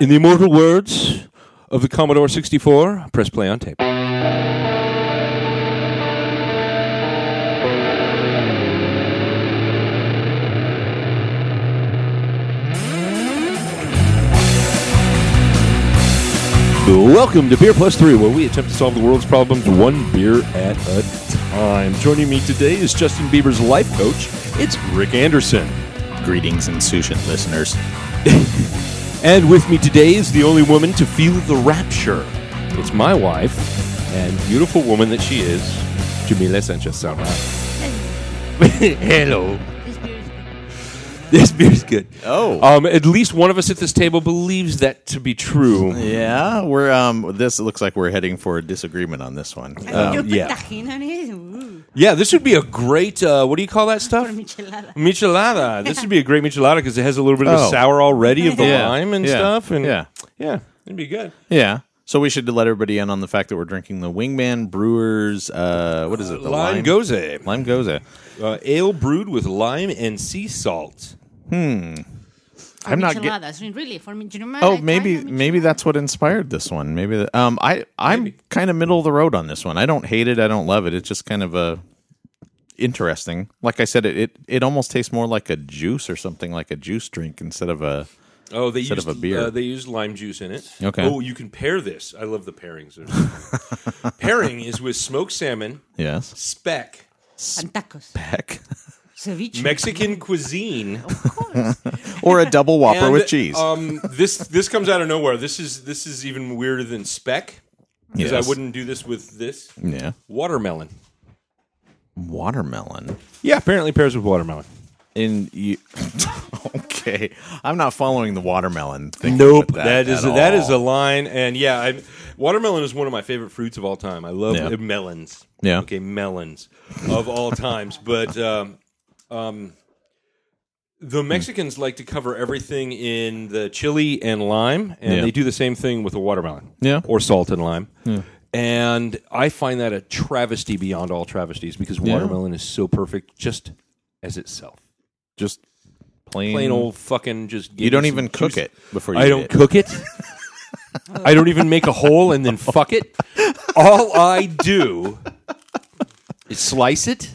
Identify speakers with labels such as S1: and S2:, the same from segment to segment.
S1: In the immortal words of the Commodore 64, press play on tape. Welcome to Beer Plus Three, where we attempt to solve the world's problems one beer at a time. Joining me today is Justin Bieber's life coach. It's Rick Anderson.
S2: Greetings, insouciant listeners.
S1: And with me today is the only woman to feel the rapture. It's my wife and beautiful woman that she is, Jamila Sanchez Sama. Hello. This beer's good.
S2: Oh.
S1: Um, at least one of us at this table believes that to be true.
S2: Yeah, we're um. This looks like we're heading for a disagreement on this one.
S3: I
S2: Uh,
S3: think you put
S1: Um, yeah.
S3: tajin on it. Ooh,
S1: Yeah, this would be a great, uh, what do you call that stuff?
S3: for michelada.
S1: Michelada. This would be a great michelada because it has a little bit of a
S2: Oh.
S1: sour already of the
S2: Yeah.
S1: lime and
S2: Yeah.
S1: stuff. And
S2: Yeah.
S1: yeah, it'd be good.
S2: yeah. So we should let everybody in on the fact that we're drinking the Wingman Brewers. Uh, what is it? The
S1: Lime goze.
S2: Lime goza.
S1: Uh, ale brewed with lime and sea salt.
S3: For
S2: I'm not get-
S3: micheladas. Get... Really, for me, German,
S2: Oh,
S3: I
S2: maybe
S3: tried a
S2: maybe
S3: michelada.
S2: that's what inspired this one. Maybe the- um I I'm kind of middle of the road on this one. I don't hate it. I don't love it. It's just kind of a interesting. Like I said, it it, it almost tastes more like a juice or something like a juice drink instead of a.
S1: Oh, they
S2: instead
S1: used,
S2: of a beer.
S1: Uh, they used lime juice in it.
S2: Okay.
S1: Oh, you can pair this. I love the pairings. Pairing is with smoked salmon,
S2: Yes.
S1: speck,
S3: And tacos,
S2: Heck.
S3: ceviche.
S1: Mexican cuisine,
S2: or a double whopper
S1: and,
S2: with cheese.
S1: Um, this this comes out of nowhere. This is this is even weirder than speck because
S2: Yes. Mm.
S1: I wouldn't do this with this
S2: Yeah.
S1: watermelon.
S2: Watermelon.
S1: Yeah, apparently pairs with watermelon.
S2: In you, okay, I'm not following the watermelon thing.
S1: Nope,
S2: with
S1: that is
S2: at
S1: a, that is a
S2: all.
S1: line, and yeah, I, watermelon is one of my favorite fruits of all time. I love
S2: Yeah.
S1: uh, melons.
S2: Yeah.
S1: okay, melons of all times. But um, um, the
S2: Hmm.
S1: Mexicans like to cover everything in the chili and lime, and
S2: Yeah.
S1: they do the same thing with a watermelon.
S2: Yeah.
S1: or salt and lime. And I find that a travesty beyond all travesties because watermelon is so perfect just as itself.
S2: just plain,
S1: Plain old fucking just. give
S2: Mm. You don't
S1: me some
S2: even cook
S1: juice.
S2: it before you.
S1: I
S2: eat
S1: don't
S2: it.
S1: cook it. I don't even make a hole and then fuck it. All I do is slice it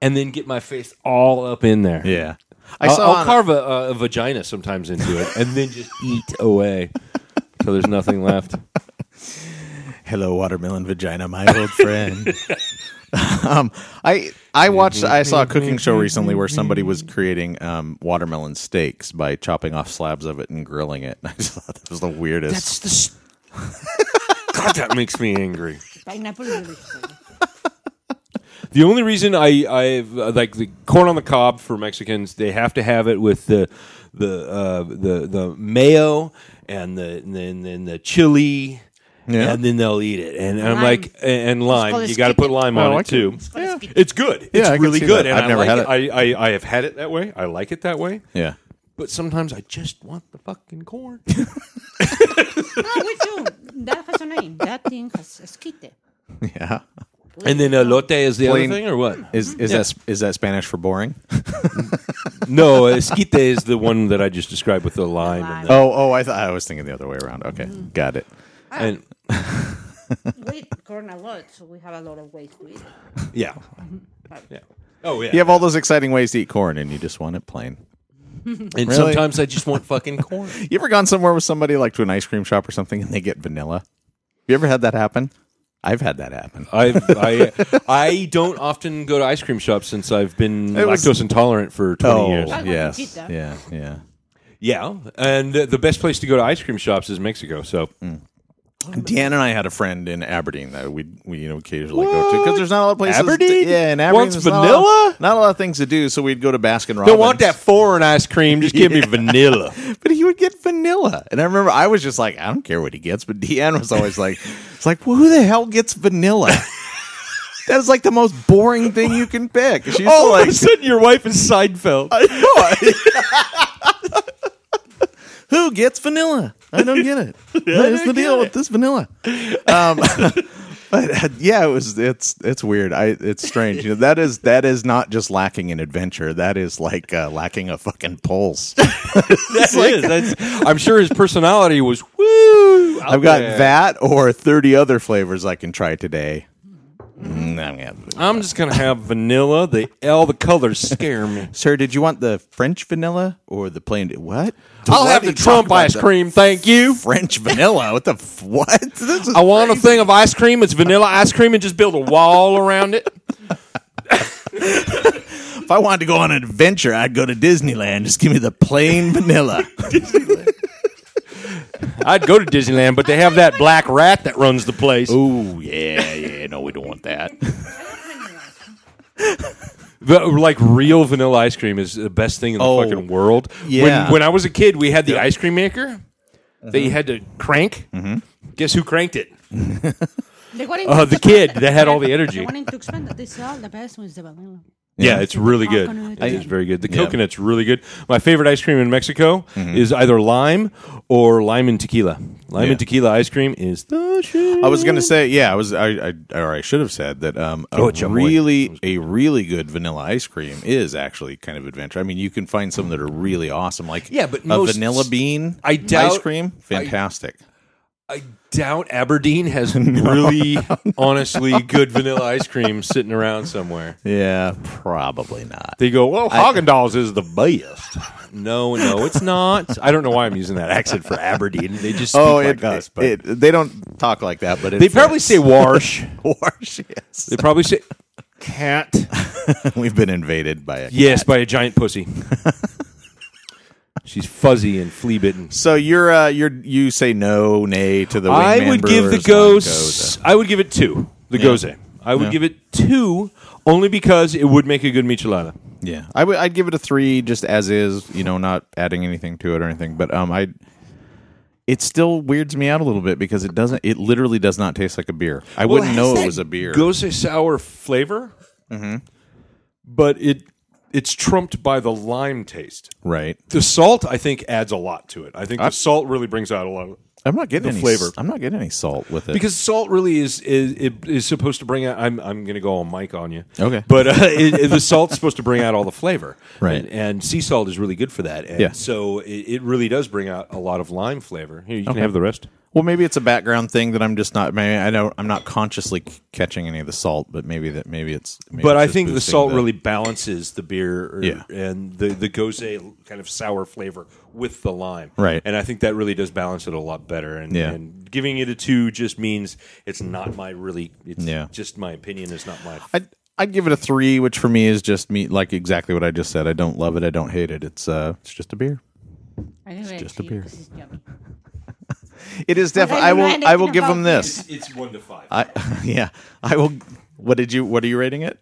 S1: and then get my face all up in there.
S2: Yeah, Uh, I
S1: I will
S2: saw. on-
S1: carve a, a vagina sometimes into it and then just eat away till there's nothing left.
S2: Hello, watermelon vagina, my old friend. um, I I watched. I saw a cooking show recently where somebody was creating um, watermelon steaks by chopping off slabs of it and grilling it. I just thought that was the weirdest.
S1: That's the. s God, that makes me angry.
S3: Pineapple. really.
S1: The only reason I I like the corn on the cob for Mexicans, they have to have it with the the uh, the the mayo and the and then then the chili.
S2: Yeah.
S1: And then they'll eat it, and I'm
S3: Lime.
S1: like, and and
S3: called
S1: lime.
S3: a
S1: You got to put
S3: skillet.
S1: lime
S2: Oh, I
S1: on it
S2: like it.
S1: too.
S3: called a Yeah. skillet.
S1: It's good. It's
S2: I can
S1: really
S2: see
S1: good,
S2: that.
S1: and
S2: I've
S1: I
S2: never
S1: like
S2: had
S1: I, I I have had it that way. I like it that way.
S2: yeah.
S1: But sometimes I just want the fucking corn.
S3: no, we do. That has a name. That thing has esquite.
S2: Yeah.
S1: and then elote is the
S2: Plain-
S1: other thing, or what?
S2: Is is that is that Spanish for boring?
S1: no, esquite is the one that I just described with the lime. And, the,
S2: Oh, oh, I thought I was thinking the other way around. Okay,
S3: Mm-hmm.
S2: got it.
S1: and
S3: We eat corn a lot, so we have a lot of ways to eat it.
S1: yeah, yeah. Oh yeah.
S2: You have all those exciting ways to eat corn, and you just want it plain.
S1: And
S2: Really?
S1: sometimes I just want fucking corn.
S2: You ever gone somewhere with somebody like to an ice cream shop or something, and they get vanilla? You ever had that happen? I've had that happen.
S1: I've, I I don't often go to ice cream shops since I've been
S2: It was-
S1: lactose intolerant for twenty years.
S3: I
S2: Oh, yes,
S3: did that.
S2: yeah, yeah.
S1: Yeah, and the, the best place to go to ice cream shops is Mexico. So
S2: Dan and I had a friend in Aberdeen that we we you know occasionally go to because there's not a lot of places. to-
S1: Aberdeen?
S2: yeah, in Aberdeen,
S1: Wants
S2: there's not a lot-
S1: vanilla?
S2: Not a, lot of things to do, so we'd go to Baskin Robbins.
S1: don't want that foreign ice cream. Just give me vanilla.
S2: but he would get vanilla. And I remember I was just like, I don't care what he gets, but Deanne was always like, it's like, well, who the hell gets vanilla? that is like the most boring thing you can pick. She's
S1: All
S2: like,
S1: of a sudden, your wife is Seinfeld.
S2: who gets vanilla? I don't get it. What is the deal with this vanilla? Um, But uh, yeah, it was it's it's weird. I it's strange. You know, that is that is not just lacking in adventure. That is like uh, lacking a fucking pulse.
S1: That is. That's, I'm sure his personality was woo. out
S2: I've got
S1: there.
S2: that or 30 other flavors I can try today. Mm, I'm gonna-
S1: I'm just gonna have vanilla. The all the colors scare me.
S2: Sir, did you want the French vanilla or the plain? What?
S1: I'll
S2: What
S1: have
S2: are
S1: the
S2: you
S1: Trump
S2: talking about?
S1: ice
S2: The
S1: cream, thank you.
S2: French vanilla. What the f- what? This is
S1: I want a
S2: crazy.
S1: thing of ice cream. It's vanilla ice cream, and just build a wall around it.
S2: If I wanted to go on an adventure, I'd go to Disneyland. Just give me the plain vanilla.
S1: I'd go to Disneyland, but they have that black rat that runs the place.
S2: Ooh, yeah, yeah. No, we don't want that.
S1: The- like real vanilla ice cream is the best thing in the
S2: Oh,
S1: fucking world.
S2: yeah.
S1: When, when I was a kid, we had the ice cream maker that you had to crank. Guess who cranked it?
S3: The, one in
S1: Uh, the
S3: Tuxpan-
S1: kid that had all the energy.
S3: The one in Tuxpan that they sell, the best one is the vanilla.
S1: Yeah, it's really good.
S3: Coconut.
S1: It is very good. The coconut's really good. My favorite ice cream in Mexico is either lime or lime and tequila. Lime
S2: Yeah.
S1: and tequila ice cream is the shit.
S2: I was gonna say, yeah, I was, I, I or I should have said that. Um, a
S1: Oh, it's Chumboy.
S2: really, a really good vanilla ice cream is actually kind of adventure. I mean, you can find some that are really awesome, like
S1: Yeah, but
S2: a
S1: most-
S2: vanilla bean
S1: I
S2: ice
S1: doubt-
S2: cream, fantastic.
S1: I doubt Aberdeen has really, honestly, good vanilla ice cream sitting around somewhere.
S2: yeah, probably not.
S1: They go, well, Haagen Dazs is the best. No, no, it's not. I don't know why I'm using that accent for Aberdeen. They just speak
S2: Oh,
S1: like
S2: it,
S1: us, but
S2: it, they don't talk like that, but it's
S1: they probably say Warsh.
S2: Warsh, yes.
S1: They probably say cat.
S2: We've been invaded by a
S1: Yes, by a giant pussy. She's fuzzy and flea bitten.
S2: So you're uh, you're you say no, nay to the.
S1: I
S2: Wingman
S1: would give the
S2: Brewers on
S1: ghost. uh, I would give it two. The
S2: Yeah.
S1: goze. I would
S2: Yeah.
S1: give it two only because it would make a good michelada.
S2: Yeah, I would. I'd give it a three, just as is. You know, not adding anything to it or anything. But um, I. It still weirds me out a little bit because it doesn't. It literally does not taste like a beer. I wouldn't know it was a beer. Mm-hmm.
S1: Goze sour flavor, but it it's trumped by the lime taste.
S2: right.
S1: The salt, I think, adds a lot to it. I think the salt really brings out a lot. Of it.
S2: I'm not getting any
S1: flavor.
S2: s- I'm not getting any salt with it.
S1: because salt really is is, it is supposed to bring out. I'm I'm going to go on mic on you.
S2: Okay.
S1: but uh, it, it- the salt's supposed to bring out all the flavor,
S2: Right.
S1: And, and sea salt is really good for that. And
S2: Yeah.
S1: So it, it really does bring out a lot of lime flavor. Here, you can have the rest.
S2: well, maybe it's a background thing that I'm just not. Maybe I don't. I'm not consciously c- catching any of the salt, but maybe that. Maybe it's. Maybe
S1: But
S2: it's
S1: I
S2: just
S1: think the
S2: boosting
S1: salt really balances the beer or,
S2: Yeah.
S1: and the, the gose kind of sour flavor with the lime.
S2: Right.
S1: And I think that really does balance it a lot better. And,
S2: Yeah.
S1: and giving it a two just means it's not my really, it's
S2: Yeah.
S1: just my opinion. It's not my
S2: I'd, I'd give it a three, which for me is just me, like exactly what I just said. I don't love it. I don't hate it. It's uh, it's just a beer.
S3: I it's
S2: just a beer. It is definitely.
S3: Well, then
S2: I
S3: you
S2: will.
S3: mind
S2: I will
S3: anything
S2: give
S3: about
S2: them this.
S1: It's one to five.
S2: I yeah. I will. What did you? What are you rating it?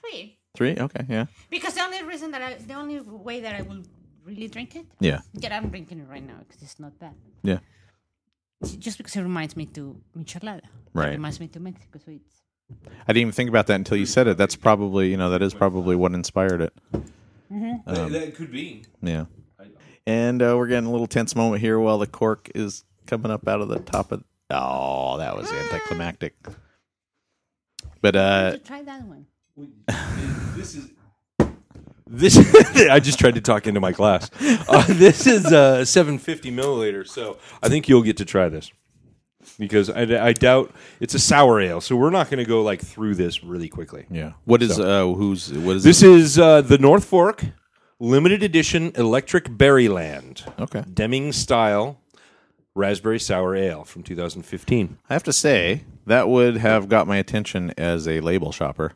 S3: Three.
S2: Three. Okay. Yeah.
S3: Because the only reason that I, the only way that I will really drink it,
S2: Yeah.
S3: yeah, I'm drinking it right now because it's not bad.
S2: Yeah.
S3: Just because it reminds me to michelada.
S2: Right.
S3: It reminds me to Mexico, so it's
S2: I didn't even think about that until you said it. That's probably you know that is probably what inspired it.
S3: Mm-hmm.
S2: Um,
S1: that could be.
S2: Yeah. And uh, we're getting a little tense moment here while the cork is coming up out of the top of. Oh, that was anticlimactic. But uh,
S3: to try that one.
S1: This is. This I just tried to talk into my glass. Uh, this is uh, 750 milliliter, so I think you'll get to try this because I, I doubt it's a sour ale. So we're not going to go like through this really quickly.
S2: yeah. What is uh who's what is
S1: This is uh, the North Fork limited edition Electric Berryland
S2: Okay.
S1: Deming style raspberry sour ale from 2015.
S2: I have to say that would have got my attention as a label shopper.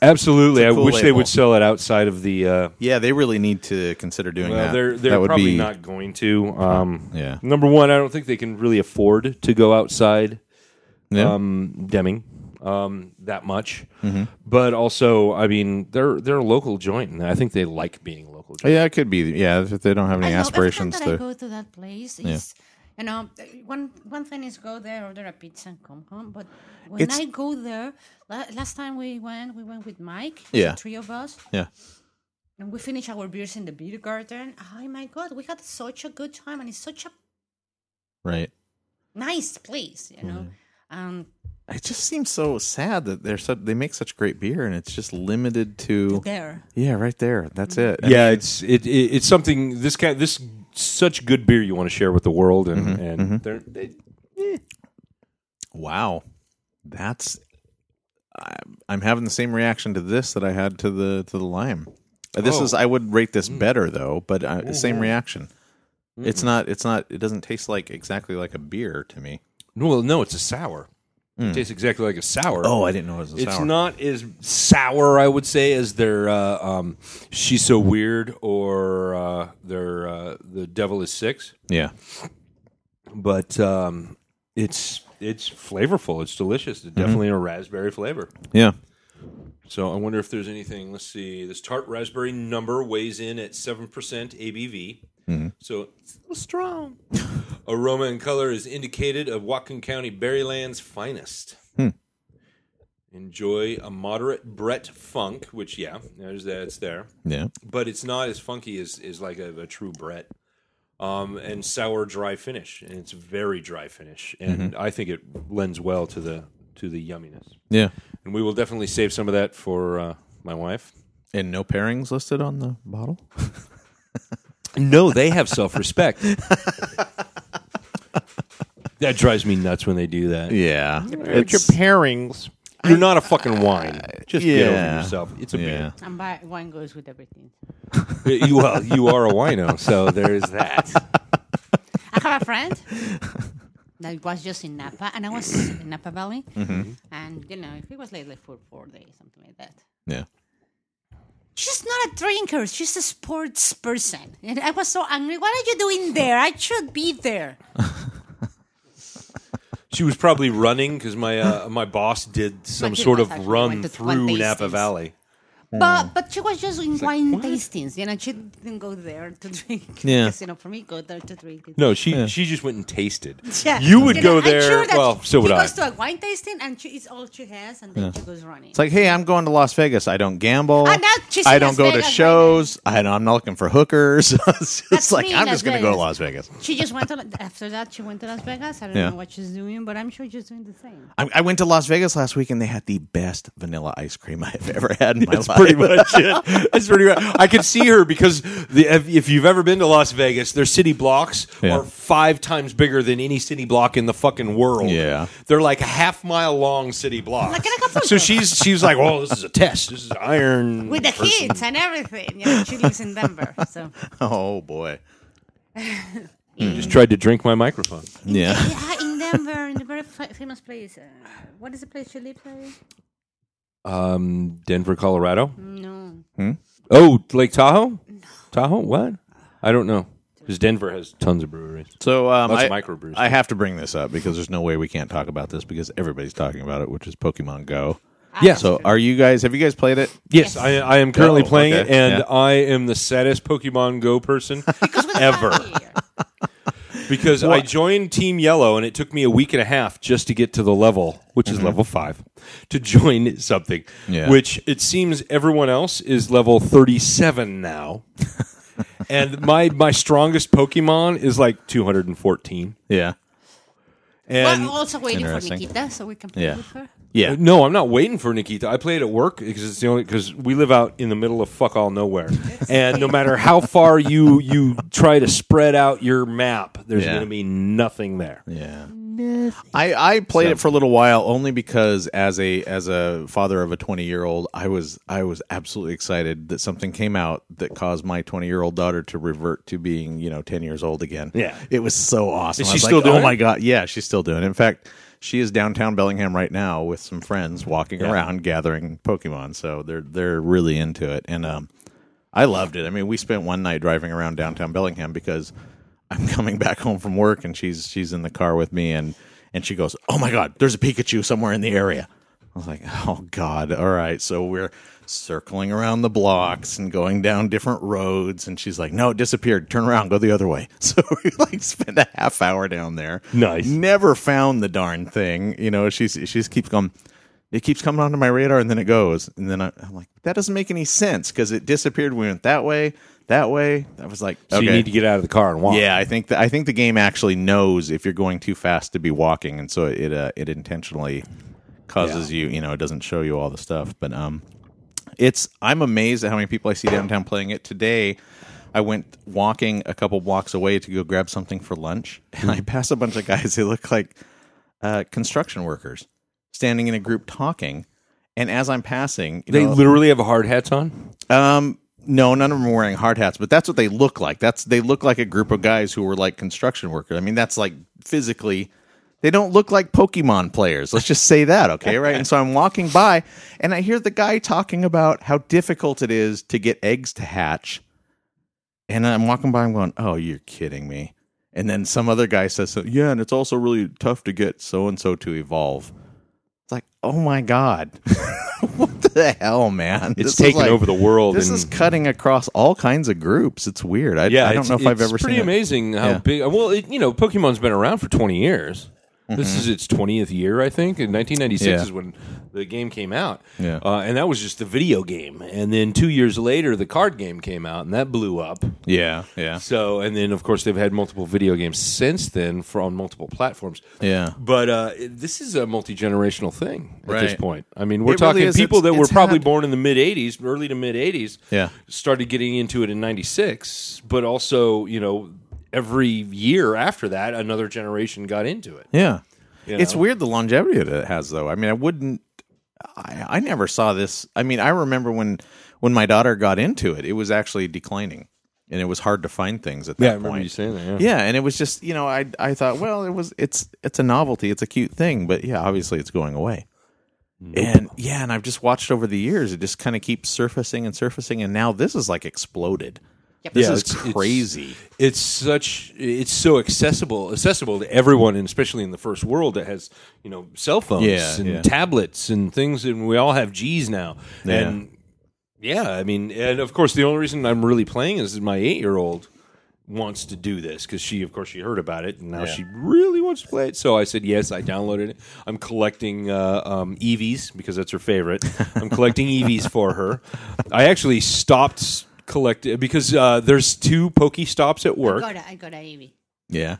S1: Absolutely,
S2: cool
S1: I wish they
S2: label.
S1: would sell it outside of the. Uh,
S2: Yeah, they really need to consider doing
S1: Well,
S2: that.
S1: they're they're
S2: that would
S1: probably
S2: be,
S1: not going to. Um,
S2: Yeah.
S1: Number one, I don't think they can really afford to go outside
S2: Yeah.
S1: um, Deming um, that much.
S2: Mm-hmm.
S1: But also, I mean, they're they're a local joint, and I think they like being local. Joint.
S2: yeah, it could be. Yeah, if they don't have any
S3: I love- every time
S2: aspirations
S3: that I
S2: to.
S3: go to that place. Is, You know, one one thing is go there, order a pizza, and come home. But when
S2: It's-
S3: I go there, la- last time we went, we went with Mike. the
S2: Yeah.
S3: three of us,
S2: Yeah.
S3: and we finished our beers in the beer garden. Oh my god, we had such a good time, and it's such a
S2: Right.
S3: nice place, you know.
S2: Mm-hmm.
S3: Um,
S2: It just seems so sad that they're so, they make such great beer and it's just limited to
S3: there.
S2: yeah, right there. That's it.
S1: yeah, it's it, it it's something this kind this such good beer you want to share with the world and
S2: Mm-hmm,
S1: and they're they,
S2: Wow, that's I'm, I'm having the same reaction to this that I had to the to the lime. Uh, This
S1: Oh.
S2: is I would rate this better though, but uh, same reaction. It's not. It's not. It doesn't taste like exactly like a beer to me.
S1: well no it's a sour. It tastes exactly like a sour.
S2: Mm. Oh, I didn't know it was a
S1: It's
S2: sour.
S1: not as sour, I would say, as their uh, um, "She's So Weird" or uh, their uh, "The Devil Is Six.
S2: yeah,
S1: but um, it's it's flavorful. It's delicious.
S2: Mm-hmm.
S1: It's definitely a raspberry flavor.
S2: yeah.
S1: So I wonder if there's anything. Let's see. This tart raspberry number weighs in at seven percent ABV. So it's a little strong. Aroma and color is indicated of Whatcom County Berryland's finest. Enjoy a moderate Brett funk, which yeah, there's that. It's there
S2: Yeah.
S1: but it's not as funky as, as like a, a true Brett. Um, and sour dry finish, and it's very dry finish, and I think it lends well to the to the yumminess.
S2: Yeah.
S1: And we will definitely save some of that for uh, my wife.
S2: And no pairings listed on the bottle.
S1: No, they have self respect. that drives me nuts when they do that.
S2: Yeah.
S4: It's your pairings.
S1: You're not a fucking wine. Just get over
S2: yeah.
S1: yourself. It's a
S2: yeah.
S1: beer.
S3: And buy, wine goes with everything.
S1: You, well, you are a wino, so there's that.
S3: I have a friend that was just in Napa, and I was in Napa Valley,
S1: Mm-hmm.
S3: and you know, he was late like for four days, something like that.
S2: Yeah.
S3: She's not a drinker. She's a sports person. And I was so angry. What are you doing there? I should be there.
S1: She was probably running because my uh, my boss did some
S3: My kid
S1: sort
S3: was
S1: of
S3: actually
S1: run
S3: went to
S1: through
S3: Twin
S1: Napa
S3: Tastings.
S1: Valley. Mm.
S3: But but she was just in wine tastings. You know, she didn't go there to drink.
S2: Yeah.
S3: Because, you know, for me, go there to drink. it.
S1: No, she she just went and tasted.
S3: Yeah.
S1: You would
S3: know,
S1: go
S3: I'm
S1: there.
S3: sure that
S1: well, so would
S3: she
S1: I.
S3: goes to a wine tasting, and she, it's all she has, and then she goes running.
S2: It's like, hey, I'm going to Las Vegas. I don't gamble.
S3: I'm not just
S2: I
S3: in
S2: don't
S3: Las
S2: go
S3: Vegas
S2: to
S3: right
S2: shows. I don't, I'm not looking for hookers. it's
S3: That's
S2: like
S3: me in
S2: I'm just
S3: Las
S2: going to go to Las
S3: Vegas.
S2: Vegas.
S3: She just went to after that. She went to Las Vegas. I don't
S2: Yeah.
S3: know what she's doing, but I'm sure she's doing the same.
S2: I, I went to Las Vegas last week and they had the best vanilla ice cream I've ever had in my life.
S1: Pretty much it. That's pretty much. I could see her because the, if, if you've ever been to Las Vegas, their city blocks
S2: Yeah.
S1: are five times bigger than any city block in the fucking world.
S2: Yeah.
S1: they're like a half mile long city blocks.
S3: Like in Acapulco.
S1: so she's she's like, oh, this is a test. This is iron
S3: With the kids and everything. You know, she lives in Denver, so
S2: Oh boy.
S1: Just tried to drink my microphone.
S2: Yeah.
S3: yeah, in Denver, in the very fa- famous place. Uh, what is the place she lives? in?
S1: Um, Denver, Colorado.
S3: No,
S1: Oh, Lake Tahoe? Tahoe? What? I don't know. Because Denver has tons of breweries.
S2: So um,
S1: Lots
S2: I,
S1: of microbrews.
S2: I have to bring this up because there's no way we can't talk about this because everybody's talking about it, which is Pokemon Go.
S1: Yeah.
S2: So are you guys? Have you guys played it?
S1: yes, I, I am currently
S2: Oh,
S1: playing
S2: okay.
S1: it, and
S2: Yeah.
S1: I am the saddest Pokemon Go person
S3: because we
S1: Ever.
S3: Have it here.
S1: because I joined Team Yellow, and it took me a week and a half just to get to the level, which is level five, to join something.
S2: Mm-hmm. Yeah.
S1: Which it seems everyone else is level thirty-seven now, and my my strongest Pokemon is like two hundred and fourteen.
S2: Yeah.
S1: And
S3: We're also waiting for
S2: Interesting.
S3: Nikita, so we can play
S2: Yeah.
S3: with her.
S2: Yeah.
S1: No, I'm not waiting for Nikita. I play it at work because it's the only because we live out in the middle of fuck all nowhere, and no matter how far you you try to spread out your map, there's
S2: Yeah.
S1: going to be nothing there.
S2: Yeah. I, I played it for a little while only because as a as a father of a 20 year old, I was I was absolutely excited that something came out that caused my 20 year old daughter to revert to being, you know, 10 years old again.
S1: Yeah.
S2: It was so awesome.
S1: Is
S2: I
S1: she
S2: was
S1: still
S2: like,
S1: doing
S2: Oh my
S1: it?
S2: god. Yeah, she's still doing it. In fact, she is downtown Bellingham right now with some friends walking around gathering Pokemon. So they're they're really into it. And um I loved it. I mean, we spent one night driving around downtown Bellingham because I'm coming back home from work and she's she's in the car with me and and she goes, "Oh my god, there's a Pikachu somewhere in the area." I was like, "Oh god, all right." So we're circling around the blocks and going down different roads and she's like, "No, it disappeared. Turn around, go the other way." So we like spent a half hour down there.
S1: Nice.
S2: Never found the darn thing. You know, she's she's keeps going It keeps coming onto my radar and then it goes. And then I, I'm like, that doesn't make any sense because it disappeared. We went that way, that way. I was like,
S1: So
S2: okay.
S1: you need to get out of the car and walk.
S2: yeah, I think the, I think the game actually knows if you're going too fast to be walking, and so it uh, it intentionally causes you. You know, it doesn't show you all the stuff, but um, it's I'm amazed at how many people I see downtown playing it today. I went walking a couple blocks away to go grab something for lunch, and I pass a bunch of guys who look like uh, construction workers standing in a group talking. And as I'm passing, you
S1: They
S2: know,
S1: literally have hard hats on.
S2: um, no, none of them were wearing hard hats, but that's what they look like. That's they look like a group of guys who were like construction workers. I mean, that's like physically, they don't look like Pokemon players. Let's just say that, okay, right? And so I'm walking by, and I hear the guy talking about how difficult it is to get eggs to hatch, and I'm walking by, I'm going, "Oh, you're kidding me." And then some other guy says, "Yeah, and it's also really tough to get so and so to evolve." It's like, "Oh my god." What the hell, man?
S1: It's
S2: This is
S1: taken
S2: like-
S1: over the world.
S2: this
S1: and-
S2: is cutting across all kinds of groups. It's weird. I, I don't
S1: it's-
S2: know if I've
S1: it's
S2: ever
S1: pretty
S2: seen it.
S1: amazing how
S2: Yeah.
S1: big. Well, it, you know, Pokemon's been around for twenty years. This is its twentieth year, I think. In nineteen ninety six
S2: Mm-hmm. Yeah.
S1: is when the game came out,
S2: Yeah.
S1: uh, and that was just the video game. And then two years later, the card game came out, and that blew up.
S2: Yeah, yeah,
S1: So, and then of course they've had multiple video games since then for on multiple platforms.
S2: yeah.
S1: But uh, it- this is a multi generational thing at this
S2: Right.
S1: point. I mean, we're
S2: It really
S1: talking
S2: is.
S1: people
S2: It's-
S1: that were
S2: it's
S1: probably
S2: had-
S1: born in the mid '80s, early to mid '80s.
S2: Yeah.
S1: started getting into it in '96, but also you know every year after that, another generation got into it.
S2: Yeah.
S1: You
S2: It's
S1: know?
S2: weird the longevity that it has, though. I mean, I wouldn't. I, I never saw this. I mean, I remember when when my daughter got into it, it was actually declining, and it was hard to find things at that
S1: Yeah, I remember
S2: point.
S1: you saying that. Yeah.
S2: yeah, and it was just you know I I thought well it was it's it's a novelty, it's a cute thing, but yeah, obviously it's going away. And yeah, and I've just watched over the years, it just kind of keeps surfacing and surfacing, and now this is like exploded.
S3: Yep.
S2: This
S1: Yeah,
S2: is
S1: it's- it's-
S2: crazy.
S1: It's such it's so accessible accessible to everyone, and especially in the first world that has you know cell phones
S2: Yeah,
S1: and
S2: yeah.
S1: tablets and things, and we all have G's now.
S2: Yeah.
S1: And yeah, I mean, and of course, the only reason I'm really playing is my eight year old wants to do this because she, of course, she heard about it and now she really wants to play it. So I said yes. I downloaded it. I'm collecting uh, um, Eevees because that's her favorite. I'm collecting Eevees for her. I actually stopped collecting because uh, there's two Stops at work.
S3: Got it. I got a Evie.
S2: yeah,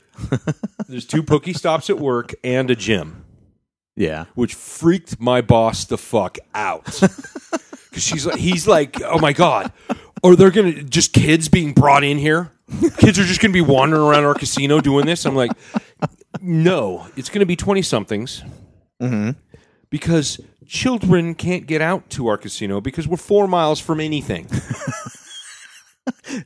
S1: There's two Stops at work and a gym
S2: yeah.
S1: which freaked my boss the fuck out. Because she's like, he's like, oh my god, are there gonna just kids being brought in here? Kids are just gonna be wandering around our casino doing this. I'm like, no, it's gonna be twenty somethings, because children can't get out to our casino because we're four miles from anything.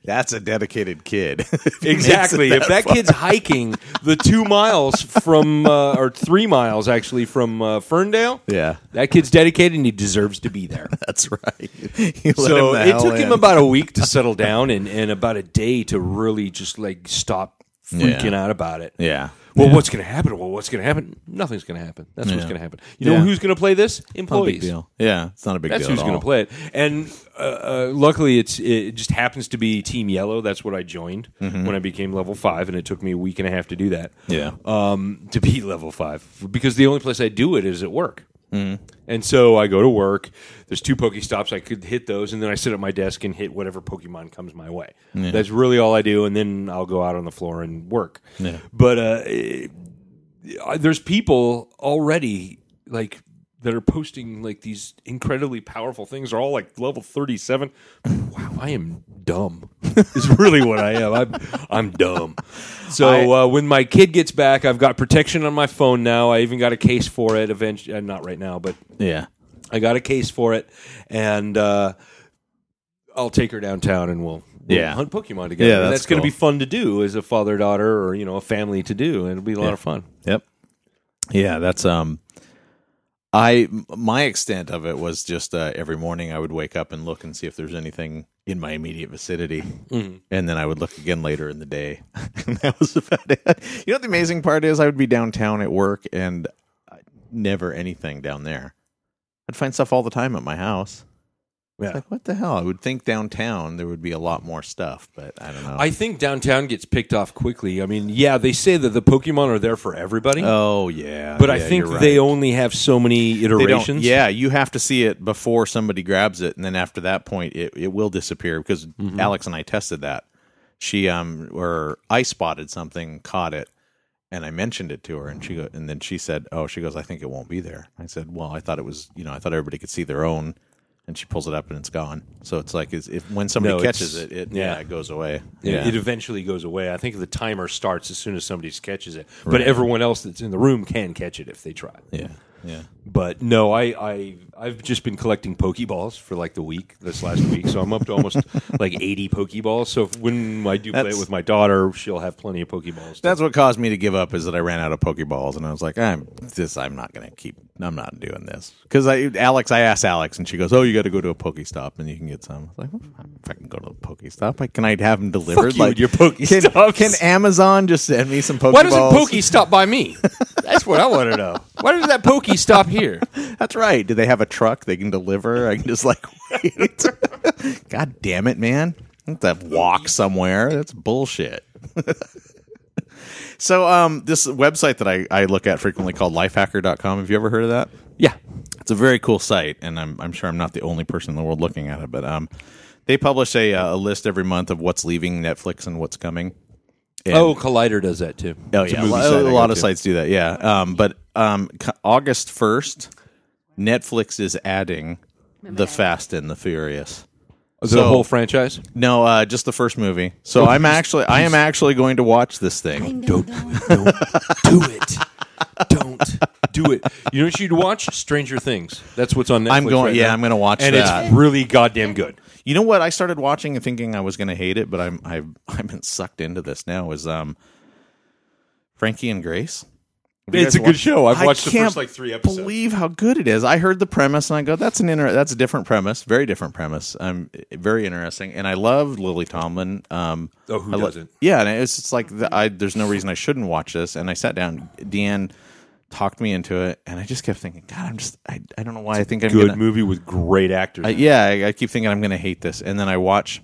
S2: That's a dedicated kid.
S1: Exactly. if that kid's hiking the two miles from, uh, or three miles actually from uh, Ferndale,
S2: Yeah.
S1: that kid's dedicated and he deserves to be there.
S2: That's right. You let
S1: so
S2: the
S1: it
S2: hell
S1: took him
S2: in.
S1: about a week to settle down and, and about a day to really just like stop
S2: Yeah.
S1: freaking out about it.
S2: Yeah.
S1: Well, what's going to happen? Well, what's going to happen? Nothing's going to happen. That's what's
S2: Yeah.
S1: going to happen. You know
S2: Yeah.
S1: who's going to play this?
S2: Not a big
S1: Employees.
S2: deal. Yeah, it's not a big
S1: That's
S2: deal.
S1: who's
S2: going
S1: to play it. And uh, uh, luckily, it's it just happens to be Team Yellow. That's what I joined when I became level five, and it took me a week and a half to do that.
S2: Mm-hmm. Yeah.
S1: um, to be level five because the only place I do it is at work. And so I go to work. There's two Stops. I could hit those, and then I sit at my desk and hit whatever Pokemon comes my way. That's really all I do, and then I'll go out on the floor and work.
S2: Yeah.
S1: But uh, it- I- there's people already like that are posting like these incredibly powerful things. Are all like level 37. wow, I am dumb. is really what I am. I'm I'm dumb. So uh, when my kid gets back, I've got protection on my phone now. I even got a case for it. Eventually, uh, not right now, but
S2: Yeah.
S1: I got a case for it, and uh, I'll take her downtown and we'll, we'll
S2: Yeah.
S1: hunt Pokemon together.
S2: Yeah,
S1: and
S2: that's
S1: that's going to
S2: cool.
S1: be fun to do as a father daughter or you know a family to do, and it'll be a lot of fun.
S2: Yep. Yeah, that's um I m- my extent of it was just uh, every morning I would wake up and look and see if there's anything in my immediate vicinity,
S1: Mm-hmm.
S2: and then I would look again later in the day. and that was about it. You know what the amazing part is? I would be downtown at work and never anything down there. I'd find stuff all the time at my house.
S1: Yeah.
S2: Like what the hell? I would think downtown there would be a lot more stuff, but I don't know.
S1: I think downtown gets picked off quickly. I mean, yeah, they say that the Pokemon are there for everybody,
S2: oh yeah,
S1: but I
S2: yeah,
S1: think
S2: you're right.
S1: they only have so many
S2: They don't-
S1: iterations.
S2: yeah, you have to see it before somebody grabs it, and then after that point, it, it will disappear because
S1: Mm-hmm.
S2: Alex and I tested that. She um or I spotted something, caught it, and I mentioned it to her, and she go, and then she said, "Oh, she goes, I think it won't be there." I said, "Well, I thought it was, you know, I thought everybody could see their own." And she pulls it up and it's gone. So it's like it's, if when somebody
S1: No, it's-
S2: catches it, it yeah.
S1: yeah.
S2: it goes away.
S1: It,
S2: yeah.
S1: it eventually goes away. I think the timer starts as soon as somebody catches it, but everyone else that's in the room can catch it if they try.
S2: yeah, yeah.
S1: But no, I, I I've just been collecting Pokeballs for like the week this last week, so I'm up to almost like 80 Pokeballs. So if, when I do play it
S2: That's-
S1: with my daughter, she'll have plenty of Pokeballs.
S2: That's what caused me to give up is that I ran out of Pokeballs, and I was like, I'm this. I'm not gonna keep. I'm not doing this because I, Alex. I asked Alex, and she goes, "Oh, you got to go to a Pokestop, and you can get some." I was like, well, "If I can go to the Pokestop, I, can I have them delivered?"
S1: you
S2: like
S1: and your
S2: Can,
S1: Pokestops.
S2: can Amazon just send me some Pokeballs?
S1: Why doesn't Pokey stop by me? That's what I want to know. Why does that Pokey stop here?
S2: That's right. Do they have a truck they can deliver? I can just like wait. God damn it, man. I have to walk somewhere. That's bullshit. so um this website that I, I look at frequently called lifehacker.com. Have you ever heard of that?
S1: Yeah.
S2: It's a very cool site, and I'm, I'm sure I'm not the only person in the world looking at it, but um they publish a, uh, a list every month of what's leaving Netflix and what's coming. And-
S1: Oh, Collider does that too.
S2: Oh
S1: It's a
S2: yeah,
S1: movie
S2: a,
S1: site I
S2: lo- a
S1: go
S2: lot of
S1: to.
S2: sites do that. Yeah, um, but um, c- August first, Netflix is adding the Fast and the Furious.
S1: The
S2: So-
S1: whole franchise.
S2: No, uh, just the first movie. So
S1: Oh,
S2: I'm actually, I am actually going to watch this thing.
S1: Don't, don't do it. Don't do it. You know what you'd watch? Stranger Things. That's what's on Netflix.
S2: I'm going-
S1: right
S2: yeah,
S1: now.
S2: I'm gonna watch
S1: and
S2: that.
S1: it's really goddamn good.
S2: You know what? I started watching and thinking I was going to hate it, but I'm I've I've been sucked into this now. Is um, Frankie and Grace. Have you
S1: It's
S2: guys
S1: a good
S2: watched-
S1: show. I've
S2: I
S1: watched the
S2: can't
S1: first, like, three episodes.
S2: Believe how good it is. I heard the premise and I go, "That's an inter- that's a different premise, very different premise. I'm very interesting." And I love Lily Tomlin. Um,
S1: Oh, who
S2: I lo-
S1: doesn't?
S2: yeah, and it's just like the, I, there's no reason I shouldn't watch this. And I sat down. Deanne talked me into it, and I just kept thinking, "God, I'm just I, I don't know why I think I'm
S1: Good
S2: gonna,
S1: movie with great actors.
S2: I, yeah, I, I keep thinking I'm going to hate this, and then I watch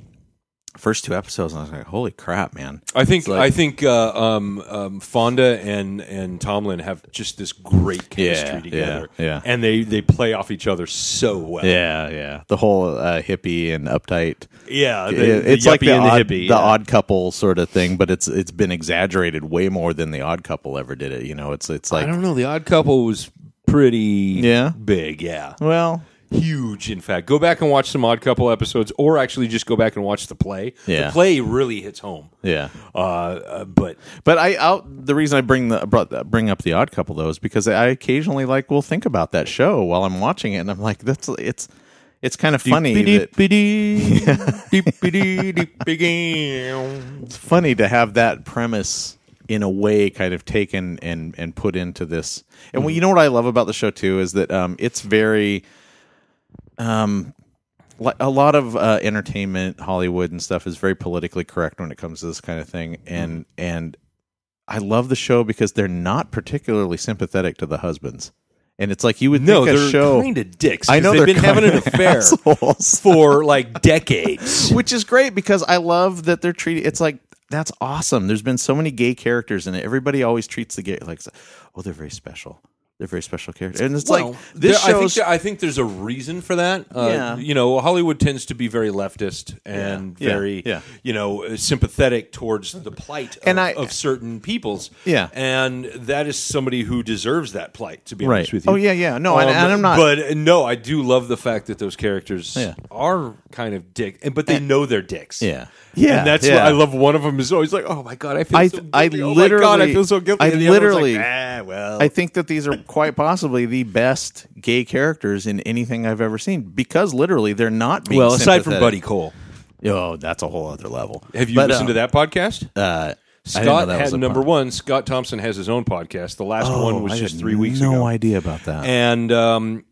S2: first two episodes, and I was like, "Holy crap, man!"
S1: I think I think uh, um, um, Fonda and and Tomlin have just this great chemistry
S2: Yeah,
S1: together.
S2: yeah, yeah.
S1: and they they play off each other so well.
S2: Yeah, yeah. The whole uh, hippie and uptight.
S1: Yeah, Uh, the-
S2: It-
S1: the
S2: it's like
S1: yuppie
S2: the
S1: and the
S2: odd,
S1: hippie,
S2: the
S1: yeah.
S2: odd couple sort of thing, but it's it's been exaggerated way more than the odd couple ever did it. You know, it's it's
S1: I
S2: like
S1: don't know. The Odd Couple was pretty
S2: Yeah?
S1: big. Yeah,
S2: well,
S1: huge. In fact, go back and watch some Odd Couple episodes, or actually just go back and watch the play.
S2: Yeah.
S1: The play really hits home.
S2: yeah.
S1: Uh, uh, but
S2: But I out the reason I bring the brought bring up the Odd Couple though is because I occasionally like will think about that show while I'm watching it, and I'm like, that's it's it's kind of funny. that- it's funny to have that premise in a way kind of taken and and put into this. And well, you
S1: Mm-hmm.
S2: know what I love about the show too is that um, it's very um, li- a lot of uh, entertainment, Hollywood and stuff is very politically correct when it comes to this kind of thing.
S1: Mm-hmm.
S2: And and I love the show because they're not particularly sympathetic to the husbands. And it's like you would
S1: no,
S2: think a
S1: they're
S2: show.
S1: kind of dicks.
S2: I know
S1: they've
S2: they're
S1: been having an
S2: kinda
S1: affair
S2: assholes.
S1: for like decades.
S2: which is great because I love that they're treating. It's like that's awesome. There's been so many gay characters, and everybody always treats the gay like, oh, they're very special. They're very special characters, and it's
S1: Well,
S2: like this
S1: there- I think,
S2: shows.
S1: there- I think there's a reason for that. Uh,
S2: Yeah.
S1: You know, Hollywood tends to be very leftist and
S2: Yeah.
S1: very,
S2: Yeah.
S1: you know, uh, sympathetic towards the plight of,
S2: And I-
S1: of certain peoples.
S2: Yeah.
S1: And that is somebody who deserves that plight, to be
S2: Right.
S1: honest with you.
S2: Oh, yeah, yeah. No, and- and I'm not-
S1: But uh, no, I do love the fact that those characters
S2: Yeah.
S1: are kind of dick, and- but they know they're dicks.
S2: Yeah. Yeah,
S1: And that's
S2: yeah.
S1: what I love. One of them is always like, oh my God, I feel
S2: I-
S1: so guilty.
S2: I
S1: oh my God, I
S2: literally-
S1: feel so guilty.
S2: I
S1: And the other one's
S2: literally-
S1: like, ah, well.
S2: I think that these are quite possibly the best gay characters in anything I've ever seen because literally they're not. Being
S1: well, aside from
S2: sympathetic.
S1: Buddy Cole.
S2: oh, that's a whole other level.
S1: Have you
S2: But,
S1: listened to
S2: um,
S1: that podcast?
S2: Uh, I didn't know
S1: Scott
S2: that was
S1: had
S2: a
S1: number
S2: pod-
S1: one. Scott Thompson has his own podcast. The last
S2: Oh,
S1: one was
S2: I
S1: just
S2: had
S1: three weeks
S2: no
S1: ago.
S2: idea about that.
S1: And um,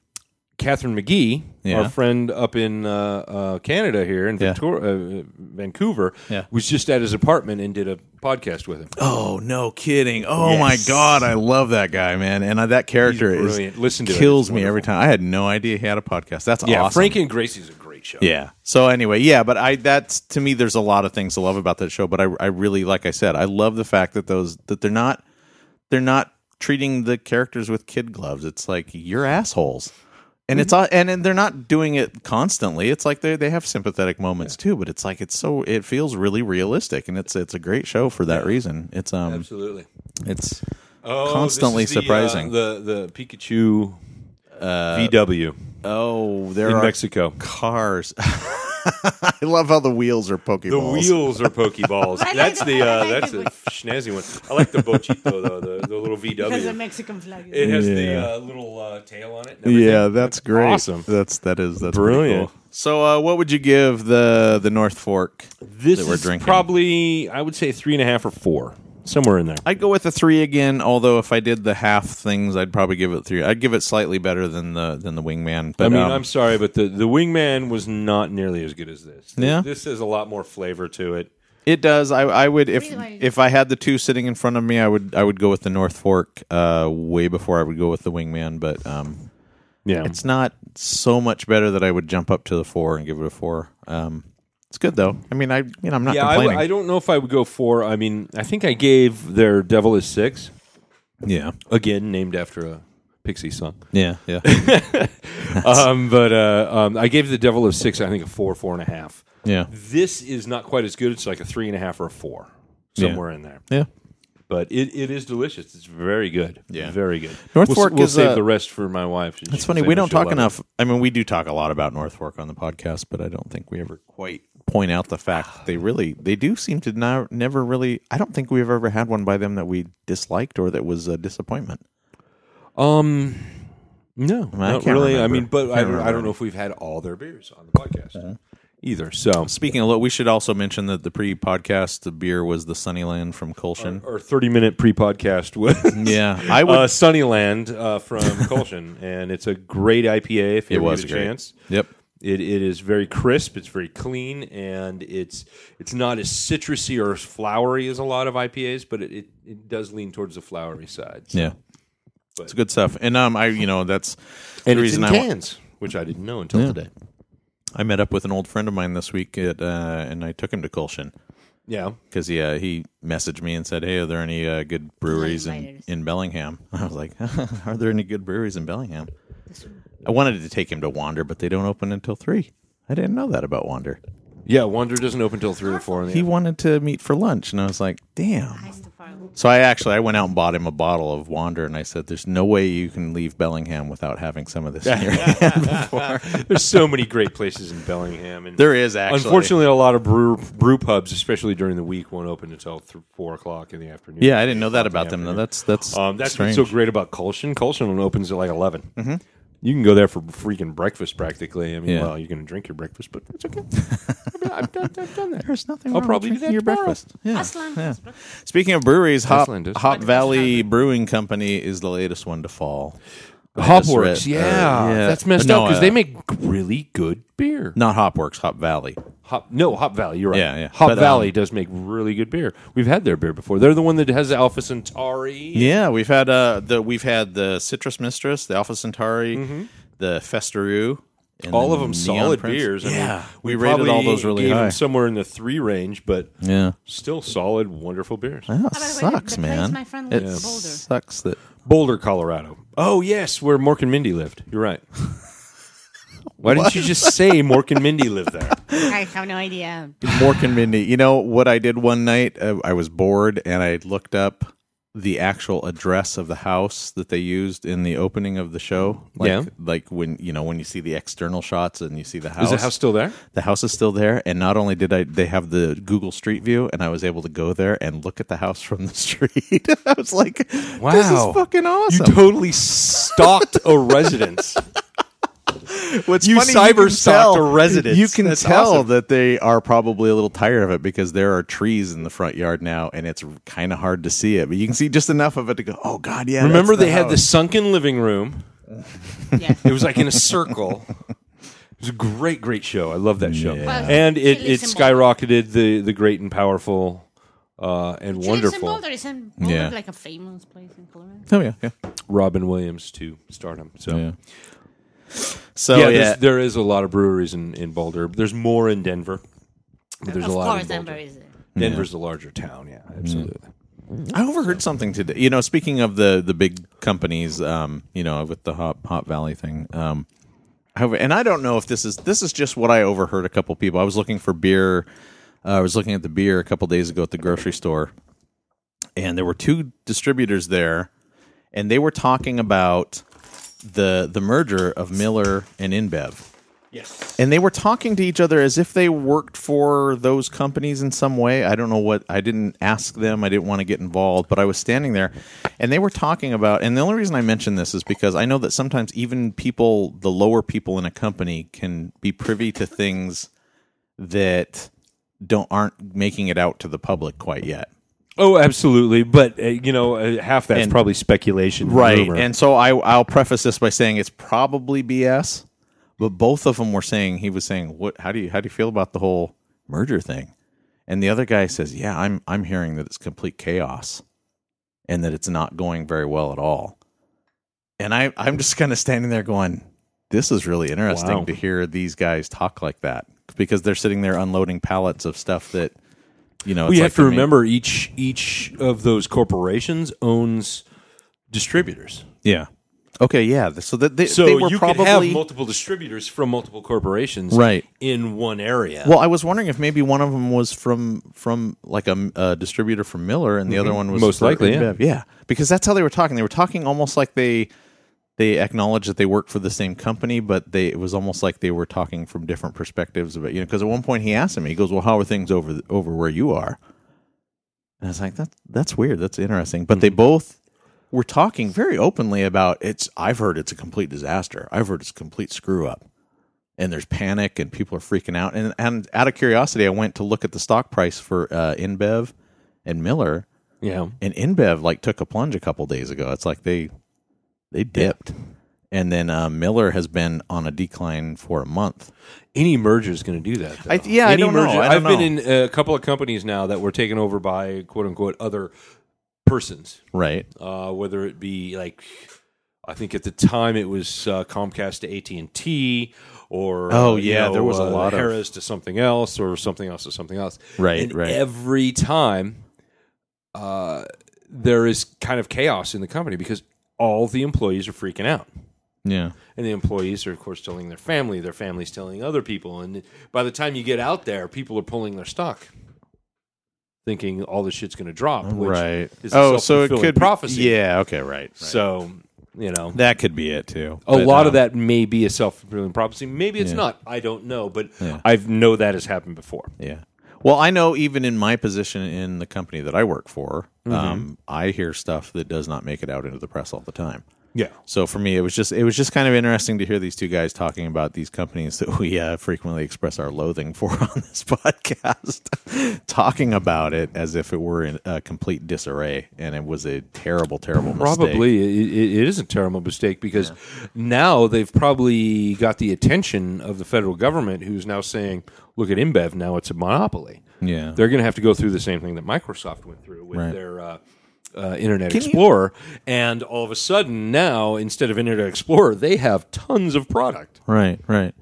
S1: Catherine McGee,
S2: Yeah.
S1: our friend up in uh, uh, Canada here in
S2: Yeah.
S1: Ventura, uh, Vancouver,
S2: Yeah.
S1: was just at his apartment and did a podcast with him.
S2: Oh no, kidding! Oh my
S1: Yes.
S2: god, I love that guy, man, and uh, that character
S1: He's
S2: is
S1: brilliant. Listen to it.
S2: kills
S1: It's
S2: me every
S1: wonderful.
S2: time. I had no idea he had a podcast. That's
S1: Yeah,
S2: awesome.
S1: Frankie and Gracie's a great great show.
S2: Yeah. So anyway, yeah, but I that's to me there's a lot of things to love about that show, but I I really like I said, I love the fact that those that they're not they're not treating the characters with kid gloves. It's like you're assholes. And it's
S1: Mm-hmm.
S2: all and, and they're not doing it constantly. It's like they they have sympathetic moments too, but it's like it's so it feels really realistic and it's it's a great show for that reason. It's um
S1: absolutely.
S2: it's
S1: Oh, this
S2: constantly
S1: is the, uh,
S2: surprising.
S1: The the, Pikachu uh, VW
S2: oh, there
S1: in
S2: are
S1: Mexico.
S2: cars. I love how the wheels are Pokeballs.
S1: The wheels are pokeballs.
S3: I like
S1: that's
S3: the-
S1: the uh,
S3: I like
S1: that's
S3: the
S1: the
S3: good-
S1: snazzy one. I like the bochito though, the, the little
S3: Because the
S1: VW.
S3: Mexican flag. is-
S1: It has
S2: Yeah.
S1: the uh, little uh, tail on it. and everything.
S2: Yeah, that's great.
S1: awesome.
S2: That's that is that's
S1: Brilliant.
S2: brilliant. So, uh, what would you give the the North Fork
S1: This
S2: that we're
S1: is
S2: drinking?
S1: probably I would say three and a half or four, somewhere in there.
S2: I'd go with a three again. Although if I did the half things, I'd probably give it three. I'd give it slightly better than the than the Wingman. But
S1: I mean,
S2: um,
S1: I'm sorry, but the, the wingman was not nearly as good as this. This-
S2: Yeah.
S1: This has a lot more flavor to it.
S2: it does. I, I would if
S3: Really?
S2: if I had the two sitting in front of me, I would I would go with the North Fork uh, way before I would go with the Wingman. But um,
S1: Yeah.
S2: it's not so much better that I would jump up to the four and give it a four. Um, it's good though. I mean, I you know I'm not
S1: yeah, I, w-
S2: complaining.
S1: I don't know if I would go four. I mean, I think I gave their Devil is Six,
S2: yeah,
S1: again, named after a Pixie song.
S2: yeah, yeah.
S1: Um, but uh, um, I gave the Devil of Six, I think, a four, four and a half.
S2: Yeah.
S1: This is not quite as good. It's like a three and a half or a four, somewhere in there.
S2: Yeah.
S1: But it, it is delicious. It's very good.
S2: Yeah.
S1: Very good.
S2: North
S1: we'll,
S2: Fork
S1: we'll
S2: is,
S1: save
S2: uh,
S1: the rest for my wife.
S2: It's funny, we don't talk enough. I mean, we do talk a lot about North Fork on the podcast, but I don't think we ever quite point out the fact that they really, they do seem to now never really, I don't think we've ever had one by them that we disliked or that was a disappointment.
S1: Um, no,
S2: I
S1: not
S2: can't
S1: really. I
S2: remember.
S1: mean, but
S2: Can't
S1: I don't, I
S2: remember. Uh-huh.
S1: don't know if we've had all their beers on the podcast either. So,
S2: Speaking of, lo- we should also mention that the pre podcast, the beer was the Sunnyland from Colshan.
S1: our 30 minute pre podcast was.
S2: yeah. I would.
S1: uh, Sunnyland uh, from Colshan, and it's a great IPA if you
S2: it
S1: ever
S2: was
S1: get a
S2: great.
S1: chance.
S2: Yep.
S1: It, it is very crisp. It's very clean, and it's it's not as citrusy or as flowery as a lot of IPAs, but it, it, it does lean towards the flowery side. So-
S2: Yeah. It's good stuff. And, um, I, you know, that's
S1: and
S2: the
S1: it's
S2: reason
S1: in
S2: I, wa-
S1: cans, which I didn't know until today.
S2: I met up with an old friend of mine this week at, uh, and I took him to Colshan.
S1: Yeah,
S2: because he uh, he messaged me and said, "Hey, are there any uh, good breweries in,
S3: lighters.
S2: in Bellingham?" I was like, "Are there any good breweries in Bellingham?" I wanted to take him to Wander, but they don't open until three. I didn't know that about Wander.
S1: yeah. Wonder doesn't open till three or four in the
S2: He wanted to meet for lunch, and I was like, "Damn."
S3: It's too far.
S2: So I actually I went out and bought him a bottle of Wander, and I said, "There's no way you can leave Bellingham without having some of this." in your hand before."
S1: There's so many great places in Bellingham, and
S2: there is actually.
S1: unfortunately a lot of brew, brew pubs, especially during the week, won't open until th- four o'clock in the afternoon.
S2: yeah, I didn't know that about them though. That's that's
S1: Um, that's
S2: strange. Mm-hmm.
S1: what's so great about Colshan. Colshan opens at like 11 You can go there for freaking breakfast practically. I mean,
S2: Yeah.
S1: well, you're going to drink your breakfast, but it's okay. I've done, I've done that.
S2: There's nothing.
S1: I'll
S2: wrong with
S1: probably do
S2: drinking
S1: that
S2: your
S1: tomorrow.
S2: breakfast. Yeah.
S3: Aslan.
S2: Speaking of breweries, Hop,
S1: Iceland is-
S2: Hop Valley Brewing Company is the latest one to fall. I just read-
S1: Hopworks,
S2: or-
S1: yeah, that's messed
S2: No,
S1: up because
S2: uh,
S1: they make really good beer.
S2: not Hopworks, Hop Valley.
S1: Hop, no, Hop Valley. You're right.
S2: Yeah, yeah.
S1: Hop
S2: But, um,
S1: Valley does make really good beer. We've had their beer before. They're the one that has Alpha Centauri.
S2: Yeah, we've had uh the we've had the Citrus Mistress, the Alpha Centauri, the Festeroo. and
S1: Mm-hmm. all
S2: the
S1: of them
S2: Neon
S1: solid
S2: Prince.
S1: beers. I
S2: yeah,
S1: mean,
S2: we, rated all
S1: probably
S2: those really
S1: gave 'em
S2: high.
S1: somewhere in the three range, but
S2: yeah,
S1: still solid, wonderful beers.
S2: that
S3: Oh, the way,
S2: sucks,
S3: the place
S2: man.
S3: my friend
S2: it
S3: lives, Boulder.
S2: sucks that
S1: Boulder, Colorado. Oh yes, where Mork and Mindy lived. You're right. Why didn't you just say Mork and Mindy lived there?
S3: I have no idea.
S2: Mork and Mindy. You know what I did one night? Uh, I was bored and I looked up the actual address of the house that they used in the opening of the show. Like,
S1: Yeah.
S2: Like when you know when you see the external shots and you see the house.
S1: Is the house still there?
S2: The house is still there, and not only did I, they have the Google Street View, and I was able to go there and look at the house from the street. I was like, wow. "This
S1: Wow.
S2: is fucking awesome!"
S1: You totally stalked a residence.
S2: What's
S1: You
S2: funny,
S1: cyber
S2: can
S1: stalked
S2: tell-
S1: a residence.
S2: You can
S1: That's
S2: tell
S1: awesome.
S2: that they are probably a little tired of it because there are trees in the front yard now, and it's kind of hard to see it. But you can see just enough of it to go, "Oh God, yeah."
S1: Remember,
S2: that's the
S1: they had the
S2: house."
S1: sunken living room.
S3: Yeah.
S1: It was like in a circle. It was a great, great show. I love that show,
S3: Well,
S1: and
S3: she
S1: it, it
S3: lives in Boulder.
S1: skyrocketed the the great and powerful uh, and
S3: She lives in
S1: wonderful
S3: Boulder. Isn't Boulder
S2: Yeah.
S3: like a famous place in Colorado?
S2: Oh yeah, yeah.
S1: Robin Williams to stardom. So
S2: Yeah. So
S1: yeah,
S2: yeah,
S1: there's there is a lot of breweries in, in Boulder. There's more in Denver. But there's
S3: of
S1: a lot
S3: course,
S1: in Boulder.
S3: Denver is.
S1: Denver's the larger town. Yeah,
S2: Mm.
S1: absolutely.
S2: I overheard something today. You know, speaking of the the big companies, um, you know, with the Hop Hop Valley thing. Um, I over- and I don't know if this is this is just what I overheard. A couple people. I was looking for beer. Uh, I was looking at the beer a couple days ago at the grocery store, and there were two distributors there, and they were talking about the the merger of Miller and InBev. Yes. And they were talking to each other as if they worked for those companies in some way. I don't know what I didn't ask them. I didn't want to get involved, but I was standing there and they were talking about and the only reason I mention this is because I know that sometimes even people the lower people in a company can be privy to things that don't aren't making it out to the public quite yet.
S1: Oh, absolutely. But uh, you know, uh, half that's
S2: And-
S1: probably speculation, and rumor.
S2: And so I I'll preface this by saying it's probably BS, but both of them were saying he was saying what how do you how do you feel about the whole merger thing? And the other guy says, "Yeah, I'm I'm hearing that it's complete chaos and that it's not going very well at all." And I I'm just kind of standing there going, "This is really interesting
S1: Wow.
S2: to hear these guys talk like that because they're sitting there unloading pallets of stuff that you know,
S1: we
S2: it's
S1: have
S2: like
S1: to
S2: they're ma-
S1: remember each each of those corporations owns distributors.
S2: yeah. Okay, yeah. So that they,
S1: So
S2: they were
S1: you
S2: probably
S1: could have multiple distributors from multiple corporations,
S2: Right.
S1: in one area.
S2: Well, I was wondering if maybe one of them was from from like a, a distributor from Miller, and the other one was
S1: Most
S2: for
S1: likely, yeah.
S2: InBev. yeah, because that's how they were talking. They were talking almost like they they acknowledged that they work for the same company, but they it was almost like they were talking from different perspectives about you know. Because at one point he asked him, he goes, "Well, how are things over th- over where you are?" And I was like, "That's that's weird. That's interesting." But they
S1: Mm-hmm.
S2: both were talking very openly about it's. I've heard it's a complete disaster. I've heard it's a complete screw up and there's panic and people are freaking out. And, and out of curiosity, I went to look at the stock price for uh, InBev and Miller,
S1: yeah,
S2: and InBev like took a plunge a couple days ago. It's like they they dipped, and then uh, Miller has been on a decline for a month.
S1: any merger is going to do that. though.
S2: I- yeah, I
S1: any
S2: don't know. I don't
S1: have been
S2: know.
S1: in a couple of companies now that were taken over by quote unquote other persons,
S2: Right?
S1: uh, whether it be like. I think at the time it was uh, Comcast to AT and T, or
S2: Oh,
S1: uh, you
S2: yeah, there was a
S1: uh,
S2: lot of-
S1: Harris to something else, or something else to something else.
S2: Right,
S1: And
S2: right.
S1: Every time, uh, there is kind of chaos in the company because all the employees are freaking out
S2: Yeah.
S1: and the employees are of course telling their family their families telling other people and by the time you get out there people are pulling their stock thinking all this shit's going to drop which
S2: right.
S1: is a
S2: Oh, so it
S1: self-fulfilling
S2: could be-
S1: prophecy
S2: Yeah. Okay. Right. right.
S1: so you know um,
S2: that could be it too. uh,
S1: a lot of that may be a self-fulfilling prophecy maybe it's not i don't know but i know that has happened before
S2: Yeah. Well, I know even in my position in the company that I work for,
S1: Mm-hmm.
S2: um, I hear stuff that does not make it out into the press all the time.
S1: yeah
S2: So for me, it was just it was just kind of interesting to hear these two guys talking about these companies that we uh, frequently express our loathing for on this podcast, talking about it as if it were in uh, complete disarray and it was a terrible, terrible mistake.
S1: Probably it, it- it is a terrible mistake because now they've probably got the attention of the federal government, who's now saying, "Look at InBev. Now it's a monopoly.
S2: Yeah.
S1: they're going to have to go through the same thing that Microsoft went through with
S2: Right.
S1: their." Uh, uh, Internet Explorer, and all of a sudden now, instead of Internet Explorer, they have tons of product.
S2: Right, right.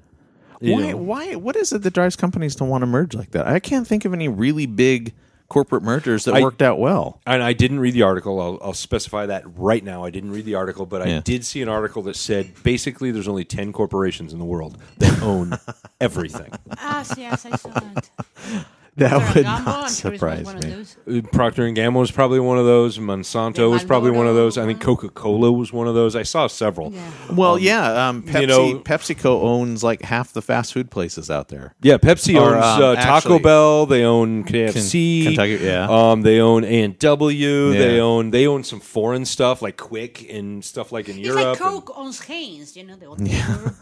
S2: Why?
S1: know.
S2: Why? What is it that drives companies to want to merge like that? I can't think of any really big corporate mergers that
S1: I-
S2: worked out well.
S1: And I didn't read the article. I'll, I'll specify that right now. I didn't read the article, but I
S2: Yeah.
S1: did see an article that said basically there's only ten corporations in the world that own everything.
S3: Ah, yes, I saw that.
S2: That
S3: Sorry,
S2: would
S3: Gumbo,
S2: not
S3: I'm sure it was
S2: surprise
S3: one of
S2: me.
S3: those.
S1: Procter and Gamble was probably one of those. Monsanto was probably one of those. I think Coca Cola was one of those. I saw several.
S3: Yeah.
S2: Well, yeah, um, Pepsi,
S1: you know-
S2: PepsiCo owns like half the fast food places out there.
S1: Yeah, Pepsi
S2: Or,
S1: owns
S2: um,
S1: uh, Taco
S2: actually-
S1: Bell. They own KFC.
S2: Ken- Kentucky, yeah.
S1: Um, they own A and W. They
S2: Yeah.
S1: own they own some foreign stuff like Quick and stuff like in
S3: It's
S1: Europe.
S3: like Coke on Haynes, you know, the old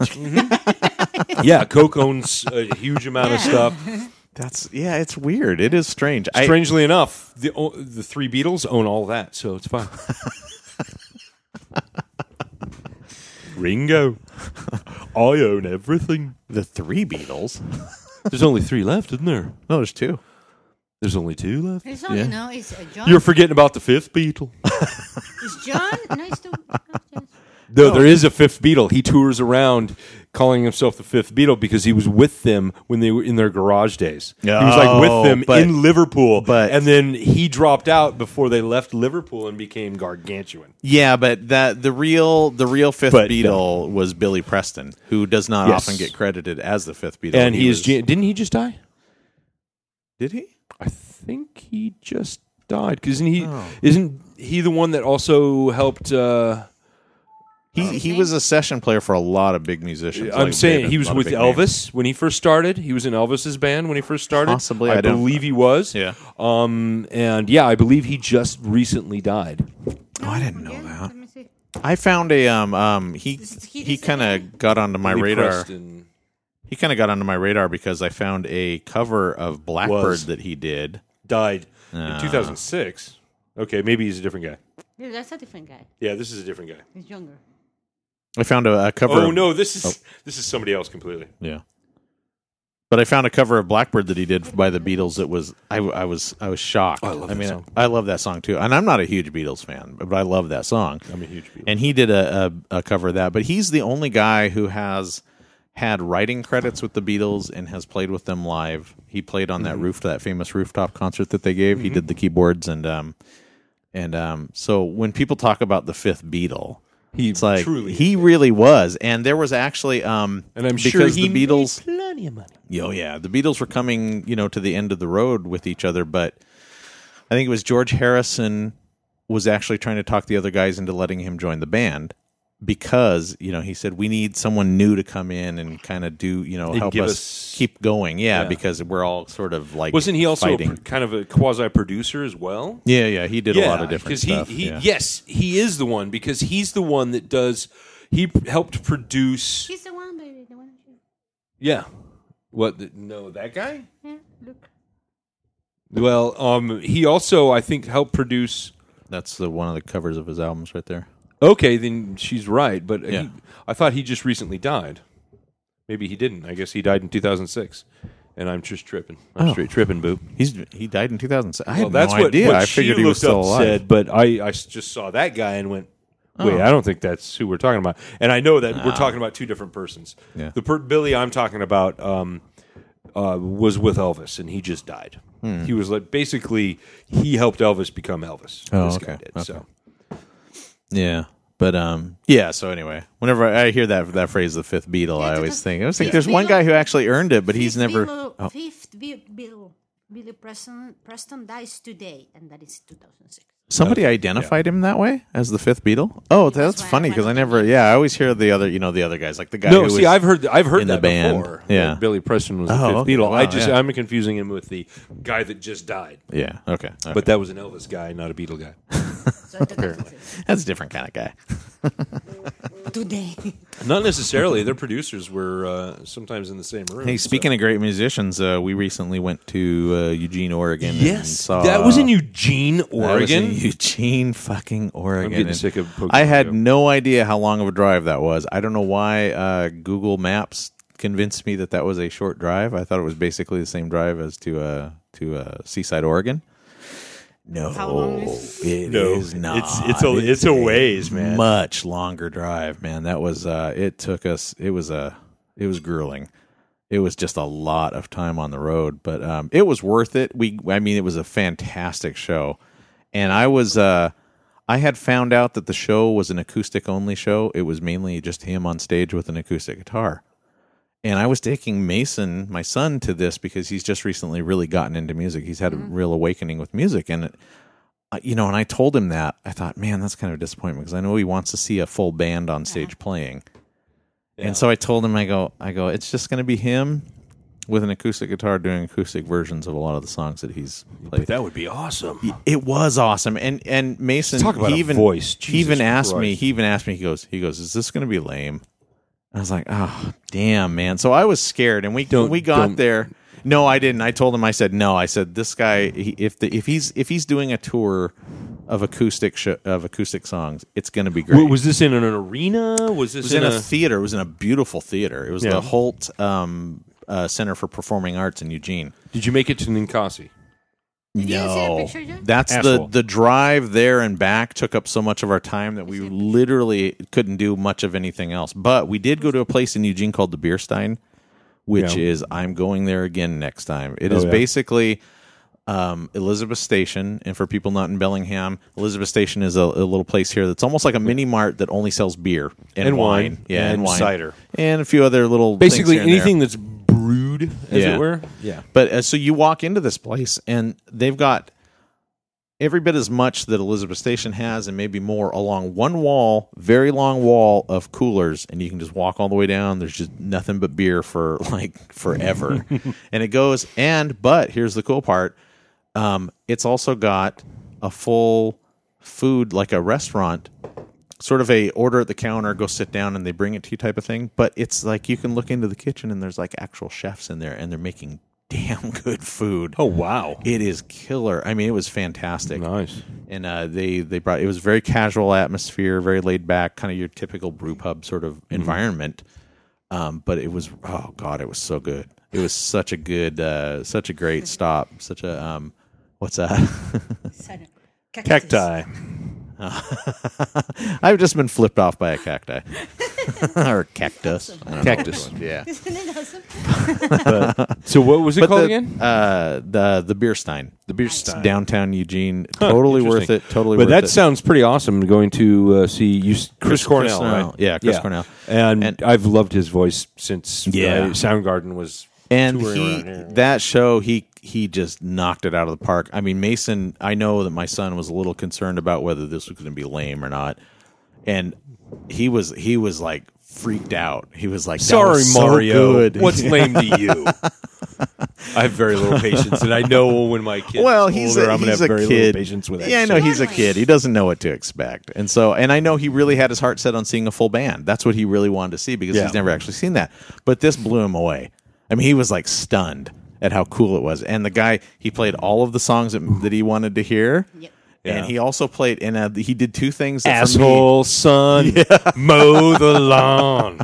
S1: And- yeah, Coke owns a huge amount of
S3: Yeah.
S1: stuff.
S2: That's yeah, it's weird. It is strange. I-
S1: Strangely enough, the o- the three Beatles own all that, so it's fine. Ringo, I own everything.
S2: the three Beatles.
S1: There's only three left, isn't there?
S2: No, there's two.
S1: There's only two left.
S3: It's all,
S2: Yeah.
S3: you know, it's uh, John.
S1: You're forgetting about the fifth Beatle.
S3: it's oh, John. Nice to.
S1: Oh. No, there is a fifth Beatle. He tours around calling himself the fifth Beatle because he was with them when they were in their garage days. he was like
S2: Oh,
S1: with them
S2: but-
S1: in Liverpool,
S2: but-
S1: and then he dropped out before they left Liverpool and became gargantuan.
S2: Yeah, but that the real the real fifth
S1: But, uh,
S2: Beatle was Billy Preston, who does not
S1: Yes.
S2: often get credited as the fifth Beatle.
S1: And he
S2: was-
S1: is gen- didn't he just die?
S2: did he?
S1: I think he just died. Cause isn't he isn't he the one that also helped? Uh,
S2: He he was a session player for a lot of big musicians.
S1: Oh. I'm
S2: like
S1: saying
S2: David-
S1: he
S2: a
S1: was
S2: lot of
S1: with
S2: big names.
S1: Elvis when he first started. He was in Elvis's band when he first started.
S2: Possibly,
S1: I,
S2: I don't-
S1: believe he was.
S2: Yeah.
S1: Um, and yeah, I believe he just recently died.
S2: Oh, I didn't know
S3: Again?
S2: that.
S3: Let me see.
S2: I found a um um he
S3: he
S2: he
S3: the
S2: kind of got onto my radar.
S1: Preston.
S2: He kind of got onto my radar because I found a cover of Blackbird
S1: Was.
S2: that he did.
S1: died in
S2: Ah.
S1: 2006. Okay, maybe he's a different guy.
S3: Yeah, that's a different guy.
S1: Yeah, this is a different guy.
S3: He's younger.
S2: I found a, a cover.
S1: Oh
S2: of-
S1: no, this is this is somebody else completely.
S2: Yeah. But I found a cover of Blackbird that he did by the Beatles. That was I, I was I was shocked.
S1: Oh, I love that
S2: mean,
S1: song.
S2: I love that song too, and I'm not a huge Beatles fan, but I love that song.
S1: I'm a huge Beatles.
S2: And he did a, a, a cover of that, but he's the only guy who has had writing credits with the Beatles and has played with them live. He played on
S1: Mm-hmm.
S2: that roof, that famous rooftop concert that they gave. He did the keyboards and um and um. So when people talk about the fifth Beatle,
S1: He
S2: it's like
S1: truly,
S2: he really was, and there was actually um
S1: and I'm
S2: because
S1: sure he
S2: the
S1: made
S2: Beatles.
S1: plenty of money.
S2: Oh yeah, the Beatles were coming, you know, to the end of the road with each other, but I think it was George Harrison was actually trying to talk the other guys into letting him join the band because, you know, he said we need someone new to come in and kind of do, you know,
S1: And
S2: help
S1: give
S2: us,
S1: us-
S2: keep going. Yeah,
S1: Yeah.
S2: because we're all sort of like
S1: Wasn't he also a
S2: fighting.
S1: pr- kind of a quasi producer as well?
S2: yeah, yeah, he did a lot of different
S1: 'cause
S2: stuff.
S1: He, he,
S2: yeah.
S1: Yes, he is the one because he's the one that does. He p- helped produce.
S3: He's the one, baby. The one.
S1: Yeah. What? The, no, that guy.
S3: Yeah, look.
S1: Well, um, he also I think helped produce.
S2: That's the one of the covers of his albums right there.
S1: Okay, then she's right. But he-
S2: Yeah.
S1: I thought he just recently died. Maybe he didn't. I guess he died in 2006. And I'm just tripping. I'm straight tripping, boo.
S2: He's he died in 2006. I
S1: Well,
S2: had
S1: that's
S2: no
S1: what,
S2: idea.
S1: what
S2: I
S1: she
S2: figured he was
S1: looked
S2: still
S1: up
S2: alive. Oh.
S1: said, but I, I s- just saw that guy and went, wait, I don't think that's who we're talking about. And I know that we're talking about two different persons.
S2: Ah. Yeah.
S1: The per- Billy I'm talking about um, uh, was with Elvis, and he just died.
S2: Hmm.
S1: He was like basically he helped Elvis become Elvis.
S2: Oh,
S1: this guy
S2: okay.
S1: did.
S2: Okay.
S1: So
S2: Yeah. But um yeah, so anyway, whenever I hear that that phrase the fifth Beatle, I always think I always think
S3: Fifth
S2: there's one
S3: Beatle.
S2: guy who actually earned it, but he's
S3: Fifth
S2: never oh.
S3: Bill, Fifth Bill, Bill, Billy Preston, Preston dies today, and that is 2006.
S2: somebody identified him that way as the fifth Beatle. Oh, that's
S3: why I
S2: funny because I
S3: went-
S2: never yeah, I always hear the other, you know, the other guys like the guy
S1: no,
S2: who
S1: see,
S2: was-
S1: I've heard I've heard
S2: in the
S1: that
S2: band.
S1: before.
S2: Yeah.
S1: that Billy Preston was the
S2: Oh,
S1: fifth
S2: okay.
S1: Beatle. I
S2: Wow,
S1: just
S2: yeah.
S1: I'm confusing him with the guy that just died,
S2: Yeah, okay.
S1: but that was an Elvis guy, not a Beatle guy.
S3: So 2006.
S2: okay. that's a different kind of guy.
S3: today.
S1: Not necessarily. Their producers were uh, sometimes in the same room.
S2: Hey, speaking of great musicians, uh, we recently went to uh, Eugene, Oregon.
S1: so.
S2: and
S1: yes,
S2: saw,
S1: that was in Eugene,
S2: That was in
S1: Oregon.
S2: Eugene, fucking Oregon.
S1: getting
S2: And
S1: sick of Pocatello.
S2: I had no idea how long of a drive that was. I don't know why uh, Google Maps convinced me that that was a short drive. I thought it was basically the same drive as to uh, to uh, Seaside, Oregon. No,
S3: How long is-
S2: it
S1: No,
S2: is not.
S1: it's- it's a- it's a ways, man.
S2: Much longer drive, man. That was uh, it took us. It was a it was grueling it was just a lot of time on the road, but um, it was worth it. We, I mean, it was a fantastic show, and I was, uh, I had found out that the show was an acoustic only show. It was mainly just him on stage with an acoustic guitar, and I was taking Mason, my son, to this because he's just recently really gotten into music. He's had a real awakening with music, and it, uh, you know, and I told him that. I thought, man, that's kind of a disappointment because I know he wants to see a full band on stage playing. And so I told him, I go, I go, it's just going to be him with an acoustic guitar doing acoustic versions of a lot of the songs that he's played.
S1: that would be awesome.
S2: it was awesome, and and Mason,
S1: Talk about
S2: he
S1: a
S2: even
S1: voice.
S2: he even
S1: Jesus
S2: asked me,
S1: Christ.
S2: he even asked me, he goes, he goes, is this going to be lame? I was like, oh damn, man. So I was scared, and we when we got
S1: don't-
S2: there. No, I didn't. I told him. I said no. I said this guy. He, if the if he's if he's doing a tour of acoustic sh- of acoustic songs, it's going to be great.
S1: W- Was this in an arena? Was this
S2: It was in, a, theater. It was in a beautiful theater. It was
S1: uh, Yeah.
S2: the Holt um, uh, Center for Performing Arts in Eugene.
S1: Did you make it to Ninkasi?
S3: Did you see the
S2: No,
S3: picture, John?
S2: that's
S1: Asshole.
S2: the the drive there and back took up so much of our time that we literally couldn't do much of anything else. But we did go to a place in Eugene called the Beerstein, which
S1: Yeah. Oh,
S2: is I'm going there again next time. It is
S1: yeah.
S2: basically um, Elizabeth Station, and for people not in Bellingham, Elizabeth Station is a, a little place here that's almost like a mini mart that only sells beer and,
S1: And
S2: wine.
S1: wine.
S2: yeah, and,
S1: And
S2: wine.
S1: cider.
S2: and a few other little things
S1: Basically,
S2: here and there.
S1: anything that's brewed, as
S2: Yeah.
S1: it were. Yeah.
S2: But uh, so you walk into this place and they've got every bit as much that Elizabeth Station has and maybe more along one wall, very long wall of coolers and you can just walk all the way down. There's just nothing but beer for like forever. and it goes and but here's the cool part. Um it's also got a full food like a restaurant sort of a order at the counter, go sit down, and they bring it to you type of thing. But it's like you can look into the kitchen and there's like actual chefs in there, and they're making damn good food.
S1: Oh wow.
S2: It is killer. I mean, it was fantastic.
S1: Nice.
S2: And uh, they they brought it was very casual atmosphere, very laid back, kind of your typical brew pub sort of
S1: Mm-hmm.
S2: environment. Um, but it was oh god, it was so good. It was such a good, uh, such a great stop. Such a um, what's that?
S3: Sorry.
S1: Cacti.
S2: I've just been flipped off by a cacti or cactus. I don't know.
S1: Cactus.
S2: Yeah.
S3: Isn't it awesome?
S1: So what was it called
S2: the,
S1: again?
S2: Uh, the the beer stein. The beer
S1: Stein.
S2: Downtown Eugene. Totally worth
S1: Interesting.
S2: it. Totally
S1: But
S2: worth
S1: that
S2: it.
S1: sounds pretty awesome. Going to uh, see you, Chris,
S2: Chris
S1: Cornell,
S2: Cornell.
S1: right?
S2: Yeah, Chris Cornell.
S1: and,
S2: And-
S1: I've loved his voice since uh,
S2: Yeah.
S1: Soundgarden was
S2: and
S1: touring
S2: he
S1: around here.
S2: that show he he just knocked it out of the park. I mean Mason, I know that my son was a little concerned about whether this was going to be lame or not, and he was he was like freaked out. He was like, that
S1: Sorry,
S2: was so
S1: Mario.
S2: good.
S1: What's lame to you? I have very little patience, and I know when my kid
S2: well,
S1: is
S2: he's
S1: older,
S2: a,
S1: I'm going to
S2: he's
S1: have
S2: a
S1: very
S2: kid.
S1: little patience with that.
S2: yeah, I know
S1: shit.
S2: he's a
S3: Totally.
S2: kid. He doesn't know what to expect, and so and I know he really had his heart set on seeing a full band. That's what he really wanted to see because
S1: Yeah.
S2: he's never actually seen that. But this blew him away. I mean, he was like stunned at how cool it was. And the guy he played all of the songs that, that he wanted to hear,
S3: Yep.
S2: and
S1: Yeah.
S2: he also played and uh, he did two things. That for me-
S1: Asshole son, mow the lawn.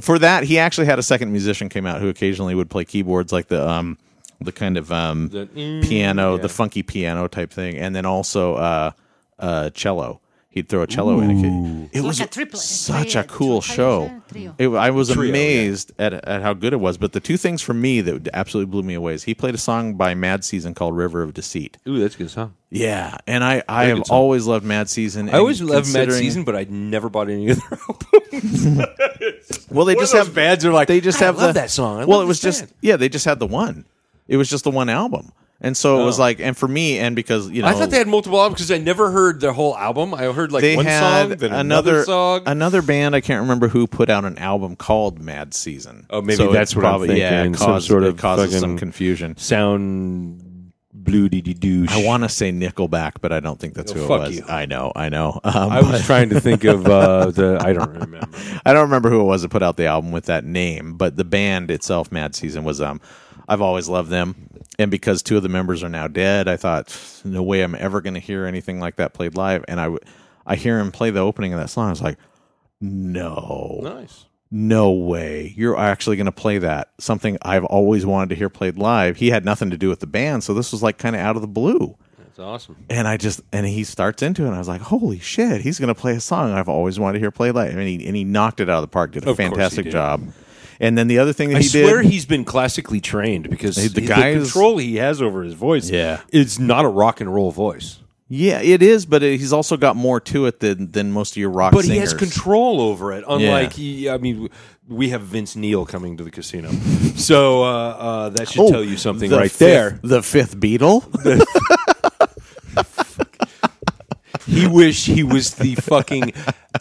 S2: for that, he actually had a second musician came out who occasionally would play keyboards like the um the kind of um
S1: The- mm,
S2: piano, the funky piano type thing, and then also uh uh cello. He'd throw a cello in a key. It
S3: Like
S2: was
S3: a triplet,
S2: such
S3: tri-
S2: a cool
S3: tri-
S2: show.
S3: trio.
S2: It, I was
S1: yeah.
S2: amazed at, at how good it was. But the two things for me that absolutely blew me away is he played a song by Mad Season called "River of Deceit."
S1: Ooh, that's a good song.
S2: Yeah, and I, I have
S1: good song.
S2: always loved Mad Season.
S1: I always loved Mad Season, but I never bought any of their albums.
S2: Well, they
S1: One
S2: just
S1: of those
S2: have
S1: bands are like
S2: they just
S1: "I
S2: have
S1: love
S2: the-
S1: that song. I
S2: well,
S1: love
S2: it was
S1: this
S2: just
S1: band."
S2: yeah, they just had the one. It was just the one album, and so it was
S1: Oh.
S2: like, and for me, and because you know,
S1: I thought they had multiple albums because I never heard their whole album. I heard like
S2: they
S1: one
S2: had
S1: song, then
S2: another
S1: another, song.
S2: another band. I can't remember who put out an album called Mad Season.
S1: Oh, maybe
S2: So
S1: that's
S2: it
S1: what I'm
S2: probably- Yeah, it
S1: thinking. Some
S2: caused,
S1: sort
S2: it
S1: of
S2: causes some
S1: fucking-
S2: confusion.
S1: Sound blue dee dee douche.
S2: I want to say Nickelback, but I don't think that's who it
S1: fuck
S2: was.
S1: you.
S2: I know, I know. Um,
S1: I was trying to think of uh, the. I don't remember.
S2: I don't remember who it was that put out the album with that name, but the band itself, Mad Season, was um. I've always loved them, and because two of the members are now dead, I thought "Pfft, no way I'm ever going to hear anything like that played live. And I, w- I hear him play the opening of that song. I was like, no,
S1: Nice.
S2: no way, you're actually going to play that. Something I've always wanted to hear played live. He had nothing to do with the band, so this was like kind of out of the blue.
S1: That's awesome.
S2: And I just and he starts into it. and I was like, "Holy shit! He's gonna play a song I've always wanted to hear play live." And he and he knocked it out of the park. Did a
S1: Of course he
S2: fantastic
S1: did.
S2: job. And then the other thing that
S1: I
S2: he
S1: swear
S2: did,
S1: he's been classically trained because
S2: Hey, the
S1: the,
S2: guy is-
S1: control he has over his voice
S2: Yeah.
S1: is not a rock and roll voice.
S2: yeah, it is. But it, he's also got more to it than than most of your rock.
S1: But he
S2: singers.
S1: has control over it, unlike he, I mean, we have Vince Neil coming to the casino, so uh, uh, that should
S2: Oh,
S1: tell you something
S2: the
S1: right
S2: fifth-
S1: there.
S2: The fifth Beatle.
S1: He wish he was the fucking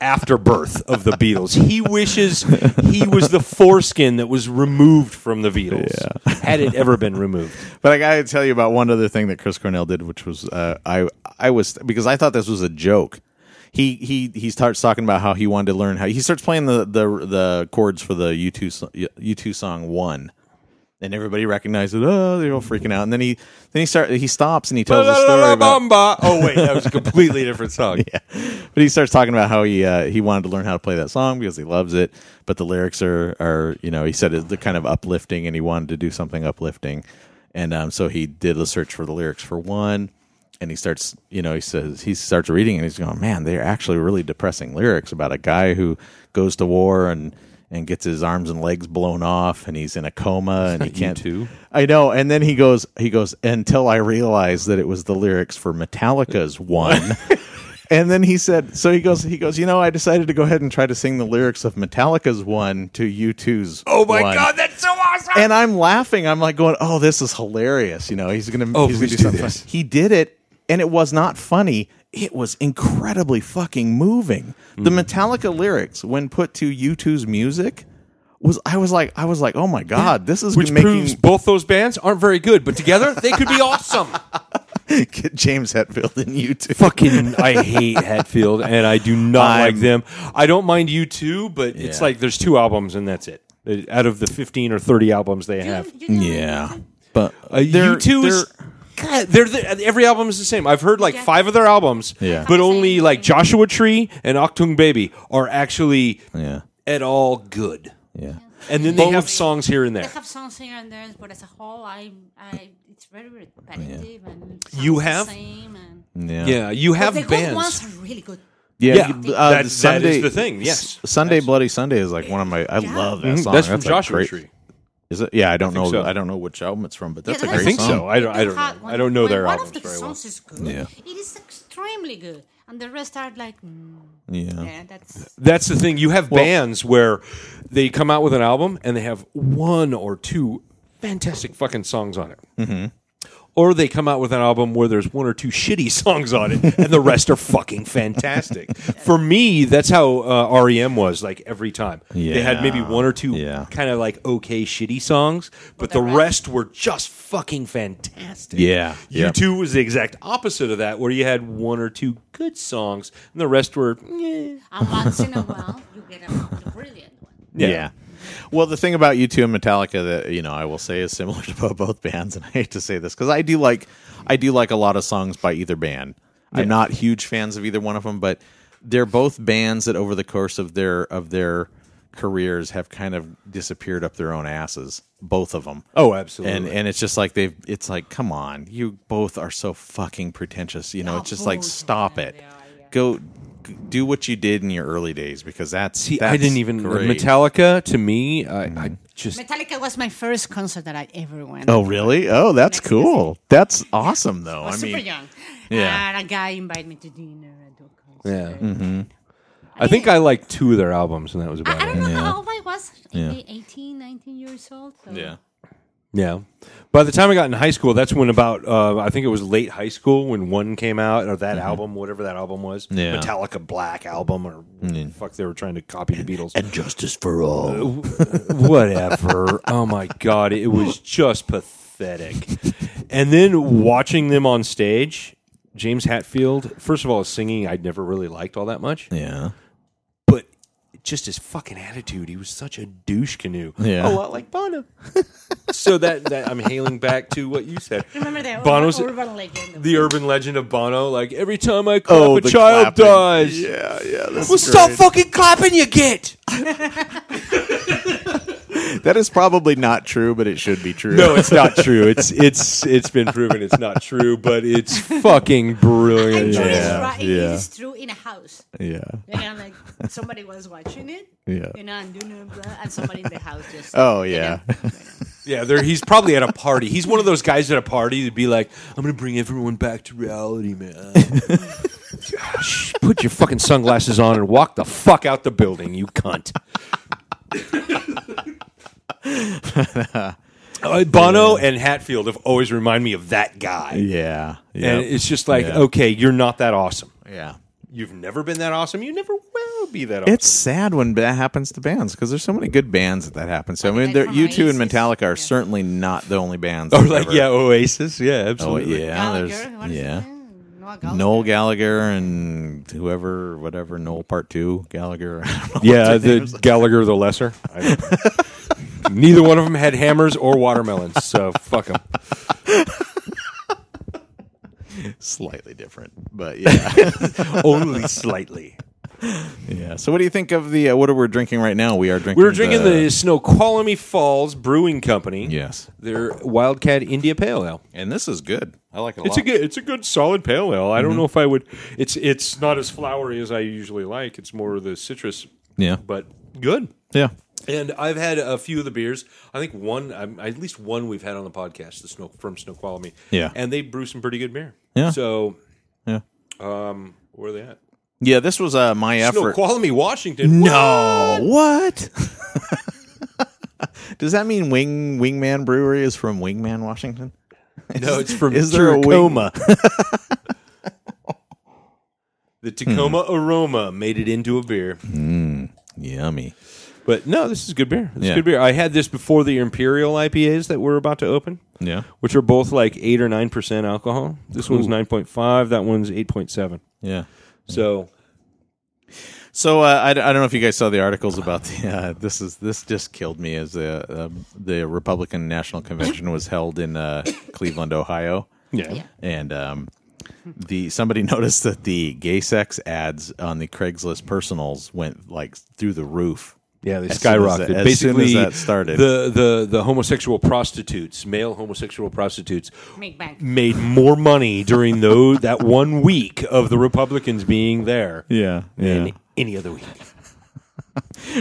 S1: afterbirth of the Beatles. He wishes he was the foreskin that was removed from the Beatles. Had it ever been removed?
S2: but I gotta tell you about one other thing that Chris Cornell did, which was uh, I I was because I thought this was a joke. He he he starts talking about how he wanted to learn how he starts playing the the the chords for the U two U two song one. and everybody recognized it. Oh, they're all freaking out. And then he then he start he stops and he tells a story about.
S1: Oh wait, that was a completely different song.
S2: Yeah. But he starts talking about how he uh, he wanted to learn how to play that song because he loves it, but the lyrics are are you know he said it- they're kind of uplifting and he wanted to do something uplifting, And um, so he did a search for the lyrics for one, and he starts, you know, he says he starts reading, and he's going, "Man, they're actually really depressing lyrics about a guy who goes to war and and gets his arms and legs blown off, and he's in a coma, and he can't."
S1: U2?
S2: I know. And then he goes, he goes until I realized that it was the lyrics for Metallica's one. and then he said, so he goes, he goes, you know, I decided to go ahead and try to sing the lyrics of Metallica's one to U2's.
S1: Oh my
S2: one."
S1: god, that's so awesome!
S2: and I'm laughing. I'm like going, "Oh, this is hilarious!" You know, he's gonna.
S1: Oh,
S2: he's gonna
S1: please do
S2: do something.
S1: this.
S2: fun. He did it, and it was not funny. It was incredibly fucking moving. The
S1: Hmm.
S2: Metallica lyrics, when put to U2's music, was I was like, I was like, "Oh my god, this is
S1: Which
S2: making
S1: proves both those bands aren't very good, but together they could be awesome.
S2: get James Hetfield in U2."
S1: Fucking, I hate Hatfield, and I do not like
S2: I'm-
S1: them. I don't mind you two, but it's
S2: Yeah.
S1: like there's two albums and that's it. Uh, Out of the 15 or 30 albums they have,
S3: You know,
S2: Yeah, but
S1: uh, you two is. God, they're the, uh, every album is the same. I've heard like
S3: Yeah.
S1: five of their albums,
S2: Yeah.
S1: but only like Joshua Tree and Octung Baby are actually
S2: yeah,
S1: at all good.
S2: yeah.
S1: And then they have songs here and
S3: They
S1: there.
S3: have songs here and there, but as a whole, I, I it's very repetitive and it
S1: You
S3: sounds the
S1: have?
S3: same and
S2: Yeah,
S1: Yeah, you have
S3: the good
S1: bands.
S3: ones are really good.
S2: yeah.
S1: Yeah,
S2: you-
S1: that- that is
S2: Sunday-
S1: the thing, yes.
S2: S- Sunday Bloody Sunday is like one of my. I
S3: Yeah.
S2: love that
S1: Mhm,
S2: song.
S1: that's from
S2: a
S1: Joshua
S2: great-
S1: Tree.
S2: Is it? Yeah, I don't know.
S1: so.
S2: I don't know which album it's from, but that's
S3: Yeah,
S2: a great
S1: I think
S2: song.
S1: so. I don't. I don't.
S3: Hot
S1: Know.
S3: one.
S1: I don't know
S3: When
S1: their
S3: one
S1: albums
S3: of the
S1: very well.
S3: songs is good.
S2: Yeah.
S3: It is extremely good, and the rest are like, mm,
S1: Oh.
S2: Yeah.
S3: yeah, that's
S1: That's the thing. You have bands where they come out with an album and they have one or two fantastic fucking songs on it. Mm-hmm. Or they come out with an album where there's one or two shitty songs on it, and the rest are fucking fantastic. For me, that's how uh, REM was. Like every time, they had maybe
S2: Yeah.
S1: one or two
S2: Yeah.
S1: kind of like okay shitty songs, but the rest were just fucking fantastic.
S2: Yeah.
S1: You
S2: Yep.
S1: two was the exact opposite of that, where you had one or two good songs, and the rest were. eh.
S3: and once in a while you get a brilliant one.
S2: Yeah. Well, the thing about U2 and Metallica that you know I will say is similar to bo- both bands, and I hate to say this because I do like I do like a lot of songs by either band. I'm not huge fans of either one of them, but they're both bands that over the course of their of their careers have kind of disappeared up their own asses. Both of them.
S1: Oh, absolutely.
S2: and and it's just like they've it's like come on you both are so fucking pretentious you know it's just like
S3: both.
S2: stop it
S3: Oh, Yeah, yeah.
S2: go g- do what you did in your early days because that's
S1: See, I
S2: that's
S1: didn't even
S2: great.
S1: Metallica to me. I, I just
S3: Metallica was my first concert that I ever went.
S2: oh really oh that's
S3: Mexican
S2: cool that's awesome though
S3: I
S2: i
S3: was super
S2: mean
S3: young.
S2: yeah.
S3: And a guy invited me to dinner and to a
S1: yeah. mm-hmm.
S3: concert.
S1: I think I liked two of their albums, and that was about
S3: I, I
S1: it.
S3: don't know
S2: Yeah.
S3: how old I was.
S2: Yeah.
S3: Maybe 18, 19 years old. So.
S2: yeah
S1: Yeah. By the time I got in high school, that's when about uh, I think it was late high school when one came out or that album, whatever that album was,
S2: Yeah.
S1: Metallica Black album or fuck they were trying to copy the Beatles.
S2: justice for all
S1: whatever. oh my god, it was just pathetic. And then watching them on stage, James Hatfield. First of all, his singing I'd never really liked all that much,
S2: yeah
S1: but just his fucking attitude. He was such a douche canoe.
S2: Yeah.
S1: a lot like Bono. so that that I'm hailing back to what you said.
S3: Remember that
S1: Bono's-
S3: urban, urban legend.
S1: The urban legend of Bono, like every time I clap, a
S2: the
S1: child
S2: clapping.
S1: dies.
S2: yeah yeah that's
S1: Well, stop fucking clapping, you get.
S2: that is probably not true but it should be true
S1: No, it's not true. It's it's it's been proven it's not true, but it's fucking
S3: I'm
S1: brilliant.
S3: sure
S2: Yeah,
S3: it's right.
S2: yeah.
S3: It is true in a house.
S2: yeah
S3: You know, like somebody was watching it.
S2: Yeah.
S3: You know, and doing blah, and somebody in the house just.
S2: oh
S3: you
S2: yeah
S3: know.
S1: Yeah, there he's probably at a party. He's one of those guys at a party to be like, "I'm going to bring everyone back to reality, man." Gosh, put your fucking sunglasses on and walk the fuck out the building, you cunt. Uh, Bono and Hatfield have always reminded me of that guy.
S2: yeah yeah
S1: And it's just like,
S2: Yeah.
S1: okay, you're not that awesome.
S2: yeah
S1: You've never been that awesome. You never will be that awesome.
S2: It's sad when that happens to bands because there's so many good bands that that happens to. I mean,
S3: like
S2: there-
S3: from
S2: U2 and
S3: Oasis,
S2: Metallica are
S3: yeah.
S2: certainly not the only bands.
S1: Or
S2: that
S1: like
S2: ever-
S1: yeah, Oasis, yeah,
S2: oh
S1: absolutely.
S2: yeah,
S3: Gallagher, what
S2: there's
S3: is his
S2: yeah,
S3: name? Noel Gallagher.
S2: Noel Gallagher and whoever, whatever Noel Part Two Gallagher. I don't know
S1: yeah,
S2: what their
S1: the
S2: names are.
S1: Gallagher the Lesser. I don't know. Neither one of them had hammers or watermelons, so fuck them.
S2: slightly different, but yeah,
S1: Only slightly.
S2: Yeah. So, what do you think of the uh, what are we drinking right now? We are drinking.
S1: We're drinking the,
S2: uh,
S1: Snoqualmie Falls Brewing Company.
S2: yes,
S1: Their Wildcat India Pale Ale.
S2: and this is good. I like it a
S1: It's
S2: lot.
S1: a good it's a good solid pale ale.
S2: Mm-hmm.
S1: I don't know if I would it's it's not as flowery as I usually like. It's more of the citrus.
S2: Yeah.
S1: But good.
S2: yeah.
S1: And I've had a few of the beers. I think one, um, at least one, we've had on the podcast, the snow from Snoqualmie.
S2: Yeah.
S1: and they brew some pretty good beer.
S2: Yeah.
S1: So,
S2: Yeah.
S1: um, where are they at?
S2: Yeah. This was uh, my effort.
S1: Snoqualmie, Washington.
S2: no. What? Does that mean Wing Wingman Brewery is from Wingman, Washington?
S1: What? no, it's from
S2: Is there a
S1: Tacoma. the Tacoma
S2: Hmm.
S1: aroma made it into a beer.
S2: Yummy.
S1: But no, this is good beer. This
S2: Yeah.
S1: is good beer. I had this before the Imperial IPAs that we're about to open.
S2: Yeah.
S1: Which are both like eight or nine percent alcohol. This one's nine point five. That one's eight point seven.
S2: Yeah.
S1: So
S2: So uh, I, I don't know if you guys saw the articles about the uh, this is this just killed me as the uh, the Republican National Convention was held in uh, Cleveland, Ohio,
S3: Yeah.
S2: and um, the somebody noticed that the gay sex ads on the Craigslist personals went like through the roof.
S1: Yeah, they
S2: As soon as
S1: skyrocketed.
S2: that- as soon as
S1: Basically,
S2: that started.
S1: the the the homosexual prostitutes, male homosexual prostitutes,
S3: Make bank.
S1: made more money during those that one week of the Republicans being there
S2: Yeah,
S1: than any other week.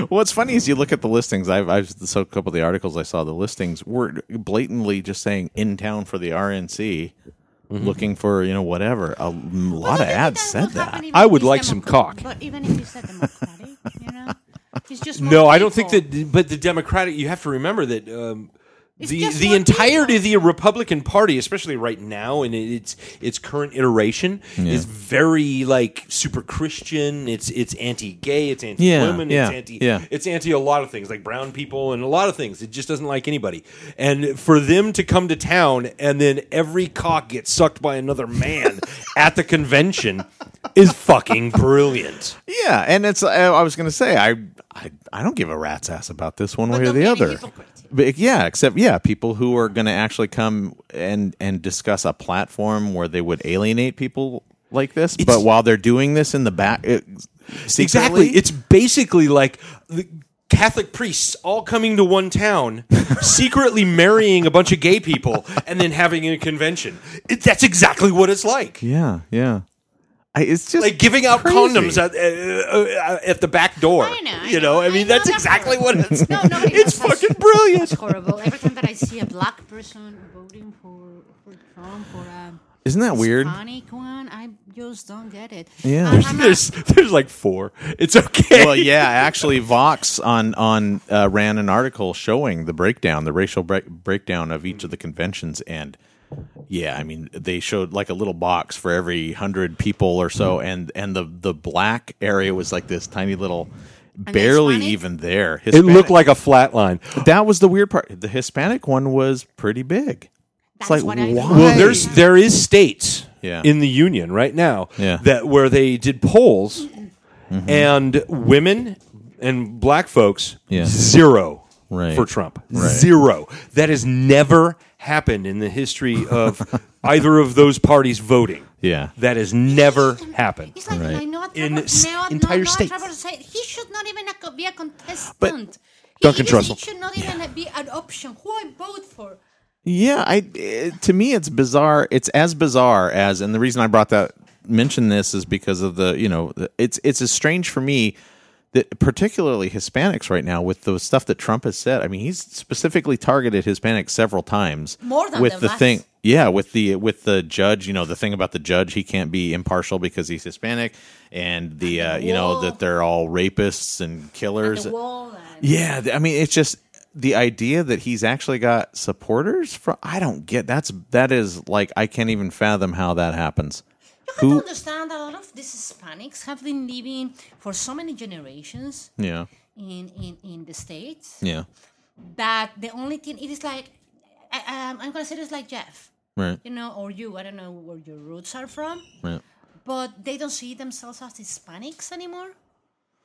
S2: What's funny is you look at the listings. I've, I've so a couple of the articles I saw. The listings were blatantly just saying in town for the RNC, looking for you know whatever. A lot of ads said that.
S1: I would like some cock.
S3: But even if he's a democratic, you know, it's just more
S1: No, I don't think
S3: people.
S1: that. But the Democratic, you have to remember that. Um,
S3: It's
S1: the,
S3: just
S1: the
S3: more
S1: entirety of the Republican Party, especially right now in its its current iteration, is very like super Christian. It's it's anti gay. It's anti women.
S2: yeah,
S1: it's anti
S2: yeah.
S1: it's anti a lot of things like brown people and a lot of things. It just doesn't like anybody. And for them to come to town and then every cock gets sucked by another man at the convention is fucking brilliant.
S2: Yeah, and it's I, I was gonna say I, I I don't give a rat's ass about this one way or
S3: don't
S2: the
S3: be a
S2: other.
S3: hypocrite.
S2: But yeah, except yeah, people who are gonna actually come and and discuss a platform where they would alienate people like this, but while they're doing this in the back, it, secretly-
S1: Exactly. It's basically like the Catholic priests all coming to one town, secretly marrying a bunch of gay people, and then having a convention. It, that's exactly what it's like.
S2: yeah, yeah. I, it's just
S1: Like giving out
S2: crazy.
S1: condoms at, uh, uh, at the back door.
S3: I know, I
S1: you
S3: know,
S1: know, I mean,
S3: know
S1: that's exactly what it's.
S3: No, nobody
S1: it's
S3: does that.
S1: fucking brilliant.
S3: It's horrible. Every time that I see a black person voting for for Trump or a
S2: Isn't that weird?
S3: Hispanic one, I just don't get it.
S2: Yeah.
S3: I'm- I'm not-
S1: There's there's like four. It's okay.
S2: well, yeah, actually, Vox on on uh, ran an article showing the breakdown, the racial break, breakdown of each of the conventions, and yeah, I mean, they showed like a little box for every hundred people or so, and and the the black area was like this tiny little, barely
S3: Hispanic?
S2: even there.
S1: It
S2: Hispanic,
S1: looked like a flat line.
S2: that was the weird part. The Hispanic one was pretty big. it's
S3: That's
S2: like
S3: what I
S2: why?
S3: mean.
S1: Well, there's there is states
S2: Yeah.
S1: in the union right now
S2: Yeah. Mm-hmm.
S1: that where they did polls and women and black folks
S2: Yeah.
S1: zero
S2: Right.
S1: for Trump. Zero. That has never happened in the history of either of those parties voting.
S2: yeah,
S1: That has never happened.
S3: It's like
S2: Right.
S3: I know a Trevor,
S1: In s-
S3: no, no,
S1: entire
S3: no,
S1: states.
S3: Trevor said he should not even a- be a contestant. He-
S1: Duncan
S3: he, just-
S1: Trussell.
S3: It should not even be an option. Who I vote for?
S2: Yeah, I it, to me it's bizarre. It's as bizarre as, and the reason I brought that mention this is because of the you know the- it's it's as strange for me that particularly Hispanics right now with the stuff that Trump has said. I mean, he's specifically targeted Hispanics several times
S3: More than
S2: with
S3: the
S2: the thing.
S3: last.
S2: Yeah, with the with the judge, you know, the thing about the judge, he can't be impartial because he's Hispanic, and the uh, you know
S3: wall.
S2: that they're all rapists and killers.
S3: The wall. And,
S2: Yeah, th- I mean, it's just the idea that he's actually got supporters from. I don't get that's that is like I can't even fathom how that happens.
S3: You
S2: Who?
S3: understand a lot of these Hispanics have been living for so many generations
S2: Yeah,
S3: in, in, in the States
S2: yeah,
S3: that the only thing it is like I, um, I'm gonna say this like Jeff,
S2: right,
S3: you know, or you. I don't know where your roots are from,
S2: right.
S3: but they don't see themselves as Hispanics anymore.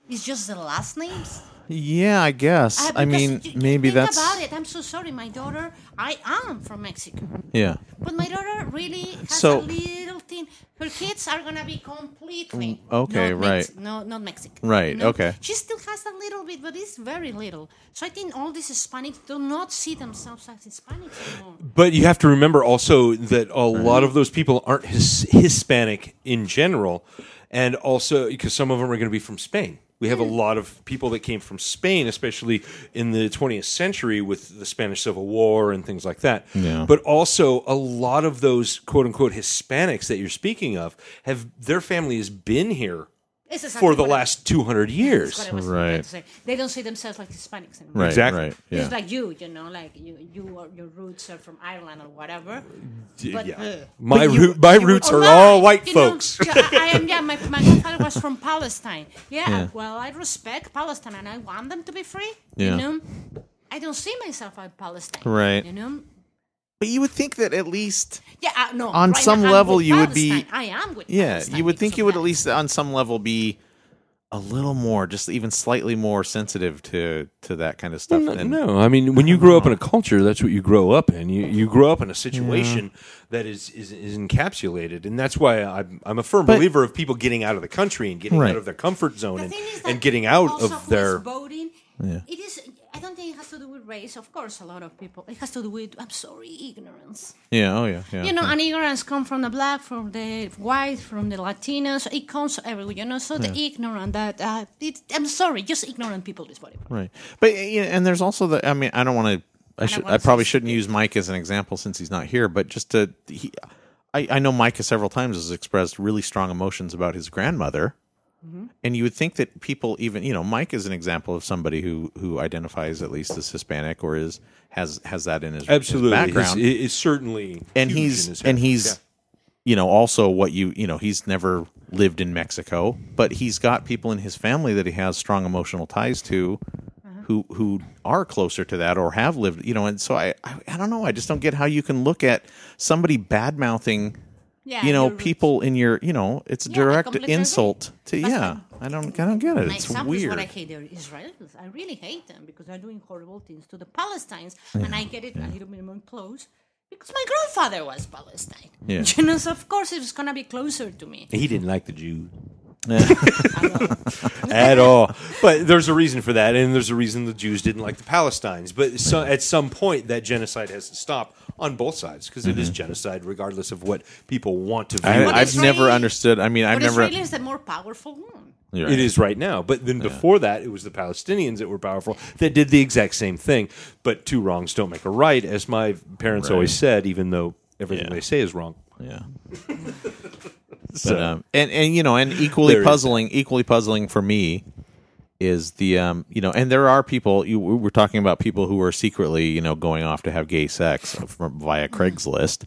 S3: It's just the last names.
S2: Yeah, I guess.
S3: Uh,
S2: I
S3: because
S2: mean,
S3: you- you
S2: maybe
S3: think
S2: that's
S3: about it. I'm so sorry, my daughter. I am from Mexico,
S2: yeah.
S3: but my daughter really has
S2: So-
S3: a little thing. Her kids are gonna be completely
S2: Mm, okay,
S3: not
S2: right.
S3: Mex- no, not Mexican.
S2: Right,
S3: you know?
S2: okay.
S3: She still has a little bit, but it's very little. So I think all these Hispanics do not see themselves as Hispanics anymore.
S1: But you have to remember also that a lot of those people aren't his, Hispanic in general, and also because some of them are going to be from Spain. We have a
S3: Hmm.
S1: lot of people that came from Spain, especially in the 20th century with the Spanish Civil War and things like that.
S2: Yeah.
S1: But also, a lot of those quote unquote Hispanics that you're speaking of have their family has been here
S3: This is
S1: for
S3: exactly
S1: the
S3: what I-
S1: last 200
S3: that's
S1: years.
S3: what I was
S2: Right.
S3: about to say. They don't see themselves like Hispanics anymore.
S2: Right.
S1: Exactly.
S2: Right.
S3: It's
S2: Yeah.
S3: like you, you know, like you, you are, your roots are from Ireland or whatever. But,
S1: Yeah.
S3: uh,
S1: My, root, my roots
S3: Or
S1: are
S3: mine,
S1: all white
S3: Oh, you know.
S1: folks.
S3: Yeah, I, I am. Yeah, my, my grandfather was from Palestine. Yeah,
S2: Yeah.
S3: Well, I respect Palestine and I want them to be free.
S2: Yeah.
S3: You know, I don't see myself as Palestine.
S2: Right.
S3: You know.
S2: But you would think that at least
S3: Yeah. Uh, no.
S2: On
S3: right
S2: some
S3: now, I'm
S2: level,
S3: with
S2: you would be-
S3: Palestine. I am with.
S2: Yeah,
S3: Palestine
S2: you would
S3: because
S2: think
S3: of
S2: you would
S3: that.
S2: at least on some level be a little more, just even slightly more sensitive to to that kind of stuff.
S1: No,
S2: than-
S1: no, I mean when you grow up in a culture, that's what you grow up in. You you grow up in a situation that is, is is encapsulated, and that's why I'm I'm a firm
S2: But-
S1: believer of people getting out of the country and getting
S2: Right.
S1: out of their comfort zone
S3: The
S1: and,
S3: thing is that
S1: and getting out
S3: also
S1: of
S3: who is
S1: their.
S3: voting.
S2: Yeah.
S3: It is. I don't think it has to do with race. Of course, a lot of people. It has to do with. I'm sorry, ignorance.
S2: Yeah. Oh yeah. Yeah.
S3: You know,
S2: yeah.
S3: and ignorance comes from the black, from the white, from the Latinos. It comes everywhere. You know, so the ignorant that uh, it, I'm sorry, just ignorant people is whatever.
S2: right. But yeah, and there's also the. I mean, I don't want to. I should.
S3: wanna
S2: I probably
S3: say-
S2: shouldn't use Mike as an example since he's not here. But just to, he, I, I know Mike has several times has expressed really strong emotions about his grandmother. And you would think that people, even you know, Mike is an example of somebody who who identifies at least as Hispanic or is has has that in his his
S1: Absolutely,
S2: background.
S1: is, is certainly
S2: and
S1: huge in
S2: he's
S1: his
S2: and
S1: heritage.
S2: he's
S1: Yeah.
S2: you know also what you you know he's never lived in Mexico, but he's got people in his family that he has strong emotional ties to.
S3: Uh-huh.
S2: Who who are closer to that or have lived, you know, and so I, I I don't know. I just don't get how you can look at somebody bad mouthing,
S3: Yeah,
S2: you know,
S3: your roots.
S2: people in your, you know, it's a
S3: Yeah, I
S2: direct
S3: completely agree.
S2: insult to
S3: That's
S2: yeah. I don't I don't get it.
S3: My
S2: It's
S3: example is
S2: weird.
S3: what I hate. They're Israelis. I really hate them because they're doing horrible things to the Palestines, and I get it a little bit more close because my grandfather was Palestine.
S2: Yeah.
S3: You know, so of course it was gonna be closer to me.
S1: he didn't like the Jews.
S3: I know.
S1: at all. But there's a reason for that, and there's a reason the Jews didn't like the Palestinians. But so, at some point, that genocide has to stop on both sides because is genocide, regardless of what people want to view.
S2: Mm-hmm. I,
S1: it
S3: But
S1: as.
S2: I've
S3: Israeli-
S2: never understood. I mean, I've
S3: but
S2: never.
S3: Israel is the more powerful one.
S2: You're
S1: It
S2: right.
S1: is right now. But then before that, it was the Palestinians that were powerful that did the exact same thing. But two wrongs don't make a right, as my parents
S2: Right.
S1: always said, even though everything
S2: Yeah.
S1: they say is wrong.
S2: Yeah.
S1: So-
S2: But, um, and and you know, and equally
S1: There is
S2: puzzling, equally puzzling for me is the um, you know, and there are people you we we're talking about people who are secretly you know going off to have gay sex from, via Craigslist.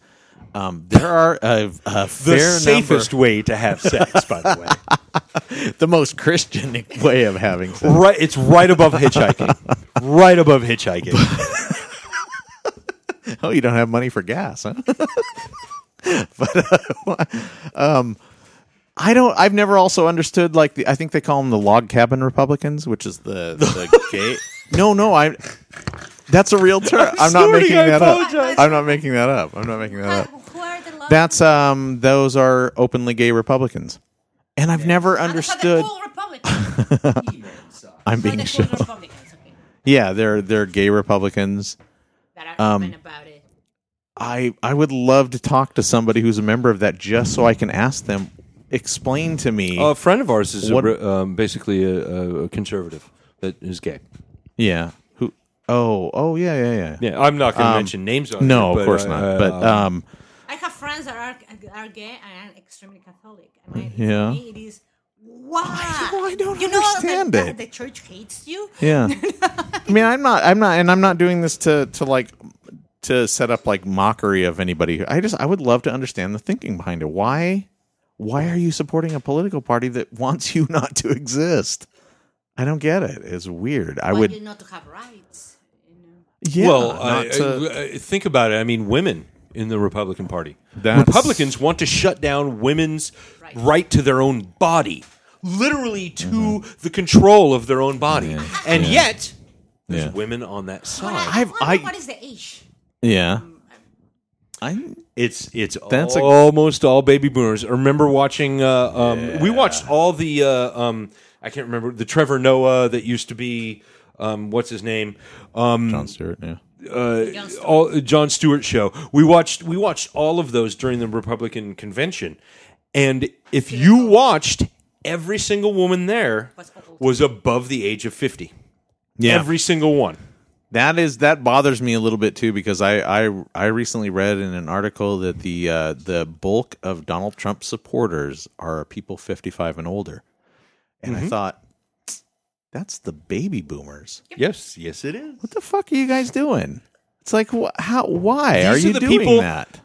S2: Um, there are a, a
S1: The
S2: fair
S1: safest way to have sex, by the way,
S2: number, the most Christian way of having sex.
S1: right? It's right above hitchhiking, right above hitchhiking.
S2: oh, you don't have money for gas, huh? but uh, um, I don't. I've never also understood like the. I think they call them the log cabin Republicans, which is the the gay. No, no, I. That's a real term. I'm, not
S1: sorry,
S2: making
S1: I
S2: that
S1: apologize.
S2: up. I'm not making that up. I'm not making that
S3: Uh,
S2: up.
S3: who are the love-
S2: That's um. Those are openly gay Republicans, and I've never
S3: Ah, those are
S2: understood.
S3: The cool Republicans.
S2: I'm
S3: Those are
S2: being
S3: the cool
S2: shown.
S3: Republicans. Okay.
S2: Yeah, they're they're gay Republicans.
S3: That are um, about it.
S2: I I would love to talk to somebody who's a member of that just so I can ask them explain to me.
S1: A friend of ours is a
S2: What-
S1: re- um, basically a, a- a conservative that is gay.
S2: yeah. Who Oh, oh yeah, yeah, yeah.
S1: Yeah, I'm not going to mention names on
S2: Um, No,
S1: here,
S2: of
S1: but,
S2: course
S1: uh,
S2: not.
S1: uh,
S2: but um
S3: I have friends that are are gay and are extremely Catholic. And my,
S2: Yeah.
S3: for me it is why?
S2: I don't
S3: you know,
S2: understand
S3: the,
S2: it.
S3: The church hates you.
S2: yeah. I mean, I'm not I'm not and I'm not doing this to to like to set up like mockery of anybody. I just I would love to understand the thinking behind it. Why why are you supporting a political party that wants you not to exist? I don't get it. It's weird. I
S3: Why
S2: would
S3: you not to have rights?
S2: yeah,
S1: well,
S2: not
S1: I-
S2: to-
S1: I- I- think about it. I mean, women in the Republican Party.
S2: That's-
S1: Republicans want to shut down women's right.
S3: Right.
S1: to their own body. literally to
S2: Mm-hmm.
S1: the control of their own body, and yet there's
S2: Yeah.
S1: women on that
S3: But
S1: side.
S2: Oh,
S3: I
S2: I've-
S3: wonder
S2: I-
S3: what is the age?
S2: Yeah. I
S1: It's it's
S2: That's a-
S1: almost all baby boomers. I remember watching. Uh, um, We watched all the. Uh, um, I can't remember the Trevor Noah that used to be. Um, what's his name? Um,
S2: John Stewart. Yeah.
S1: John Stewart. all uh, John Stewart show. We watched we watched all of those during the Republican convention, and if you watched, every single woman there was above the age of fifty.
S2: Yeah.
S1: Every single one.
S2: That is that bothers me a little bit too because I I, I recently read in an article that the uh, the bulk of Donald Trump supporters are people 55 and older. And I thought that's the baby boomers.
S1: Yes, yes, it is.
S2: What the fuck are you guys doing? It's like wh- how why
S1: These
S2: are
S1: are
S2: you
S1: the
S2: doing
S1: people-
S2: that?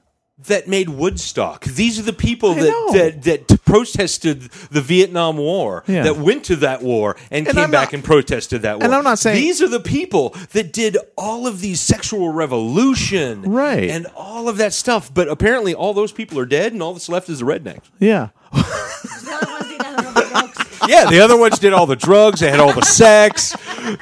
S1: That made Woodstock. These are the people
S2: know.
S1: that, that that protested the Vietnam War,
S2: Yeah.
S1: that went to that war and,
S2: And
S1: came
S2: I'm
S1: back
S2: not-
S1: and protested that war.
S2: I'm not saying-
S1: these are the people that did all of these sexual revolution,
S2: Right.
S1: and all of that stuff. But apparently, all those people are dead, and all that's left is the rednecks.
S2: Yeah.
S3: The other ones did a lot of drugs.
S1: Yeah, the other ones did all the drugs. They had all the sex.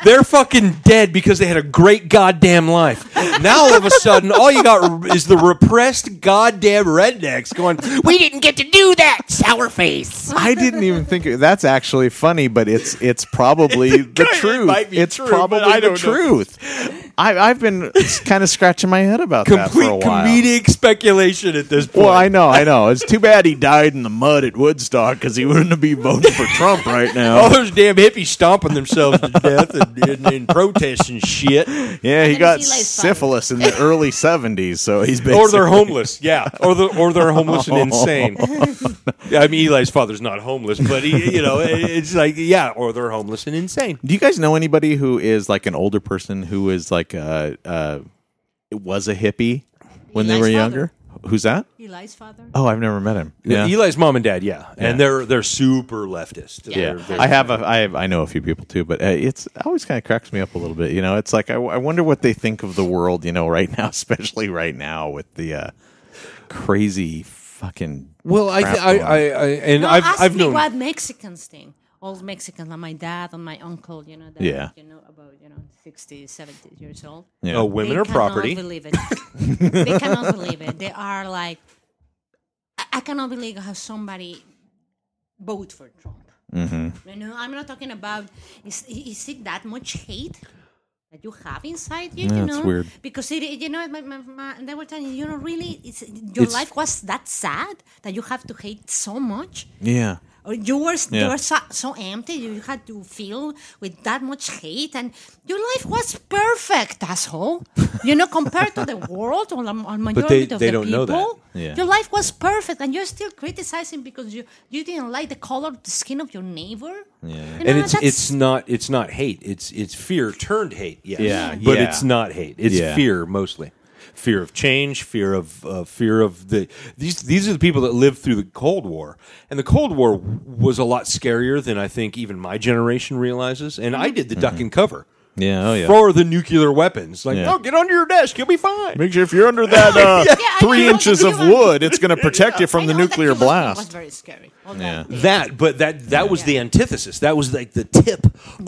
S1: They're fucking dead because they had a great goddamn life. Now all of a sudden, all you got is the repressed goddamn rednecks going. We didn't get to do that, sour face.
S2: I didn't even think that's actually funny, but it's it's probably the
S1: kinda
S2: truth.
S1: might be
S2: it's
S1: true,
S2: probably
S1: but I
S2: the
S1: don't know.
S2: truth. I, I've been kind of scratching my head about that for a
S1: Complete
S2: while.
S1: comedic speculation at this point.
S2: Well, I know, I know. It's too bad he died in the mud at Woodstock because he wouldn't be voting for Trump right
S1: all
S2: now.
S1: those damn hippies stomping themselves to death and, and, and protests and shit,
S2: Yeah, he
S3: Let me
S2: got
S3: see Lay's
S2: syphilis in the early seventies, so he's basically. Oh,
S1: or they're homeless. Yeah, or the, or they're homeless and insane. I mean, Eli's father's not homeless, but he, you know, it- it's like yeah, or they're homeless and insane.
S2: Do you guys know anybody who is like an older person who is like a uh, was a hippie when they
S3: Eli's
S2: were
S3: father.
S2: younger? Who's that?
S3: Eli's father.
S2: Oh, I've never met him. Yeah,
S1: Eli's mom and dad, yeah, and they're they're super leftist.
S2: yeah.
S1: They're- they're-
S2: I have a, I have, I know a few people too, but uh, it's always kind of cracks me up a little bit. You know, it's like I, I wonder what they think of the world. You know, right now, especially right now with the uh, crazy fucking.
S1: well, I,
S2: crap
S1: I,
S2: going on.
S1: I, I and
S3: No,
S1: I've
S3: ask
S1: I've
S3: me
S1: known
S3: what Mexicans think. Old Mexicans, like my dad and my uncle, you know, that
S2: Yeah.
S3: you know about you know 60, 70 years old.
S2: Yeah.
S1: uh, women
S3: they
S1: are
S3: cannot
S1: property.
S3: Believe it. they cannot believe it. They are like, I, I cannot believe how somebody vote for Trump.
S2: Mm-hmm.
S3: You know, I'm not talking about is, is it that much hate that you have inside you?
S2: Yeah,
S3: you
S2: it's
S3: know,
S2: weird.
S3: Because it, you know, my, my, my, they were telling you, you know, really, it's, your
S2: It's-
S3: life was that sad that you have to hate so much.
S2: Yeah.
S3: Or you were you
S2: Yeah.
S3: were so, so empty. You had to fill with that much hate, and your life was perfect, asshole. You know, compared to the world or the m- or majority
S1: they-
S3: of
S1: they
S3: the
S1: don't know
S3: people,
S1: that.
S2: Yeah.
S3: your life was perfect, and you're still criticizing because you you didn't like the color, of the skin of your neighbor. Yeah,
S1: and it's it's not it's not hate. It's it's fear turned hate. Yes.
S2: Yeah,
S1: but
S2: yeah.
S1: it's not hate. It's
S2: Yeah.
S1: fear mostly. Fear of change, fear of uh, fear of the these these are the people that lived through the Cold War, and the Cold War w- was a lot scarier than I think even my generation realizes. And
S3: Mm-hmm.
S1: I did the duck and cover.
S2: Yeah, oh, yeah.
S1: for the nuclear weapons. Like,
S2: Yeah.
S1: oh, get under your desk, you'll be fine.
S2: Make sure if you're under that uh,
S3: Yeah, I
S2: three
S3: know
S2: inches
S3: that
S2: of
S3: you are-
S2: wood, it's going to protect you from the nuclear
S3: Was
S2: blast.
S3: very scary. All
S2: Yeah.
S3: that-
S1: That, but that that was the antithesis. That was like the tip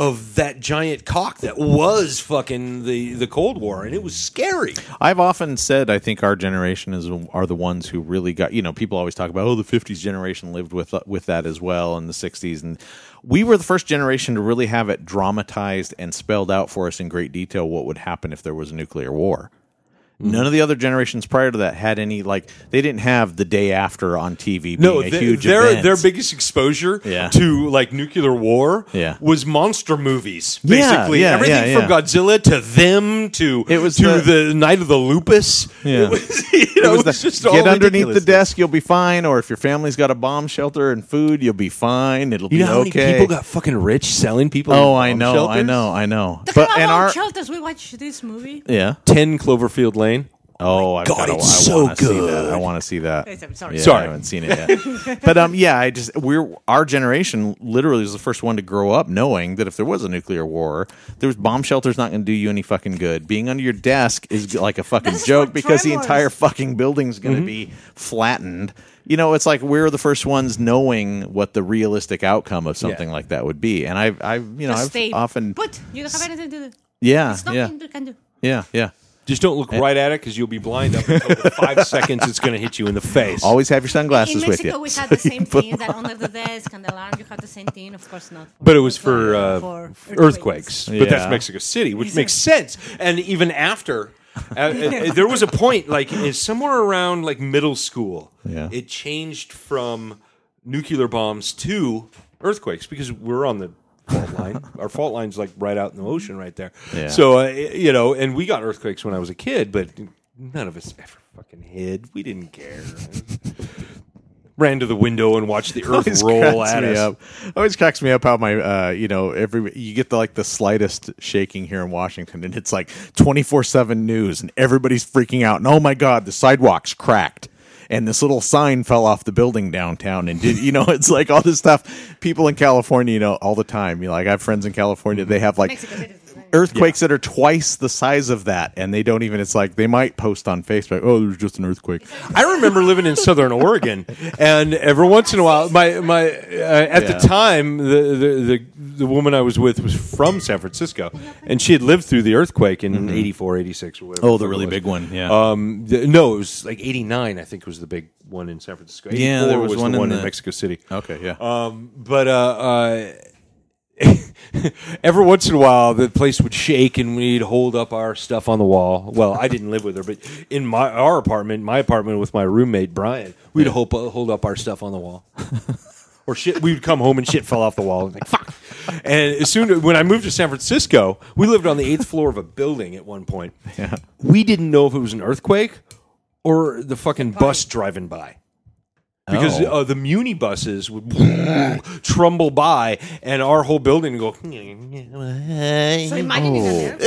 S1: of that giant cock that was fucking the the Cold War, and it was scary.
S2: I've often said I think our generation is are the ones who really got. You know, people always talk about oh, the '50s generation lived with uh, with that as well, and the '60s, and we were the first generation to really have it dramatized and spelled out for us in great detail what would happen if there was a nuclear war.
S1: Mm-hmm.
S2: None of the other generations prior to that had any like they didn't have the day after on TV being
S1: No,
S2: a
S1: th-
S2: huge
S1: their
S2: event.
S1: their biggest exposure
S2: Yeah.
S1: to like nuclear war
S2: Yeah.
S1: was monster movies.
S2: Yeah,
S1: Basically,
S2: yeah,
S1: everything
S2: yeah,
S1: from
S2: yeah.
S1: Godzilla to them to
S2: It was
S1: to the,
S2: the-
S1: Night of the Lupus.
S2: Yeah.
S1: It was, you know,
S2: It
S1: it
S2: was
S1: was,
S2: the,
S1: just all
S2: get underneath the
S1: ridiculous.
S2: desk, you'll be fine. Or if your family's got a bomb shelter and food, you'll be fine. It'll
S1: You
S2: be
S1: know how many
S2: okay.
S1: people got fucking rich selling people?
S2: oh,
S1: in
S2: I
S1: bomb
S2: know, I
S1: shelters?
S2: know, I know.
S3: Talking
S2: But
S3: about
S2: and our
S3: shelters, we watched this movie.
S2: yeah,
S1: Ten Cloverfield Lane.
S2: Oh, I've
S1: God,
S2: gotta-
S1: it's
S2: I
S1: so
S2: wanna see that.
S1: good.
S2: I want to see that.
S3: I'm sorry.
S2: Yeah, I
S1: Sorry.
S2: haven't seen it yet. but um, yeah, I just we're our generation literally was the first one to grow up knowing that if there was a nuclear war, there was bomb shelters not going to do you any fucking good. Being under your desk is like a fucking
S3: That's
S2: joke
S3: what
S2: because the
S3: Tremors-
S2: entire fucking building's going to
S1: Mm-hmm.
S2: be flattened. You know, it's like we're the first ones knowing what the realistic outcome of something like that would be. And I've, I've, you know,
S3: Just
S2: I've
S3: stay
S2: often,
S3: put. You don't have anything to do.
S2: yeah,
S3: It's
S2: yeah,
S3: nothing you can do.
S2: yeah, yeah.
S1: Just don't look right at it because you'll be blind up until the five seconds it's going to hit you in the face.
S2: Always have your sunglasses
S3: In
S2: with
S3: Mexico,
S2: you.
S3: we had the same thing that under the desk and the alarm. You had the same thing, of course not.
S1: But it was for, uh,
S3: For
S1: earthquakes. But
S2: Yeah.
S1: that's Mexico City, which makes sense. And even after, uh, uh, there was a point like uh, somewhere around like middle school.
S2: Yeah.
S1: It changed from nuclear bombs to earthquakes because we're on the fault line. Our fault line's like right out in the ocean, right there.
S2: Yeah.
S1: So uh, you know, and we got earthquakes when I was a kid, but none of us ever fucking hid. We didn't care. Ran to the window and watched the earth
S2: Always
S1: roll
S2: cracks
S1: at
S2: me
S1: us.
S2: Up. Always cracks me up how my uh, you know every you get the like the slightest shaking here in Washington and it's like twenty four seven news and everybody's freaking out and oh my god the sidewalks cracked and this little sign fell off the building downtown and did you know it's like all this stuff people in California you know all the time you know, like I have friends in California they have like
S3: Mexico City is the same.
S2: earthquakes that are twice the size of that and they don't even it's like they might post on Facebook oh there's just an earthquake
S1: I remember living in Southern Oregon, and every once in a while, my my uh, at
S2: Yeah.
S1: the time the, the the the woman I was with was from San Francisco, and she had lived through the earthquake in
S2: Mm-hmm.
S1: eighty four, eighty six 84, 86 or whatever.
S2: Oh,
S1: it was.
S2: one yeah
S1: Um, the- no, it was like eighty nine. I think was the big one in San Francisco.
S2: Yeah,
S1: 84
S2: there was
S1: was,
S2: one
S1: the
S2: in
S1: one in,
S2: the-
S1: Mexico City.
S2: okay yeah
S1: But uh, uh, every once in a while, the place would shake, and we'd hold up our stuff on the wall. Well, I didn't live with her, but in my our apartment, my apartment with my roommate Brian, we'd hold, hold up our stuff on the wall. Or shit, we would come home and shit fell off the wall. Like fuck. And as soon when I moved to San Francisco, we lived on the eighth floor of a building at one point.
S2: Yeah.
S1: We didn't know if it was an earthquake or the fucking bus driving by because
S2: Oh.
S1: uh, the Muni buses would trumble by, and our whole building would
S3: So
S1: go.
S3: imagine
S1: Oh.
S3: it's an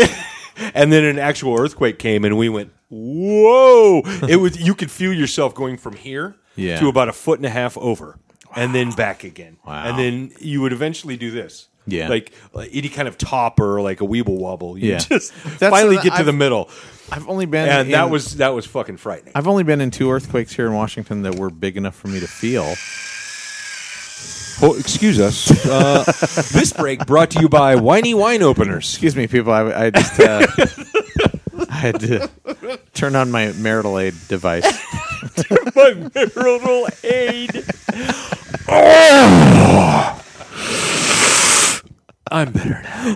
S3: earthquake.
S1: And then an actual earthquake came, and we went, "Whoa!" it was you could feel yourself going from here
S2: Yeah.
S1: to about a foot and a half over, and then back again,
S2: Wow.
S1: and then you would eventually do this.
S2: Yeah.
S1: like uh, any kind of topper, like a weeble wobble. You
S2: Yeah.
S1: just
S2: That's-
S1: finally get to
S2: I've-
S1: the middle,
S2: I've only been
S1: and that
S2: in-
S1: was that was fucking frightening.
S2: I've only been in two earthquakes here in Washington that were big enough for me to feel.
S1: Oh, excuse us. Uh, this break brought to you by Whiny Wine Openers.
S2: Excuse me, people. I, I just uh, I had to turn on my marital aid device.
S1: My marital aid. I'm better now.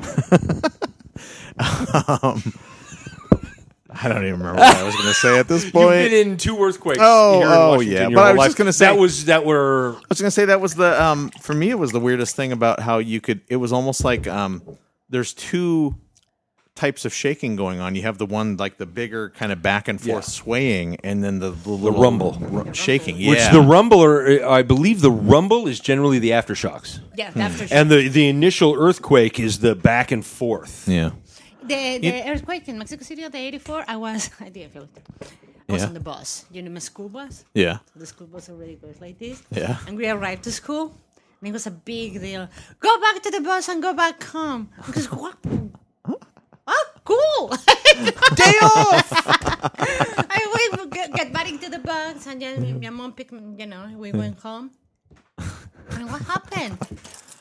S2: I don't even remember what I was going to say at this
S1: You've
S2: point.
S1: been in two earthquakes.
S2: Oh,
S1: here in
S2: oh,
S1: Washington
S2: yeah,
S1: your
S2: but I
S1: whole
S2: was
S1: life.
S2: just gonna say-
S1: that was that were
S2: I was gonna say that was the um for me it was the weirdest thing about how you could it was almost like um there's two types of shaking going on. You have the one like the bigger kind of back and forth
S1: Yeah.
S2: swaying, and then the, the, little
S1: rumble.
S2: ru- shaking. Yeah,
S1: which the rumbler. uh, I believe the rumble is generally the aftershocks,
S3: Yeah, that's for sure.
S1: and the the initial earthquake is the back and forth.
S2: yeah.
S3: The, the earthquake in Mexico City of the 84, I was, I didn't feel it. I was
S2: Yeah.
S3: on the bus. You know, my school bus?
S2: Yeah.
S3: The school bus already goes like this.
S2: Yeah.
S3: And we arrived to school, and it was a big deal. Go back to the bus and go back home. Because what? Oh, cool! Day off. I we get, get back into the bus, and
S1: Mm-hmm.
S3: then my mom picked. me, You know, we went home. And what happened?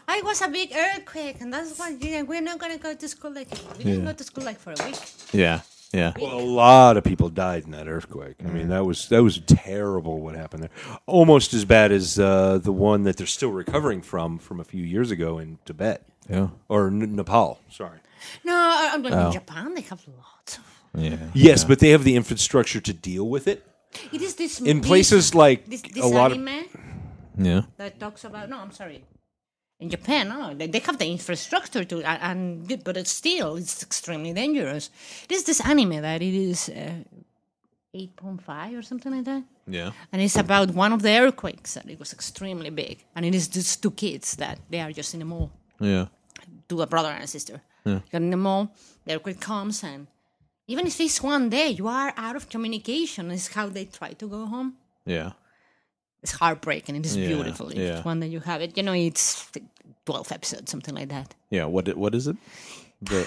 S3: I was a big earthquake, and that's why yeah, we're not gonna go to school like we didn't
S2: Yeah.
S3: go to school like for a week.
S2: Yeah. Yeah.
S1: Well, a lot of people died in that earthquake. I
S2: Mm.
S1: mean, that was that was terrible. What happened there? Almost as bad as uh, the one that they're still recovering from from a few years ago in Tibet
S2: Yeah.
S1: or N- Nepal. Sorry.
S3: No, I, I'm like
S1: Oh.
S3: in Japan. They have lots. Of,
S2: Yeah.
S1: Yes, but they have the infrastructure to deal with it
S3: it is this
S1: in
S3: this-
S1: places like
S3: this, this
S1: a lot of.
S3: anime.
S2: Yeah.
S3: that talks about no i'm sorry in japan no, they, they have the infrastructure to a- and, but it's still it's extremely dangerous there's this anime that it is uh, 8.5 or something like that
S2: Yeah.
S3: and it's about one of the earthquakes and it was extremely big and it is just two kids that they are just in a mall
S2: Yeah.
S3: to a brother and a sister. Got in the mall, the earthquake comes and Even if it's one day, you are out of communication. Is how they try to go home.
S2: Yeah.
S3: It's heartbreaking. It is
S2: Yeah,
S3: beautiful. It's
S2: yeah.
S3: one that you have it. You know, it's twelve episodes, something like that.
S2: Yeah. What? What is it? The,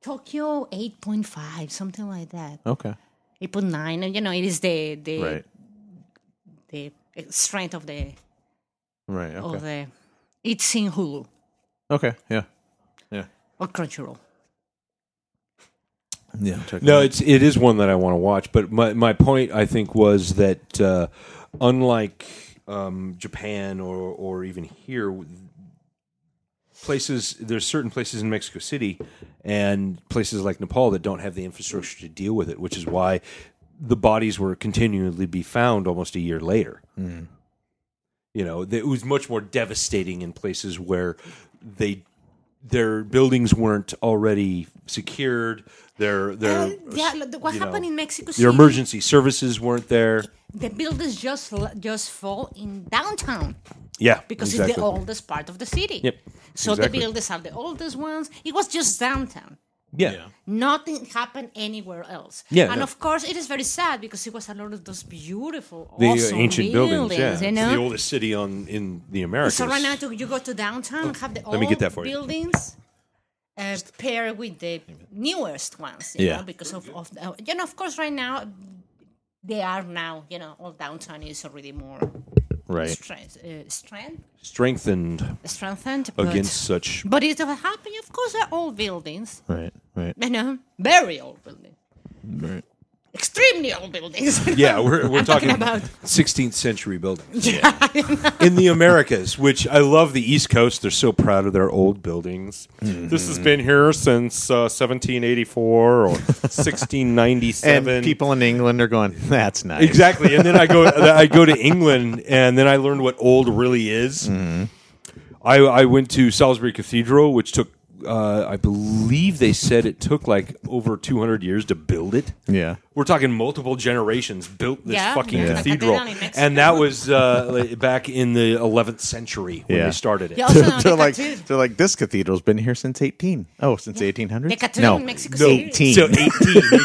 S3: Tokyo eight point five, something like that.
S2: okay.
S3: Eight point nine. You know, it is the the
S2: Right.
S3: the strength of the
S2: Right.
S3: of
S2: Okay.
S3: the. It's in Hulu
S2: Okay. Yeah. Yeah.
S3: or Crunchyroll.
S2: Yeah. Check
S1: No,
S2: it
S1: it's it is one that I want to watch. But my my point I think was that uh, unlike um, Japan or or even here, places there's certain places in Mexico City and places like Nepal that don't have the infrastructure to deal with it, which is why the bodies were continually be found almost a year later. You know, it was much more devastating in places where they their buildings weren't already secured. Their their
S3: Uh, yeah, look, what
S1: you know,
S3: happened in Mexico City?
S1: their emergency services weren't there.
S3: the buildings just l- just fall in downtown
S1: Yeah,
S3: because it's the
S1: exactly.
S3: oldest part of the city.
S1: Yep,
S3: So
S1: exactly.
S3: the buildings are the oldest ones. It was just downtown.
S1: yeah.
S3: Nothing happened anywhere else.
S1: Yeah,
S3: and
S1: no.
S3: of course it is very sad because it was a lot of those beautiful,
S1: the uh,
S3: awesome
S1: ancient buildings. yeah,
S3: you
S1: It's
S3: know.
S1: the oldest city on in the Americas.
S3: so right now to, you go to downtown and have the old
S1: me get that for you.
S3: buildings. Uh, paired with the newest ones, you
S2: Yeah.
S3: know, because of, of uh, you know, of course, right now they are now, you know, all downtown is already more
S2: out. Right.
S3: strength, uh, strength,
S1: strengthened
S3: strengthened but-
S1: against such.
S3: But it's happening. Of course, they're old buildings.
S2: Right. Right.
S3: You know, very old buildings,
S2: Right.
S3: extremely old buildings.
S1: Yeah, we're we're
S3: I'm
S1: talking,
S3: talking about
S1: 16th century buildings in the Americas, which I love. The East Coast, they're so proud of their old buildings. This has been here since uh, 1784 or 1697.
S2: And people in England are going. That's nice.
S1: Exactly. And then I go I go to England and then I learned what old really is. I I went to Salisbury Cathedral, which took uh, I believe they said it took like over 200 years to build it.
S2: Yeah.
S1: We're talking multiple generations built this
S3: Yeah,
S1: fucking
S3: yeah. Like
S1: cathedral.
S3: Catedral in Mexico.
S1: And that was uh, like, back in the 11th century when
S2: Yeah.
S1: they started it.
S3: Yeah, also
S2: they're
S3: the
S2: like
S3: cathedral-
S2: they're like this cathedral's been here since 18 oh since 1800
S3: The cathedral in Mexico City.
S2: 18
S1: So 18,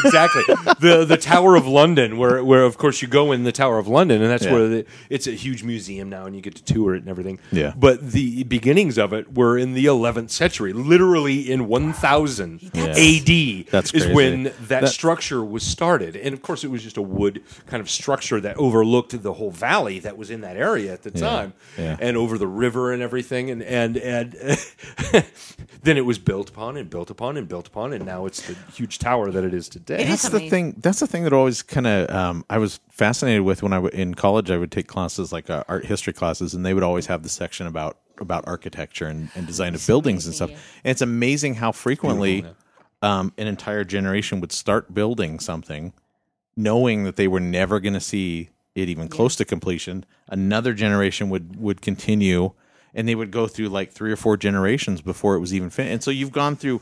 S1: exactly. the The Tower of London, where where of course you go in the Tower of London, and that's
S2: Yeah.
S1: where the, it's a huge museum now, and you get to tour it and everything.
S2: Yeah.
S1: But the beginnings of it were in the 11th century, literally in 1000
S3: That's-
S1: A.D.
S2: That's
S1: is
S2: crazy.
S1: when that,
S2: That-
S1: structure was started, and of course it was just a wood kind of structure that overlooked the whole valley that was in that area at the time,
S2: Yeah.
S1: and over the river and everything, and and and then it was built upon and built upon and built upon, and now it's the huge tower that it is today.
S3: It is
S2: that's the
S3: amazing.
S2: thing that's the thing that always kind of um, i was fascinated with when i w- in college i would take classes like uh, art history classes and they would always have the section about about architecture and, and design of buildings and stuff and it's amazing how frequently um, an entire generation would start building something knowing that they were never going to see it even close to completion another generation would would continue and they would go through like three or four generations before it was even finished and so you've gone through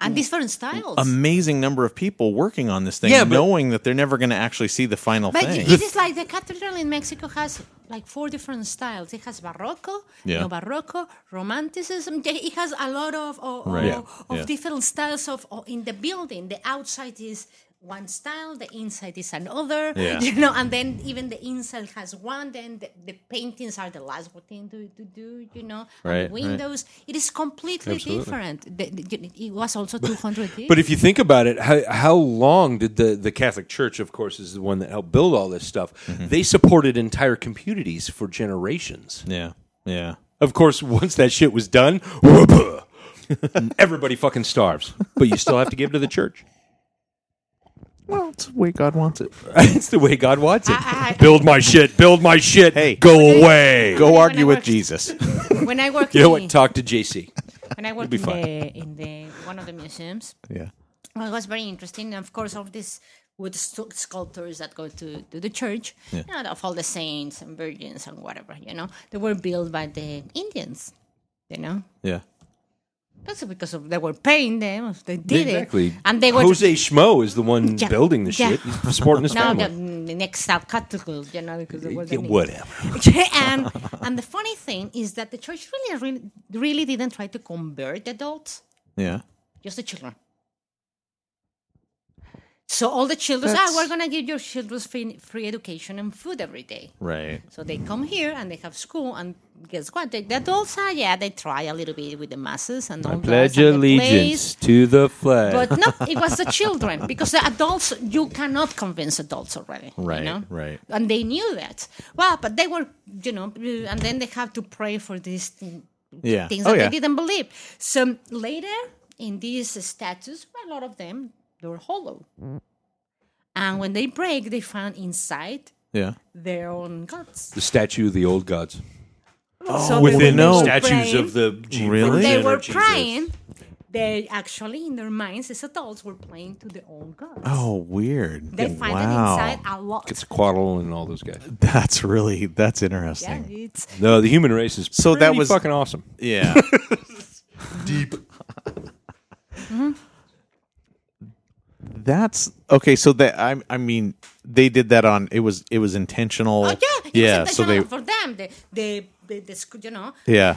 S3: and different styles.
S2: amazing number of people working on this thing,
S1: Yeah, but-
S2: knowing that they're never going to actually see the final
S3: But
S2: thing.
S3: it is like the cathedral in Mexico has like four different styles. It has Barroco,
S2: Yeah.
S3: no Barroco, Romanticism. It has a lot of of,
S2: Right.
S3: of-
S2: Yeah,
S3: of
S2: yeah.
S3: different styles of of- in the building. The outside is one style, the inside is another.
S2: Yeah.
S3: You know, and then even the inside has one. Then the, the paintings are the last thing to, to do. You know, and
S2: Right, right.
S3: the windows. It is completely different. The- the- it was also two hundred years.
S1: But if you think about it, how, how long did the, the Catholic Church, of course, is the one that helped build all this stuff?
S2: Mm-hmm.
S1: They supported entire communities for generations.
S2: yeah, yeah,
S1: Of course, once that shit was done, whoop, everybody fucking starves. But you still have to give to the church.
S2: well, it's the way God wants it.
S1: it's the way God wants it.
S3: I- I-
S1: build my shit. Build my shit.
S2: Hey.
S1: go away.
S2: Go
S3: When I
S2: argue with
S3: worked-
S2: Jesus.
S3: when I work,
S1: You know what? Talk to JC.
S3: when I worked
S1: be
S3: in
S1: fine.
S3: the, in the one of the museums,
S2: yeah,
S3: well, it was very interesting. And of course, all of these wood stu- sculptures that go to, to the church, you know, of all the saints and virgins and whatever, you know, they were built by the Indians, you know.
S2: yeah,
S3: That's because of, they were paying them, they did
S1: exactly.
S3: it. And they were.
S1: Jose Schmo is the one
S3: Yeah.
S1: building the
S3: Yeah.
S1: shit. He's supporting his
S3: now
S1: family.
S3: the, the next subcategory, you know, because it was
S1: Yeah,
S3: the
S1: whatever.
S3: and and the funny thing is that the church really, really, really didn't try to convert adults,
S2: yeah.
S3: just the children. So all the children, ah,
S2: That's-
S3: we're gonna give your children free, free education and food every day.
S2: Right.
S3: So they come here and they have school, and guess what? They, the adults are yeah, they try a little bit with the masses and all
S1: Pledge
S3: that, and the
S1: allegiance to the flag.
S3: plays. But no, it was the children because the adults you cannot convince adults already. you
S2: Right,
S3: know?
S2: right.
S3: And they knew that. Well, but they were, you know, and then they have to pray for these thing-
S2: Yeah.
S3: things
S2: oh
S3: that
S2: yeah.
S3: they didn't believe. So later in these statues, a lot of them they were hollow, and when they break, they found inside
S2: Yeah.
S3: their own gods.
S1: the statue of the old gods.
S3: so
S2: within
S3: they were
S2: no-
S1: Statues
S3: praying-
S1: of the Jesus
S2: Really?
S3: They
S1: and
S3: were
S1: our Jesus.
S3: praying. They actually, in their minds, as adults, were praying to their own gods.
S2: Oh, weird.
S3: they find
S2: wow.
S3: it inside a lot.
S1: Quetzalcoatl and all those guys.
S2: That's really that's
S3: Yeah,
S2: interesting.
S3: it's
S1: No, the human race is
S2: So that
S1: pretty
S2: was-
S1: fucking awesome.
S2: Yeah. Deep. Mm-hmm. That's okay. So that I, I mean, they did that on. It was it was intentional.
S3: oh yeah, it
S2: yeah.
S3: was
S2: So they,
S3: intentional for them they they they, they sc- you know
S2: yeah,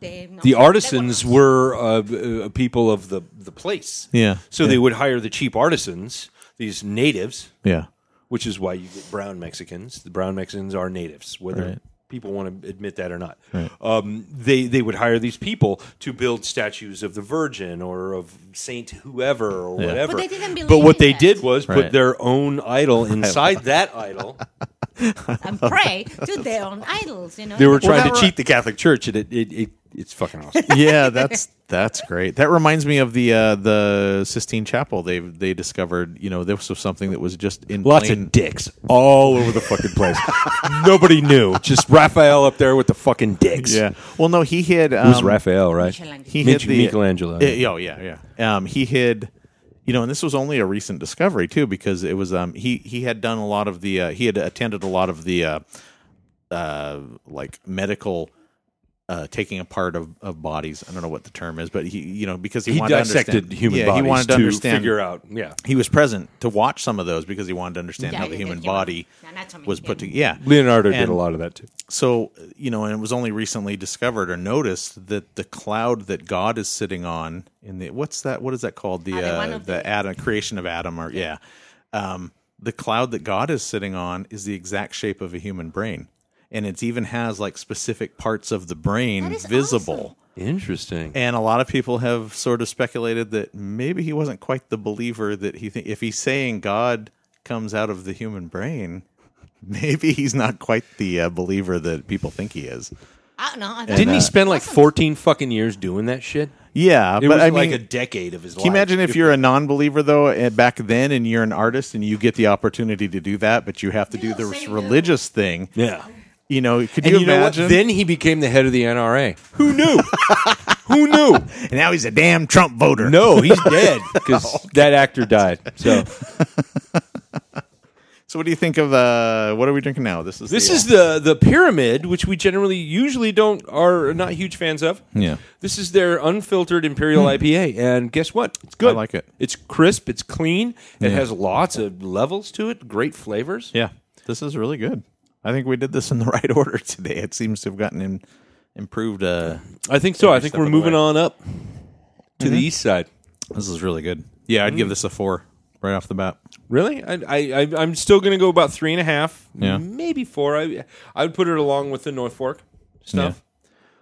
S3: they no,
S1: The
S3: they were-
S1: artisans were uh, uh, people of the, the place.
S2: Yeah.
S1: So
S2: Yeah.
S1: they would hire the cheap artisans, these natives,
S2: yeah,
S1: which is why you get brown Mexicans. The brown Mexicans are natives, whether
S2: Right.
S1: people want to admit that or not. Um, they they would hire these people to build statues of the Virgin or of Saint whoever or whatever.
S3: But they didn't believe
S1: But what
S3: in
S1: they
S3: that.
S1: did was
S2: Right.
S1: put their own idol inside that idol.
S3: and pray to their own idols. You know,
S1: They were
S2: Well,
S1: trying to
S2: that re-
S1: cheat the Catholic Church, and it, it, it it's fucking awesome.
S2: yeah. That's that's great. That reminds me of the uh, the Sistine Chapel. They they discovered. You know, this was something that was just in
S1: Lots
S2: plain,
S1: of dicks all over the fucking place. Nobody knew. Just Raphael up there with the fucking dicks.
S2: Yeah. Well, no, he hid. Um,
S1: It was Raphael, right?
S3: Michelangelo.
S2: He
S1: Mich-
S2: hid the,
S1: Michelangelo.
S2: Eh, oh yeah, yeah. Um, he hid. You know, and this was only a recent discovery too, because it was um, he he had done a lot of the uh, he had attended a lot of the uh, uh, like medical uh, taking apart of, of bodies. I don't know what the term is, but he you know because he,
S1: He
S2: wanted to
S1: dissected
S2: understand-
S1: human
S2: yeah,
S1: bodies
S2: he wanted to,
S1: to,
S2: understand
S1: figure out. Yeah.
S2: he was present to watch some of those because he wanted to understand
S3: Yeah,
S2: how
S3: yeah,
S2: the
S3: the
S2: human
S3: human
S2: body
S3: anatomy,
S2: was put
S3: yeah.
S2: together. Yeah,
S1: Leonardo did
S2: And-
S1: a lot of that too.
S2: so you know and it was only recently discovered or noticed that the cloud that god is sitting on in the what's that what is that called the
S3: the one
S2: uh,
S3: of
S2: the
S3: the-
S2: adam creation of adam or yeah, um the cloud that god is sitting on is the exact shape of a human brain and it even has like specific parts of the brain
S3: That is
S2: visible
S1: Interesting.
S2: and a lot of people have sort of speculated that maybe he wasn't quite the believer that he think if he's saying God comes out of the human brain, maybe he's not quite the uh, believer that people think he is.
S3: I don't know. I
S1: Didn't he
S2: uh,
S3: thought-
S1: spend like
S3: Wasn't-
S1: 14 fucking years doing that shit?
S2: Yeah,
S1: It
S2: but
S1: was
S2: I
S1: like
S2: mean,
S1: a decade of his life.
S2: can you imagine if you're a non-believer though, and back then, and you're an artist, and you get the opportunity to do that, but you have to do
S3: They'll
S2: this
S3: say no.
S2: religious thing.
S1: Yeah.
S2: You know, could
S1: And
S2: you,
S1: you, know what?
S2: imagine?
S1: Then he became the head of the NRA. Who knew? Who knew?
S2: and now he's a damn Trump voter.
S1: No, he's dead because that actor died. So
S2: So, what do you think of uh, what are we drinking now? This is
S1: this
S2: the, uh,
S1: is the the pyramid, which we generally usually don't are not huge fans of.
S2: Yeah.
S1: This is their unfiltered Imperial IPA, and guess what? It's good.
S2: Hmm. I like it.
S1: It's crisp. It's clean. It
S2: Yeah.
S1: has lots of levels to it. Great flavors.
S2: Yeah, this is really good. I think we did this in the right order today. It seems to have gotten im- improved. Uh,
S1: I think so. I think
S2: step of
S1: we're
S2: the
S1: moving
S2: way.
S1: on up to the east side.
S2: this is really good. Yeah, I'd give this a four right off the bat.
S1: Really, I, I, I I'm still going to go about three and a half,
S2: Yeah.
S1: maybe four. I I would put it along with the North Fork stuff.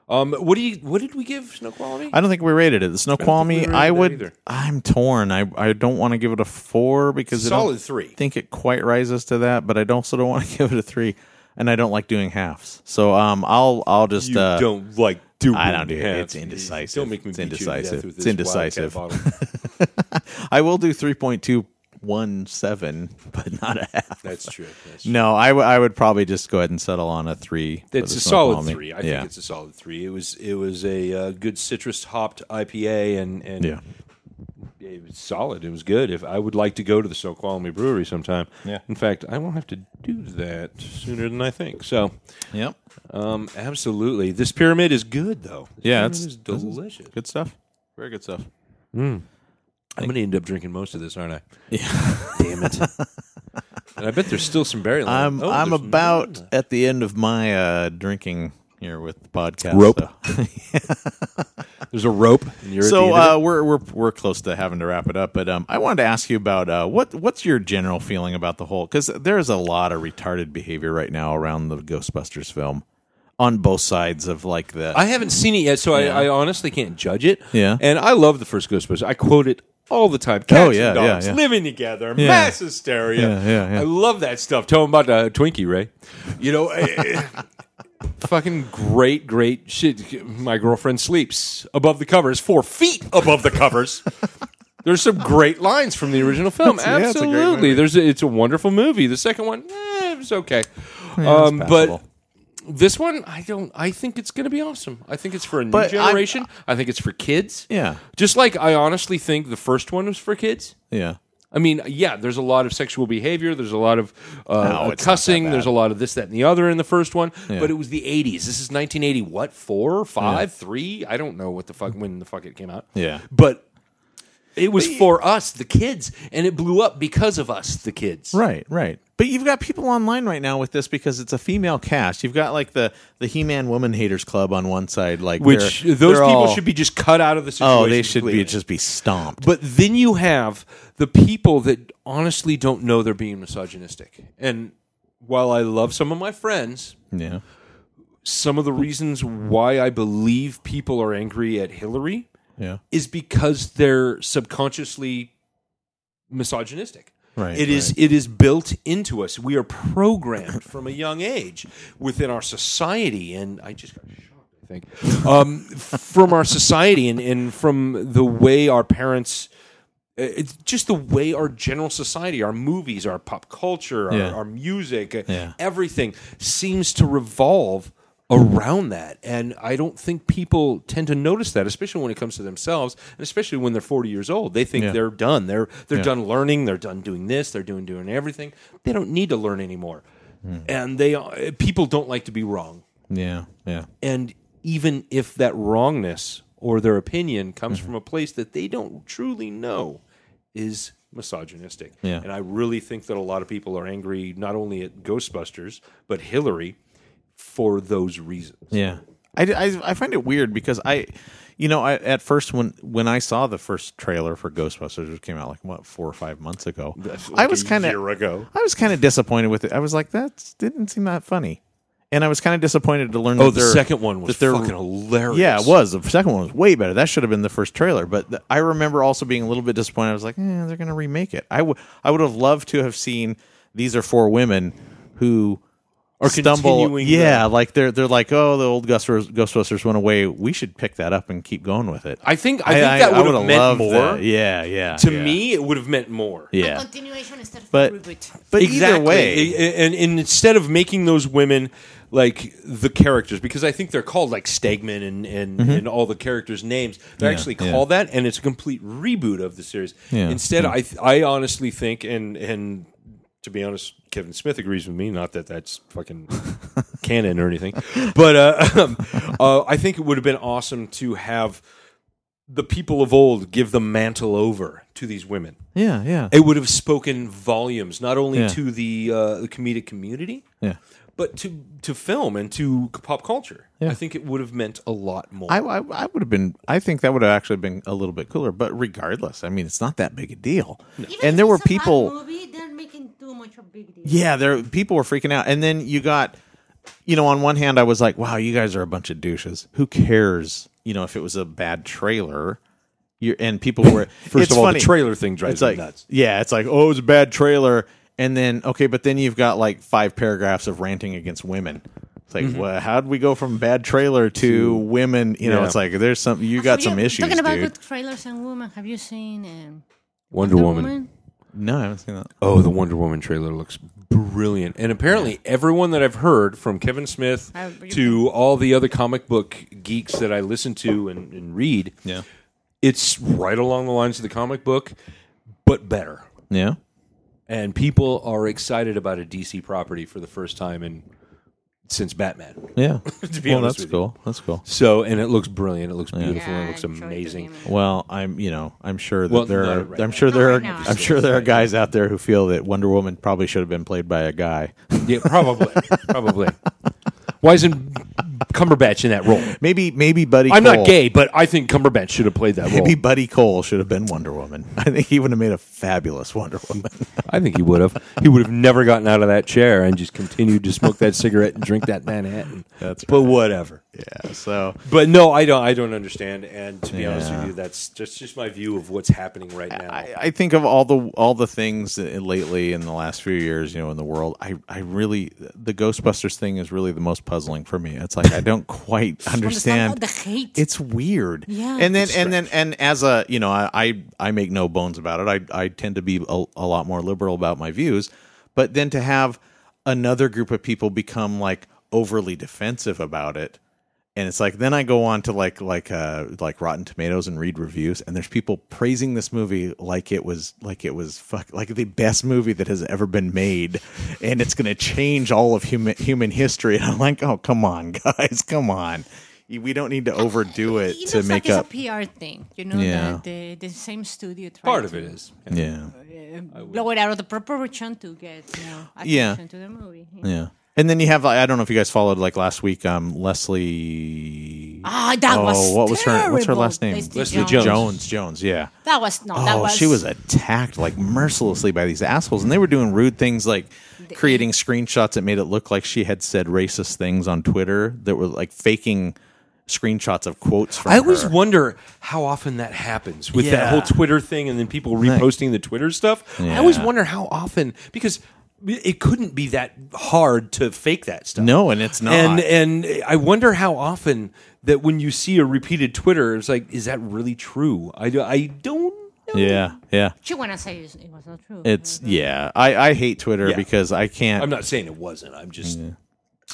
S1: Um, what do you? What did we give snow quality?
S2: I don't think we rated it. The Snoqualmie,
S1: rated
S2: I,
S1: that
S2: would.
S1: either.
S2: I'm torn. I I don't want to give it a four because I
S1: Solid
S2: don't
S1: three.
S2: think it quite rises to that, but I don't- also don't want to give it a three, and I don't like doing halves. So um, I'll I'll just
S1: you
S2: uh,
S1: don't like do.
S2: I don't do it.
S1: half.
S2: It's indecisive.
S1: Don't make me
S2: It's
S1: beat you to death
S2: indecisive.
S1: with
S2: It's
S1: this
S2: indecisive.
S1: Wildcat bottle.
S2: I will do three point two one seven, but not a half.
S1: That's true. That's true.
S2: No, I, w- I would probably just go ahead and settle on a three. for
S1: It's
S2: the
S1: a solid
S2: Snoqualmie.
S1: three. I
S2: yeah.
S1: think it's a solid three. It was it was a uh, good citrus hopped IPA and and
S2: yeah.
S1: it was solid. It was good. If I would like to go to the Snoqualmie Brewery sometime.
S2: Yeah.
S1: In fact, I won't have to do that sooner than I think. So,
S2: Yep.
S1: um, absolutely, this pyramid is good though. This
S2: Yeah,
S1: pyramid
S2: it's-
S1: is delicious.
S2: Good stuff. Very good stuff.
S1: I'm gonna end up drinking most of this, aren't I?
S2: Yeah.
S1: Damn it. and I bet there's still some berry. left.
S2: I'm
S1: Oh,
S2: I'm
S1: there's
S2: about
S1: none.
S2: at the end of my uh, drinking here with the podcast.
S1: Rope.
S2: so-
S1: There's a rope. And you're at the
S2: So
S1: end of it.
S2: uh, we're we're we're close to having to wrap it up, but um, I wanted to ask you about uh, what what's your general feeling about the whole because there is a lot of retarded behavior right now around the Ghostbusters film on both sides of like the
S1: I haven't seen it yet, so I, I honestly can't judge it.
S2: Yeah.
S1: And I love the first Ghostbusters. I quote it all the time. Cats
S2: Oh, yeah,
S1: and dogs
S2: yeah, yeah.
S1: living together, mass hysteria.
S2: Yeah, yeah, yeah.
S1: I love that stuff. Tell them about uh, Twinkie, Ray. You know, eh, fucking great, great shit. My girlfriend sleeps above the covers, four feet above the covers. There's some great lines from the original film.
S2: yeah, it's a great
S1: Absolutely, there's a, it's a wonderful movie. The second one, eh, it was okay, um, but
S2: passable.
S1: this one, I don't. I think it's going to be awesome. I think it's for a new
S2: But I'm-
S1: generation. i think it's for kids.
S2: Yeah.
S1: just like I honestly think the first one was for kids.
S2: yeah
S1: I mean, yeah, there's a lot of sexual behavior. There's a lot of uh,
S2: No, it's not
S1: cussing.
S2: that
S1: There's a
S2: bad.
S1: lot of this, that, and the other in the first one. But it was the 80s. This is 1980. What four, five, three? I don't know what the fuck when the fuck it came out.
S2: Yeah.
S1: but it was for us, the kids, and it blew up because of us, the kids.
S2: right right. But you've got people online right now with this because it's a female cast. You've got like the the He Man Woman Haters Club on one side, like
S1: Which
S2: they're-
S1: those
S2: they're
S1: people
S2: all-
S1: should be just cut out of the situation.
S2: oh they should be
S1: completely.
S2: just be stomped.
S1: But then you have the people that honestly don't know they're being misogynistic. And while I love some of my friends,
S2: yeah
S1: some of the reasons why I believe people are angry at Hillary
S2: yeah
S1: is because they're subconsciously misogynistic.
S2: Right,
S1: It is it is built into us. We are programmed from a young age within our society and I just got shocked, I think. Um, from our society and, and from the way our parents uh, it's just the way our general society, our movies, our pop culture, our,
S2: Yeah.
S1: our music, uh,
S2: Yeah.
S1: everything seems to revolve around that. And I don't think people tend to notice that, especially when it comes to themselves, and especially when they're 40 years old. They think
S2: Yeah.
S1: they're done. They're they're
S2: Yeah.
S1: done learning. They're done doing this. They're doing doing everything. They don't need to learn anymore.
S2: Hmm.
S1: And they uh, people don't like to be wrong
S2: yeah yeah.
S1: and even if that wrongness or their opinion comes
S2: Mm-hmm.
S1: from a place that they don't truly know is misogynistic
S2: Yeah.
S1: and i really think that a lot of people are angry not only at ghostbusters but hillary for those reasons
S2: Yeah, I, I, I find it weird because I, you know, I at first when when I saw the first trailer for Ghostbusters, which came out like what four or five months ago, I
S1: like
S2: was
S1: a
S2: kind
S1: year
S2: of
S1: ago
S2: I was kind of disappointed with it. I was like, that didn't seem that funny, and I was kind of disappointed to learn.
S1: oh
S2: that
S1: the
S2: they're-
S1: second one was
S2: that they're-
S1: fucking hilarious
S2: Yeah, it was. The second one was way better. That should have been the first trailer. But th- I remember also being a little bit disappointed. I was like, eh, they're going to remake it. I would I would have loved to have seen these are four women who
S1: Are
S2: stumble.
S1: continuing
S2: Yeah,
S1: the-
S2: like they're they're like, oh, the old Ghostbusters, Ghostbusters went away. We should pick that up and keep going with it.
S1: i think i think that
S2: I
S1: would have
S2: would've
S1: meant
S2: loved
S1: more
S2: that. Yeah, yeah.
S1: to
S2: yeah.
S1: me it would have meant more
S3: A
S2: yeah.
S3: continuation instead of
S2: But-
S3: a reboot.
S2: But
S1: exactly.
S2: either way,
S1: I- I- and, and instead of making those women like the characters, because I think they're called like Stegman and and, and all the characters' names, they're
S2: Mm-hmm. Yeah,
S1: actually
S2: yeah.
S1: called that, and it's a complete reboot of the series.
S2: Yeah,
S1: Instead, I th- I honestly think, and and to be honest, Kevin Smith agrees with me. Not that that's fucking canon or anything, but uh, uh, I think it would have been awesome to have the people of old give the mantle over to these women
S2: yeah, yeah,
S1: it would have spoken volumes not only
S2: Yeah.
S1: to the uh, the comedic community
S2: yeah.
S1: but to to film and to c- pop culture
S2: Yeah.
S1: i think it would have meant a lot more
S2: I, I, I would have been. I think that would have actually been a little bit cooler. But regardless, I mean, it's not that big a deal.
S3: Even if
S2: And there were
S3: it's a bad
S2: people.
S3: Movie, they're making too much of a big deal.
S2: Yeah, there people were freaking out. And then you got you know, on one hand I was like, wow, you guys are a bunch of douches. Who cares? You know, if it was a bad trailer. You and people were
S1: first
S2: it's
S1: of all
S2: funny.
S1: the trailer thing drives
S2: It's like
S1: me nuts
S2: yeah, it's like oh, it's a bad trailer and then okay, but then you've got like five paragraphs of ranting against women. It's
S1: Mm-hmm.
S2: like, well, how would we go from bad trailer to, women? You know,
S1: yeah.
S2: it's like there's some you got
S3: Have
S2: some
S3: you-
S2: issues,
S3: Talking about
S2: dude.
S3: good trailers and women, have you seen um,
S1: wonder
S3: Wonder
S1: woman.
S2: No, I haven't seen that.
S1: oh the wonder woman trailer looks brilliant and apparently everyone that i've heard from kevin smith
S3: I-
S1: to all the other comic book geeks that i listen to and, and read
S2: Yeah,
S1: it's right along the lines of the comic book but better
S2: yeah.
S1: and people are excited about a dc property for the first time in since batman
S2: Yeah.
S1: be
S2: well,
S1: honest
S2: that's
S1: with you.
S2: cool. That's cool.
S1: So and it looks brilliant. It looks beautiful.
S3: Yeah,
S1: it looks
S3: I enjoyed the
S1: amazing.
S3: game.
S2: Well, I'm you know I'm sure that
S1: Well,
S2: there
S1: not
S2: are
S1: right
S2: I'm
S1: now.
S2: sure there
S3: Not
S2: are
S3: right now.
S2: I'm sure there are guys out there who feel that Wonder Woman probably should have been played by a guy.
S1: Yeah, probably, probably. Why isn't Cumberbatch in that role.
S2: Maybe maybe Buddy.
S1: I'm not
S2: Cole-
S1: gay, but I think Cumberbatch should have played that role.
S2: Maybe Buddy Cole should have been Wonder Woman. I think he would have made a fabulous Wonder Woman.
S1: I think he would have. He would have never gotten out of that chair and just continued to smoke that cigarette and drink that Manhattan.
S2: That's
S1: but whatever.
S2: yeah. So
S1: But no, I don't. I don't understand. And to be honest with
S2: Yeah.
S1: you, that's just just my view of what's happening right now.
S2: I, I think of all the all the things that- lately in the last few years, you know, in the world. I I really the Ghostbusters thing is really the most puzzling for me. It's like I don't quite
S3: Understand
S2: understand.
S3: the hate.
S2: It's weird.
S3: Yeah.
S2: And then
S3: It's
S2: and then and as a you know I I, I make no bones about it. I I tend to be a, a lot more liberal about my views, but then to have another group of people become like overly defensive about it. And it's like then I go on to like like uh like Rotten Tomatoes and read reviews and there's people praising this movie like it was like it was fuck like the best movie that has ever been made and it's going to change all of human human history and I'm like oh come on guys come on we don't need to overdo it
S3: it
S2: to
S3: looks
S2: make
S3: like
S2: up
S3: it's a PR thing, you know.
S2: Yeah.
S3: that The, the same studio. tried
S1: Part of
S3: to
S1: it is.
S2: yeah
S3: blow it out of the proportion to get you know, attention
S2: Yeah.
S3: to the movie.
S2: yeah and then you have like, I don't know if you guys followed like last week um Leslie
S3: Ah, that
S2: Oh,
S3: was
S2: what was her- what's her
S3: terrible.
S2: last name?
S1: Leslie Jones.
S2: Jones Jones yeah
S3: That was no. that
S2: Oh,
S3: was
S2: she was attacked like mercilessly by these assholes, and they were doing rude things like creating screenshots that made it look like she had said racist things on Twitter that were like faking screenshots of quotes from
S1: I always
S2: her.
S1: wonder how often that happens with that
S2: Yeah.
S1: whole Twitter thing and then people reposting the Twitter stuff. I always wonder how often because it couldn't be that hard to fake that stuff.
S2: no, and it's not.
S1: And and I wonder how often that when you see a repeated Twitter, it's like, is that really true? I, do- I don't know.
S2: yeah, yeah,
S3: She wanna say it it was not true.
S2: it's yeah. I I hate Twitter
S1: Yeah.
S2: because I can't.
S1: I'm not saying it wasn't. I'm just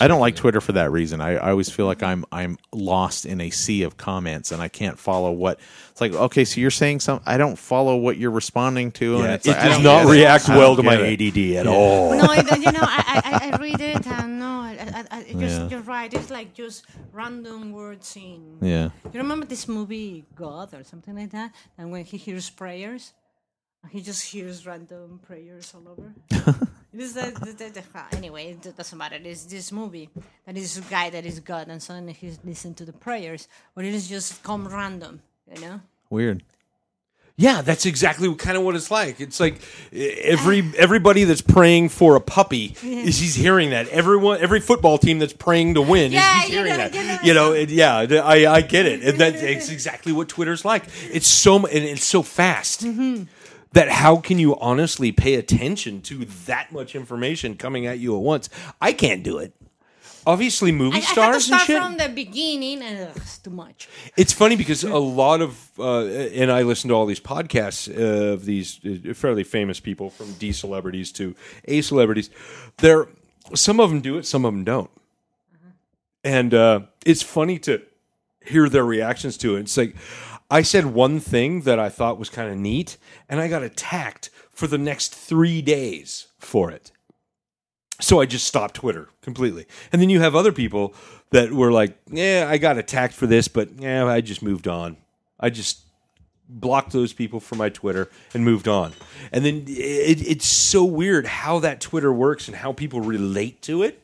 S2: I don't like Twitter for that reason. I, I always feel like I'm I'm lost in a sea of comments and I can't follow what it's like. Okay, so you're saying something. I don't follow what you're responding to. and
S1: Yeah,
S2: it's
S1: it
S2: like, I
S1: does
S2: don't
S1: not
S2: get it.
S1: react
S2: I don't
S1: well to
S2: get
S1: my
S2: it.
S1: ADD at all.
S3: no, I, you know, I, I, I- I read it and no, I, I, I, you're,
S2: Yeah.
S3: you're right. It's like just random words in.
S2: Yeah.
S3: You remember this movie God or something like that? And when he hears prayers, he just hears random prayers all over. It is that- that- that- that- anyway, it doesn't matter. It's this movie that is a guy that is God, and suddenly he's listening to the prayers, but it is just come random, you know?
S2: Weird.
S1: Yeah, that's exactly kind of what it's like. It's like e, every everybody that's praying for a puppy is he's hearing that. Everyone, every football team that's praying to win,
S3: Yeah,
S1: is he's
S3: you
S1: hearing
S3: know,
S1: that.
S3: you know.
S1: You know, it, yeah, th- I, I get it. And that, it's exactly what Twitter's like. It's so mu- and it's so fast
S3: Mm-hmm.
S1: that how can you honestly pay attention to that much information coming at you at once? I can't do it. Obviously, movie
S3: I, I had to
S1: stars
S3: start
S1: and shit.
S3: from the beginning, and ugh, it's too much.
S1: It's funny because a lot of, uh, and I listen to all these podcasts of these uh, fairly famous people from D celebrities to A celebrities. They're, some of them do it, some of them don't. And uh, it's funny to hear their reactions to it. It's like, I said one thing that I thought was kind of neat, and I got attacked for the next three days for it. So I just stopped Twitter completely. And then you have other people that were like, yeah, I got attacked for this, but yeah, I just moved on. I just blocked those people from my Twitter and moved on. And then it, it's so weird how that Twitter works and how people relate to it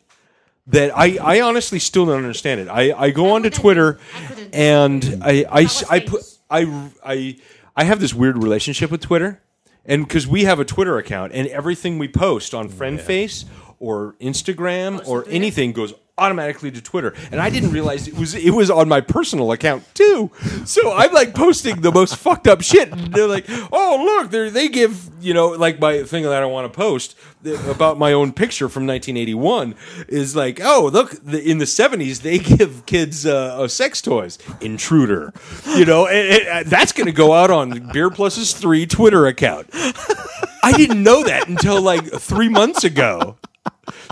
S1: that I, I honestly still don't understand it. I, I go onto
S3: couldn't-
S1: Twitter
S3: I couldn't.
S1: and I, I, s-
S3: was
S1: I put
S3: famous.
S1: I I I have this weird relationship with Twitter, and because we have a Twitter account, and everything we post on FriendFace or Instagram or anything goes automatically to Twitter. And I didn't realize it was it was on my personal account too. So I'm like posting the most fucked up shit. And they're like, oh look, they they give you know like my thing that I want to post th- about my own picture from 1981 is like, oh look, the, in the 70s they give kids uh, uh, sex toys. Intruder, you know, and, and, uh, that's going to go out on Beer Plus's three Twitter account. I didn't know that until like three months ago.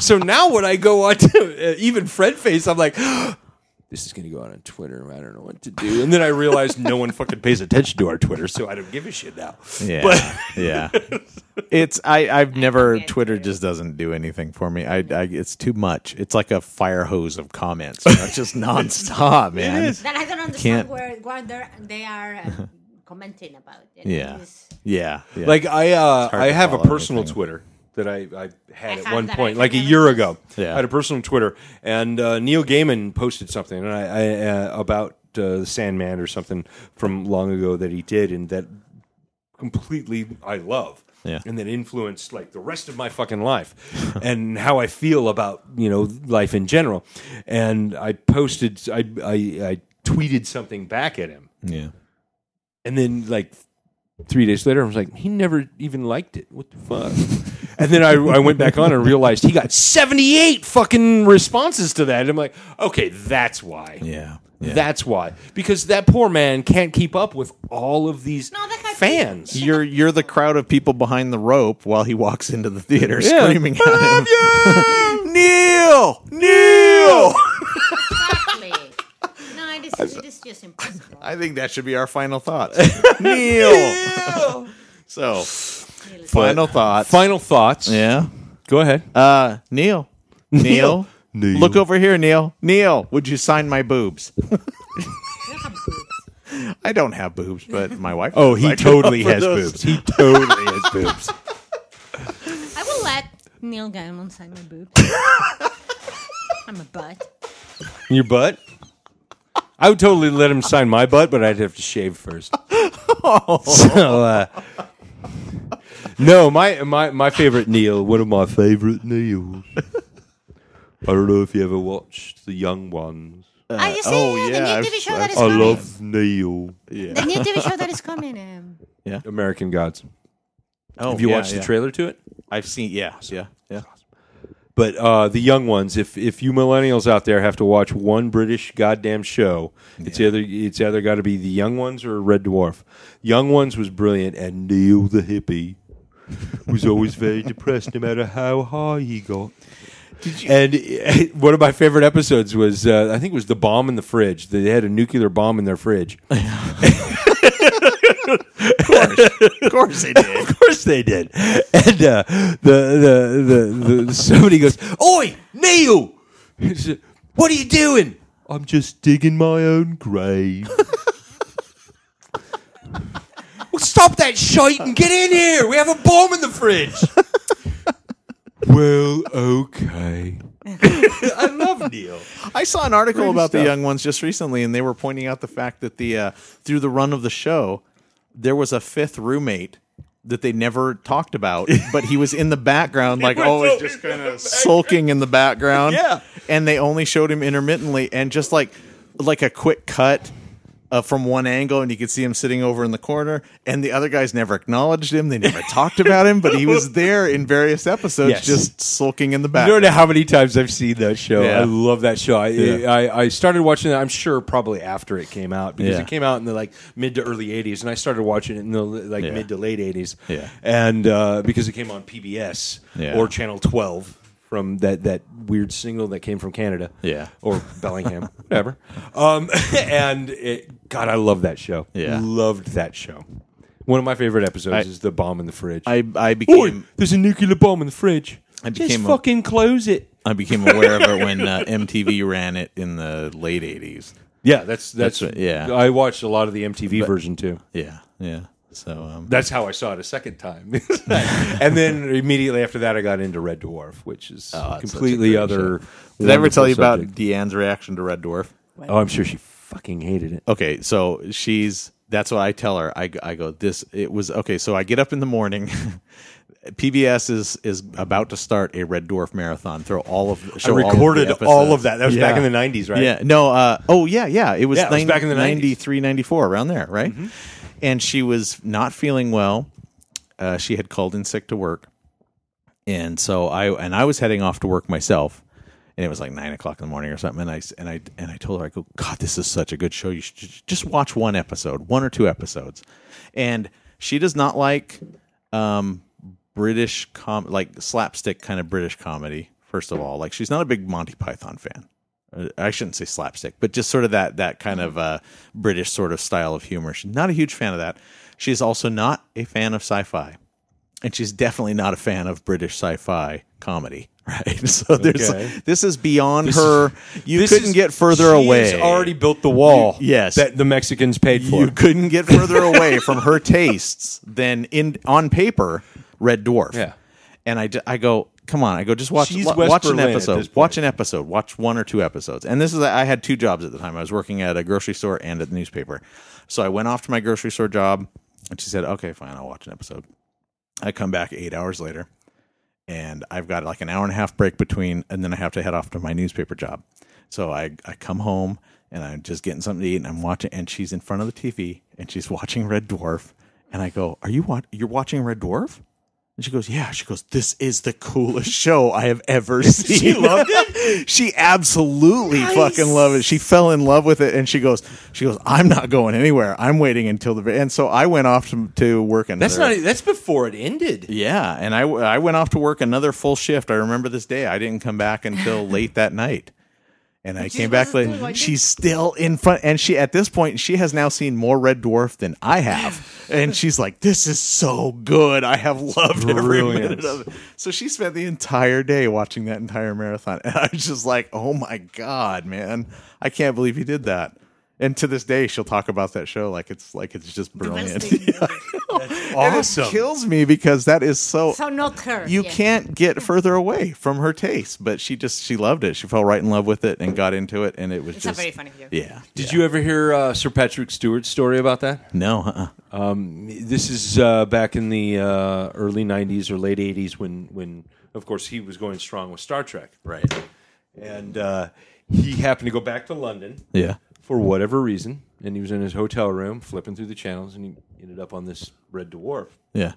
S1: So now when I go on to uh, even Fred Face, I'm like, this is going to go out on Twitter. I don't know what to do. And then I realized no one fucking pays attention to our Twitter, so I don't give a shit now.
S2: Yeah,
S1: But
S2: yeah. It's I I've never
S3: get
S2: Twitter
S3: it.
S2: just doesn't do anything for me. I, I it's too much. It's like a fire hose of comments. You know, It's just nonstop, man.
S3: That I don't
S2: can't-
S3: understand where, where they're, they are uh, commenting about. you know,
S2: Yeah.
S3: it's-
S2: yeah, yeah.
S1: like I, uh,
S2: hard
S1: I
S2: to
S1: have a
S2: follow
S1: personal
S2: everything.
S1: Twitter that I, I had
S3: I
S1: at
S3: had
S1: one
S3: that I
S1: point,
S3: had
S1: like a
S3: never
S1: year ago.
S2: Yeah.
S1: I had a person on Twitter, and uh, Neil Gaiman posted something, and I, I uh, about uh, the Sandman or something from long ago that he did, and that completely I love.
S2: Yeah.
S1: And that influenced like the rest of my fucking life and how I feel about, you know, life in general. And I posted I I, I tweeted something back at him.
S2: Yeah.
S1: And then like three days later I was like, he never even liked it. What the fuck? and then I, I went back on and realized he got seventy eight fucking responses to that. And I'm like, okay, that's why.
S2: Yeah. Yeah.
S1: That's why. Because that poor man can't keep up with all of these
S3: No, that guy-
S1: fans.
S2: you're you're the crowd of people behind the rope while he walks into the theater
S1: Yeah.
S2: screaming
S1: I
S2: at him.
S1: love you!
S2: Neil, Neil.
S3: Exactly. no, it is, it is just impossible.
S2: I think that should be our final thoughts. Neil. So, final thoughts.
S1: Final thoughts.
S2: yeah.
S1: Go ahead.
S2: Uh, Neil. Neil.
S1: Neil.
S2: Look over here, Neil. Neil, would you sign my boobs? I don't have boobs, but my wife.
S1: oh, he
S2: I do
S1: totally
S2: for
S1: has
S2: those.
S1: boobs. He totally has boobs.
S3: I will let Neil Gaiman sign my boob. I'm a
S2: Uh,
S3: butt.
S1: Your butt? I would totally let him sign my butt, but I'd have to shave first. So, uh, no, my, my, my favorite Neil, one of my favorite Neils. I don't know if you ever watched The Young Ones.
S3: Ah, you see,
S2: oh,
S3: yeah,
S2: yeah,
S3: the
S2: I've-
S3: new TV show
S2: I've-
S3: that is
S1: I
S3: coming.
S1: love Neil.
S3: The new TV show that is coming. Um,
S1: American Gods.
S2: Oh,
S1: Have you
S2: yeah,
S1: watched
S2: yeah.
S1: the trailer to it?
S2: I've seen. Yeah, yeah, yeah.
S1: But uh, the young ones, if if you millennials out there have to watch one British goddamn show, it's either it's either got to be the young ones or Red Dwarf. Young ones was brilliant, and Neil the hippie was always very depressed, no matter how high he got. And eh, one of my favorite episodes was uh, I think it was the bomb in the fridge. They had a nuclear bomb in their fridge.
S2: Of course they did.
S1: Of course they did. And uh, the, the, the, the somebody goes, "Oi, Neil, He said, what are you doing?" I'm just digging my own grave. well, stop that shite and get in here. We have a bomb in the fridge. well, okay. I love Neil.
S2: I saw an article about the
S1: stuff.
S2: young ones just recently, and they were pointing out the fact that the uh, through the run of the show, there was a fifth roommate that they never talked about, but he was in the background, like
S1: was
S2: always
S1: always
S2: just
S1: in
S2: kind of sulking in the background.
S1: Yeah.
S2: and they only showed him intermittently, and just like like a quick cut. Uh, from one angle, and you could see him sitting over in the corner, and the other guys never acknowledged him. They never talked about him, but he was there in various episodes,
S1: Yes.
S2: just sulking in the
S1: You don't
S2: background.
S1: know how many times I've seen that show.
S2: Yeah.
S1: I love that show. I,
S2: Yeah.
S1: I I started watching it. I'm sure probably after it came out because
S2: Yeah.
S1: it came out in the like mid to early '80s, and I started watching it in the like
S2: Yeah.
S1: mid to late '80s.
S2: Yeah.
S1: and uh, because it came on PBS
S2: Yeah.
S1: or Channel 12 from that that weird single that came from Canada.
S2: Yeah.
S1: or Bellingham, whatever. Um, and it, God, I love that show.
S2: Yeah.
S1: loved that show. One of my favorite episodes
S2: I-
S1: is the bomb in the fridge.
S2: I I
S1: Boy,
S2: became
S1: there's a nuclear bomb in the fridge.
S2: I
S1: Just
S2: became a-
S1: fucking close it.
S2: I became aware of it when uh, MTV ran it in the late '80s.
S1: Yeah, that's that's,
S2: That's what- yeah.
S1: I watched a lot of the MTV version too.
S2: Yeah, yeah. So, um,
S1: That's how I saw it a second time, and then immediately after that, I got into Red Dwarf, which is
S2: Oh, it's such a
S1: completely
S2: great
S1: other.
S2: show. did I ever tell you
S1: wonderful
S2: about
S1: subject.
S2: Deanne's reaction to Red Dwarf?
S1: Oh, I'm sure she fucking hated it.
S2: Okay, so she's that's what I tell her. I, I go this. It was okay. So I get up in the morning. PBS is is about to start a Red Dwarf marathon. Throw all of
S1: I
S2: show all of the
S1: recorded all
S2: episodes.
S1: of that. That was back
S2: Yeah.
S1: in the '90s, right?
S2: Yeah. No. Uh, oh, yeah. Yeah. It was,
S1: Yeah, it was
S2: nine-
S1: back in the Mm-hmm. 90s.
S2: 93, 94, around there, right? And she was not feeling well. Uh, she had called in sick to work, and so I and I was heading off to work myself, and it was like nine o'clock in the morning or something. And I s- and I and I told her, I go, God, this is such a good show. You should ju- just watch one episode, one or two episodes. And she does not like um, British com like slapstick kind of British comedy. First of all, like she's not a big Monty Python fan. Uh, I shouldn't say slapstick, but just sort of that that kind of uh, British sort of style of humor. She's not a huge fan of that. She's also not a fan of sci-fi, and she's definitely not a fan of British sci-fi comedy. Right? So there's
S1: Okay.
S2: this is beyond her. You
S1: This
S2: couldn't
S1: is-
S2: get further
S1: she's
S2: away.
S1: Already built the wall.
S2: You- yes.
S1: that the Mexicans paid for.
S2: you couldn't get further away from her tastes than in on paper Red Dwarf.
S1: Yeah.
S2: and I, ju- I go, come on, I go, just watch
S1: She's
S2: wa-
S1: West
S2: watch
S1: Berlin
S2: an
S1: at this
S2: episode,
S1: point.
S2: watch an episode, watch one or two episodes. And this is I had two jobs at the time. I was working at a grocery store and at the newspaper, so I went off to my grocery store job, and she said, okay, fine, I'll watch an episode. I come back eight hours later, and I've got like an hour and a half break between, and then I have to head off to my newspaper job. So I, I come home and I'm just getting something to eat, and I'm watching, and she's in front of the TV and she's watching Red Dwarf, and I go, "Are you wat- You're watching Red Dwarf?" And she goes, "Yeah." She goes, "This is the coolest show I have ever seen." she loved it. she absolutely fucking loved it. She fell in love with it, and she goes, "She goes, I'm not going anywhere. I'm waiting until the." ve-" And so I went off to, to work another.
S1: That's not. e-, That's before it ended.
S2: Yeah, and I, I went off to work another full shift. I remember this day. I didn't come back until late that night. And I came back
S3: wasn't
S2: late.
S3: doing
S2: She's still in front and she at this point she has now seen more Red Dwarf than I have. and she's like, This is so good. I have loved every
S1: Brilliant.
S2: minute of it. So she spent the entire day watching that entire marathon. And I was just like, Oh my God, man. I can't believe you did that. And to this day, she'll talk about that show like it's like it's just
S3: The best
S2: brilliant.
S3: thing.
S2: It kills me because that is so
S3: So not her.
S2: you
S3: yeah.
S2: can't get further away from her taste. But she just she loved it. She fell right in love with it and got into it, and it was
S3: It's
S2: just
S3: a very funny video.
S2: Yeah.
S1: Did you ever hear uh, Sir Patrick Stewart's story about that?
S2: No. Uh-uh.
S1: This is uh, back in the uh, early '90s or late '80s when, when of course, he was going strong with Star Trek,
S2: Right.
S1: and uh, he happened to go back to London.
S2: Yeah.
S1: for whatever reason, and he was in his hotel room flipping through the channels, and he ended up on this Red Dwarf.
S2: Yeah.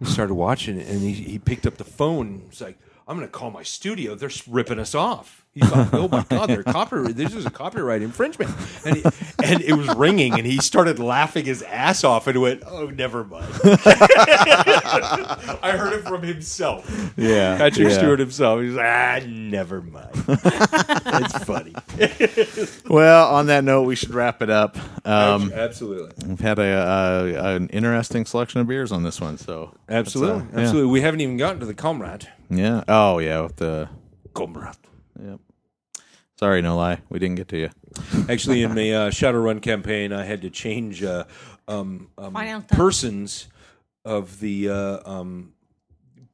S1: He started watching it, and he, he picked up the phone. And he's like, "I'm going to call my studio. They're s- ripping us off." He's like, "Oh my god, they're copyright. This is a copyright infringement." And he, and it was ringing, and he started laughing his ass off, and went, "Oh, never mind." I heard it from himself.
S2: Yeah.
S1: Patrick
S2: Yeah.
S1: Stewart himself. He's like, ah, never mind. it's funny.
S2: Well, on that note, we should wrap it up. Um,
S1: Absolutely.
S2: we've had a, a an interesting selection of beers on this one, so that's, uh,
S1: Absolutely,
S2: yeah.
S1: absolutely. We haven't even gotten to the comrade.
S2: Yeah. Oh yeah. With the
S1: Comrade.
S2: sorry, no lie, we didn't get to you.
S1: Actually, in my uh, Shadowrun campaign, I had to change uh, um, um,
S3: Final thought.
S1: persons of the uh, um,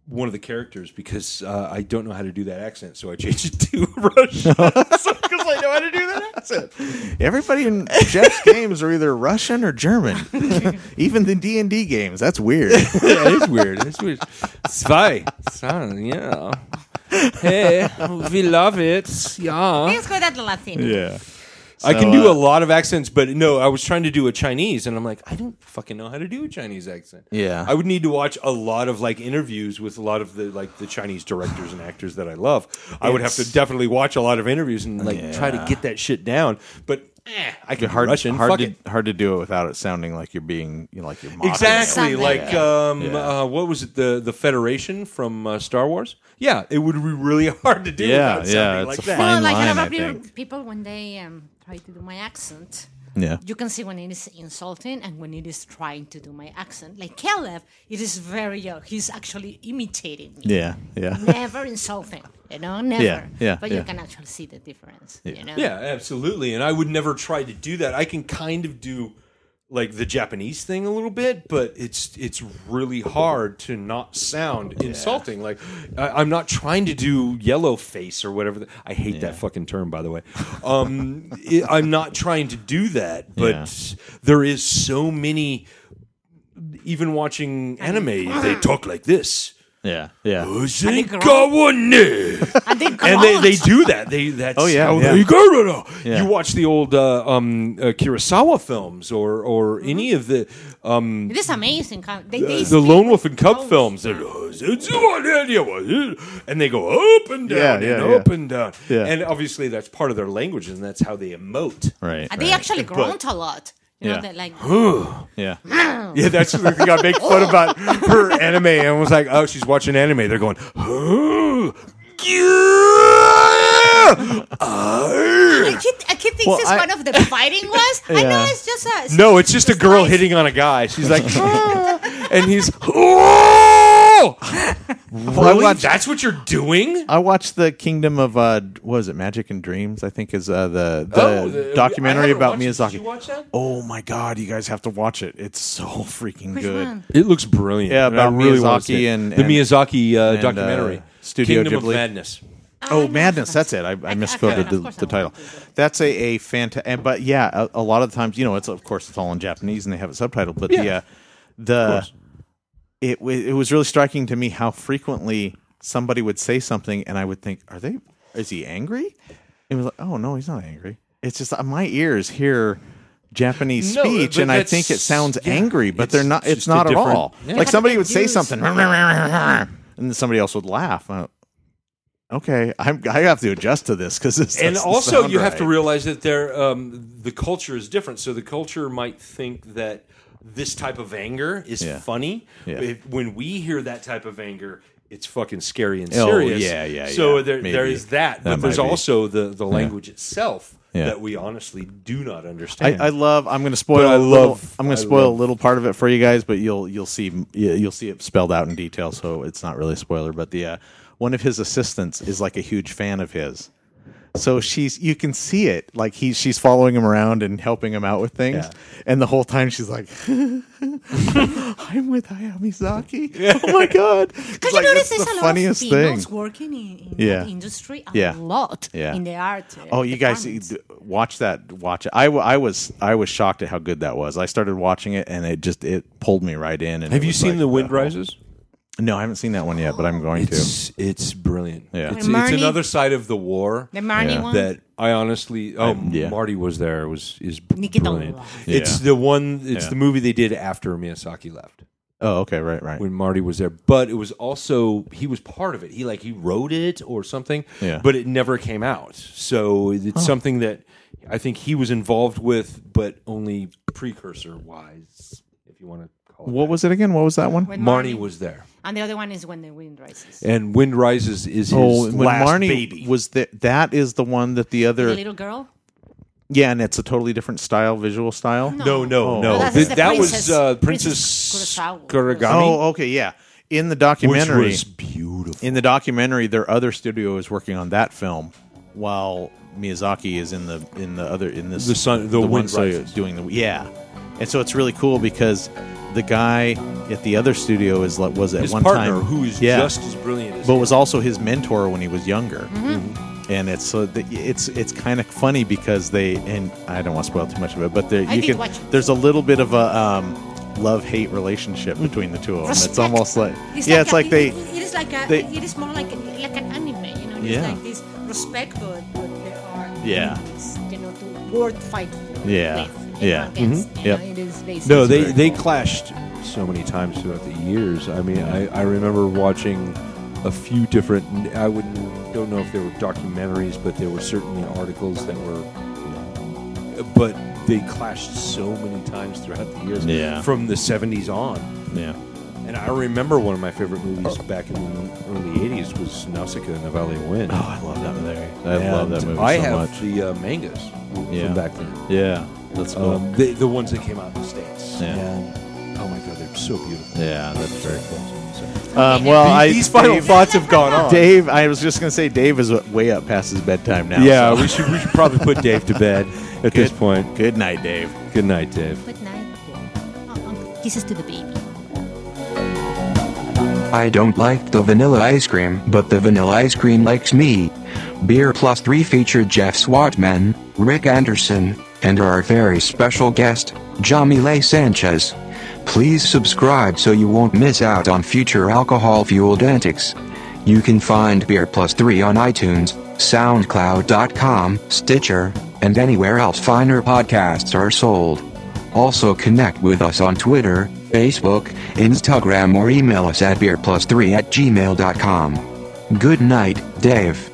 S1: one of the characters because uh, I don't know how to do that accent, so I changed it to Russian.
S2: Because I know how to do that accent. Everybody in Jeff's games are either Russian or German. Even the D and D games. That's weird.
S1: yeah, it's weird. It's weird. Zwei, son, yeah. Hey, we love it. Yeah.
S3: Let's go that Latin.
S2: yeah.
S1: I
S2: So,
S1: can do a
S2: uh,
S1: lot of accents, but no, I was trying to do a Chinese, and I'm like, I don't fucking know how to do a Chinese accent.
S2: Yeah.
S1: I would need to watch a lot of like interviews with a lot of the like the Chinese directors and actors that I love. I would have
S2: It's-
S1: to definitely watch a lot of interviews and like try to
S2: Yeah.
S1: get that shit down. But eh, I can
S2: hard,
S1: Russian.
S2: hard
S1: Fuck
S2: to
S1: it.
S2: hard to do it without it sounding like you're being you know, like you're mocking
S1: Exactly,
S3: Something.
S1: like um,
S2: Yeah.
S1: Uh, what was it the the Federation from uh, Star Wars? Yeah, it would be really hard to do.
S2: Yeah,
S1: without
S2: yeah,
S1: sounding
S2: it's
S1: like
S2: a
S1: that.
S2: fine-
S3: No, like
S2: line,
S3: a
S2: I
S3: lot of people-
S2: think.
S3: people when they um, try to do my accent,
S2: them. Yeah.
S3: you can see when it is insulting and when it is trying to do my accent. Like Caleb, it is very young. He's actually imitating me.
S2: Yeah. Yeah.
S3: Never insulting, you know, never.
S2: yeah,
S3: but
S2: yeah.
S3: you can actually see the difference. You know?
S1: Yeah, absolutely. And I would never try to do that. I can kind of do like the Japanese thing a little bit, but it's it's really hard to not sound insulting. Like I, I'm not trying to do yellow face or whatever. the- I hate that fucking term, by the way. Um, it, I'm not trying to do that, but there is so many. Even watching anime, they talk like this.
S2: Yeah. Yeah.
S1: "Ozenkawane."
S3: And they
S1: and they,
S3: grunt.
S1: they do that. They that's
S2: Oh, yeah,
S1: how
S2: yeah.
S1: they go.
S2: Yeah.
S1: You watch the old uh, um, uh, Kurosawa films or or any of the um, uh,
S3: It is amazing. how They, they
S1: the
S3: speak
S1: Lone Wolf
S3: with
S1: and Cub
S3: tones.
S1: films. They're, And they go up and down
S2: Yeah, yeah,
S1: and
S2: yeah.
S1: up and down.
S2: Yeah.
S1: And obviously that's part of their language and that's how they emote.
S2: Right.
S3: And they
S2: right.
S3: actually grunt a lot. You know,
S2: Yeah.
S3: they're like,
S2: Yeah.
S1: Yeah, that's the thing I make fun about her anime and was like, oh, she's watching anime. They're going, "Huh? Yeah. Arr."
S3: I kid, I kid uh, thinks
S2: Well,
S3: it's
S2: I-
S3: one of the fighting ones. I know
S2: Yeah.
S3: it's just a
S1: No, it's just a girl
S3: nice.
S1: hitting on a guy. She's like, "Ah," and he's, oh!
S2: I
S1: Really?
S2: watched-
S1: That's what you're doing?
S2: I watched the Kingdom of uh, what was it Magic and Dreams? I think is uh, the the
S1: Oh, the- I
S2: documentary
S1: haven't
S2: about
S1: watched it.
S2: Miyazaki.
S1: Did you watch that?
S2: Oh my god, you guys have to watch it. It's so freaking
S3: Which
S2: good.
S3: one?
S1: It looks brilliant.
S2: Yeah,
S1: and I
S2: about
S1: really wanna
S2: Miyazaki
S1: see it.
S2: and-
S1: the
S2: and-
S1: Miyazaki uh,
S2: and, uh,
S1: documentary,
S2: Studio
S1: Kingdom
S2: Ghibli.
S1: of Madness.
S2: Oh,
S3: no,
S2: madness!
S3: that's-
S2: That's it. I, I,
S3: I-
S2: misquoted
S3: I got it.
S2: the,
S3: Of course
S2: the
S3: I
S2: title.
S3: wanted to.
S2: That's a a fantastic. But yeah, a, a lot of the times, you know, it's of course it's all in Japanese and they have it subtitled. But
S1: Yeah.
S2: yeah, the
S1: course.
S2: it wa- it was really striking to me how frequently somebody would say something and I would think, are they? Is he angry? It was like, oh no, he's not angry. It's just uh, my ears hear. Japanese
S1: No,
S2: speech,
S1: but
S2: and I
S1: that's-
S2: think it sounds
S1: yeah,
S2: angry, but
S1: it's-
S2: they're not.
S1: it's
S2: It's
S1: just a
S2: not at
S1: different-
S2: all.
S1: Yeah.
S2: Like
S3: How
S2: somebody
S3: did
S2: would say
S3: you-
S2: something, and then somebody else would laugh. Uh, okay, I'm, I have to adjust to this because this
S1: and
S2: doesn't
S1: also
S2: sound
S1: you have to
S2: right.
S1: realize that their um, the culture is different. So the culture might think that this type of anger is
S2: Yeah.
S1: funny.
S2: Yeah.
S1: If- when we hear that type of anger, it's fucking scary and
S2: Oh,
S1: serious.
S2: yeah, yeah,
S1: So
S2: yeah.
S1: there,
S2: Maybe.
S1: there is that,
S2: That
S1: but there's
S2: might be.
S1: also the the language itself
S2: Yeah.
S1: that we honestly do not understand.
S2: I, I love. I'm going to spoil.
S1: But I
S2: a little-
S1: love-
S2: I'm going
S1: I
S2: to spoil
S1: love-
S2: a little part of it for you guys, but you'll you'll see yeah, you'll see it spelled out in detail, so it's not really a spoiler. But the uh, one of his assistants is like a huge fan of his, so she's you can see it like he's she's following him around and helping him out with things, and the whole time she's like, "I'm with Hayao Mizaki. Oh my god! It's
S3: Because
S2: like,
S3: you notice
S2: that's
S3: there's
S2: the
S3: a lot of
S2: funniest thing.
S3: females working in, in
S2: Yeah.
S3: that industry a
S2: Yeah.
S3: lot
S2: Yeah.
S3: in the art. uh,
S2: Oh, you guys
S3: departments.
S2: d- watch that! Watch it. I, w- I was I was shocked at how good that was. I started watching it and it just it pulled me right in. And
S1: have
S2: it
S1: you
S2: was
S1: seen
S2: like
S1: The Wind
S2: whole-
S1: Rises?
S2: No, I haven't seen that one yet, but I'm going to.
S1: It's it's brilliant.
S2: Yeah.
S1: It's,
S3: And
S1: it's
S3: Marnie-
S1: another side of the war.
S3: The Marnie
S2: Yeah.
S3: one.
S1: that I honestly, oh,
S2: yeah.
S1: Marty was there. Was is b-
S3: Nikita
S1: brilliant.
S3: Lyle.
S1: It's
S2: Yeah.
S1: the one. It's
S2: Yeah.
S1: the movie they did after Miyazaki left
S2: Oh, okay, right, right.
S1: when Marty was there. But it was also he was part of it. He like he wrote it or something.
S2: Yeah.
S1: But it never came out. So it's something that I think he was involved with, but only precursor wise, if you want to call it.
S2: What was it again? What was that one?
S3: When
S1: that. Marnie was there,
S3: And the other one is when the wind rises.
S1: and Wind Rises is his
S2: oh, when
S1: last
S2: Marnie
S1: baby.
S2: was that? That is the one that the
S3: The
S2: other.
S3: little girl.
S2: Yeah, and it's a totally different style, visual style.
S1: no, no, no.
S2: Oh. No,
S3: that's
S1: Th-
S3: the
S1: that was
S3: princess-
S1: uh, Princess
S3: Princess Kurosawa.
S1: Kuragami.
S2: Oh, okay, yeah. In the
S1: which
S2: documentary,
S1: was beautiful.
S2: in the documentary, their other studio is working on that film, while Miyazaki is in the in the other in this
S1: The sun- the
S2: one
S1: wind
S2: studio
S1: rises.
S2: doing the yeah, and so it's really cool because the guy at the other studio is like was at
S1: his
S2: one
S1: partner,
S2: time
S1: who is
S2: yeah,
S1: just as brilliant as
S2: but
S1: him.
S2: was also his mentor when he was younger.
S3: Mm-hmm.
S2: Mm-hmm. And it's so that it's it's kind of funny because they and I don't want to spoil too much of it, but there you
S3: did
S2: can
S3: watch it.
S2: there's a little bit of a um, love hate relationship between the two of them. It's
S3: Respect.
S2: almost like yeah, it's
S3: a-
S2: like they
S3: It, it is like a.
S2: they-
S3: it is more like an, like an anime, you know. It's
S2: Yeah.
S3: like this respect, but but there are
S2: Yeah.
S3: enemies, you know, to word fight. For,
S2: Yeah.
S3: with,
S2: Yeah. Mm-hmm.
S3: You know, against, you
S2: Yep.
S3: know, it is basically
S1: no, they
S3: very
S1: they
S3: cool.
S1: clashed so many times throughout the years. I mean, I, I remember watching a few different. I wouldn't don't know if they were documentaries, but there were certainly articles that were. But they clashed so many times throughout the years.
S2: Yeah.
S1: from the seventies on.
S2: yeah.
S1: And I remember one of my favorite movies back in the early '80s was Nausicaa and the Valley of Wind.
S2: Oh, I love that movie. I love that
S1: And
S2: movie
S1: I
S2: so
S1: have
S2: much.
S1: the uh, mangas
S2: Yeah.
S1: from back then.
S2: Yeah, that's cool.
S1: Um, the, the ones that came out in the states.
S2: Yeah.
S1: And, oh my god, they're so beautiful.
S2: yeah, that's very
S1: cool.
S2: cool. Um, well, I
S1: These final
S2: Dave,
S1: thoughts have gone on.
S2: Dave, I was just gonna say Dave is way up past his bedtime now.
S1: yeah,
S2: so-
S1: we should we should probably put Dave to bed at this
S2: Good-
S1: point.
S2: Good night, Dave.
S1: Good night, Dave.
S3: Good night. Oh, oh, kisses to the baby.
S4: I don't like the vanilla ice cream, but the vanilla ice cream likes me. Beer Plus 3 featured Jeff Swatman, Rick Anderson, and our very special guest, Jamile Sanchez. Please subscribe so you won't miss out on future alcohol fueled antics. You can find Beer Plus 3 on iTunes, SoundCloud.com, Stitcher, and anywhere else finer podcasts are sold. Also connect with us on Twitter, Facebook, Instagram or email us at beerplus3 at gmail.com. Good night, Dave.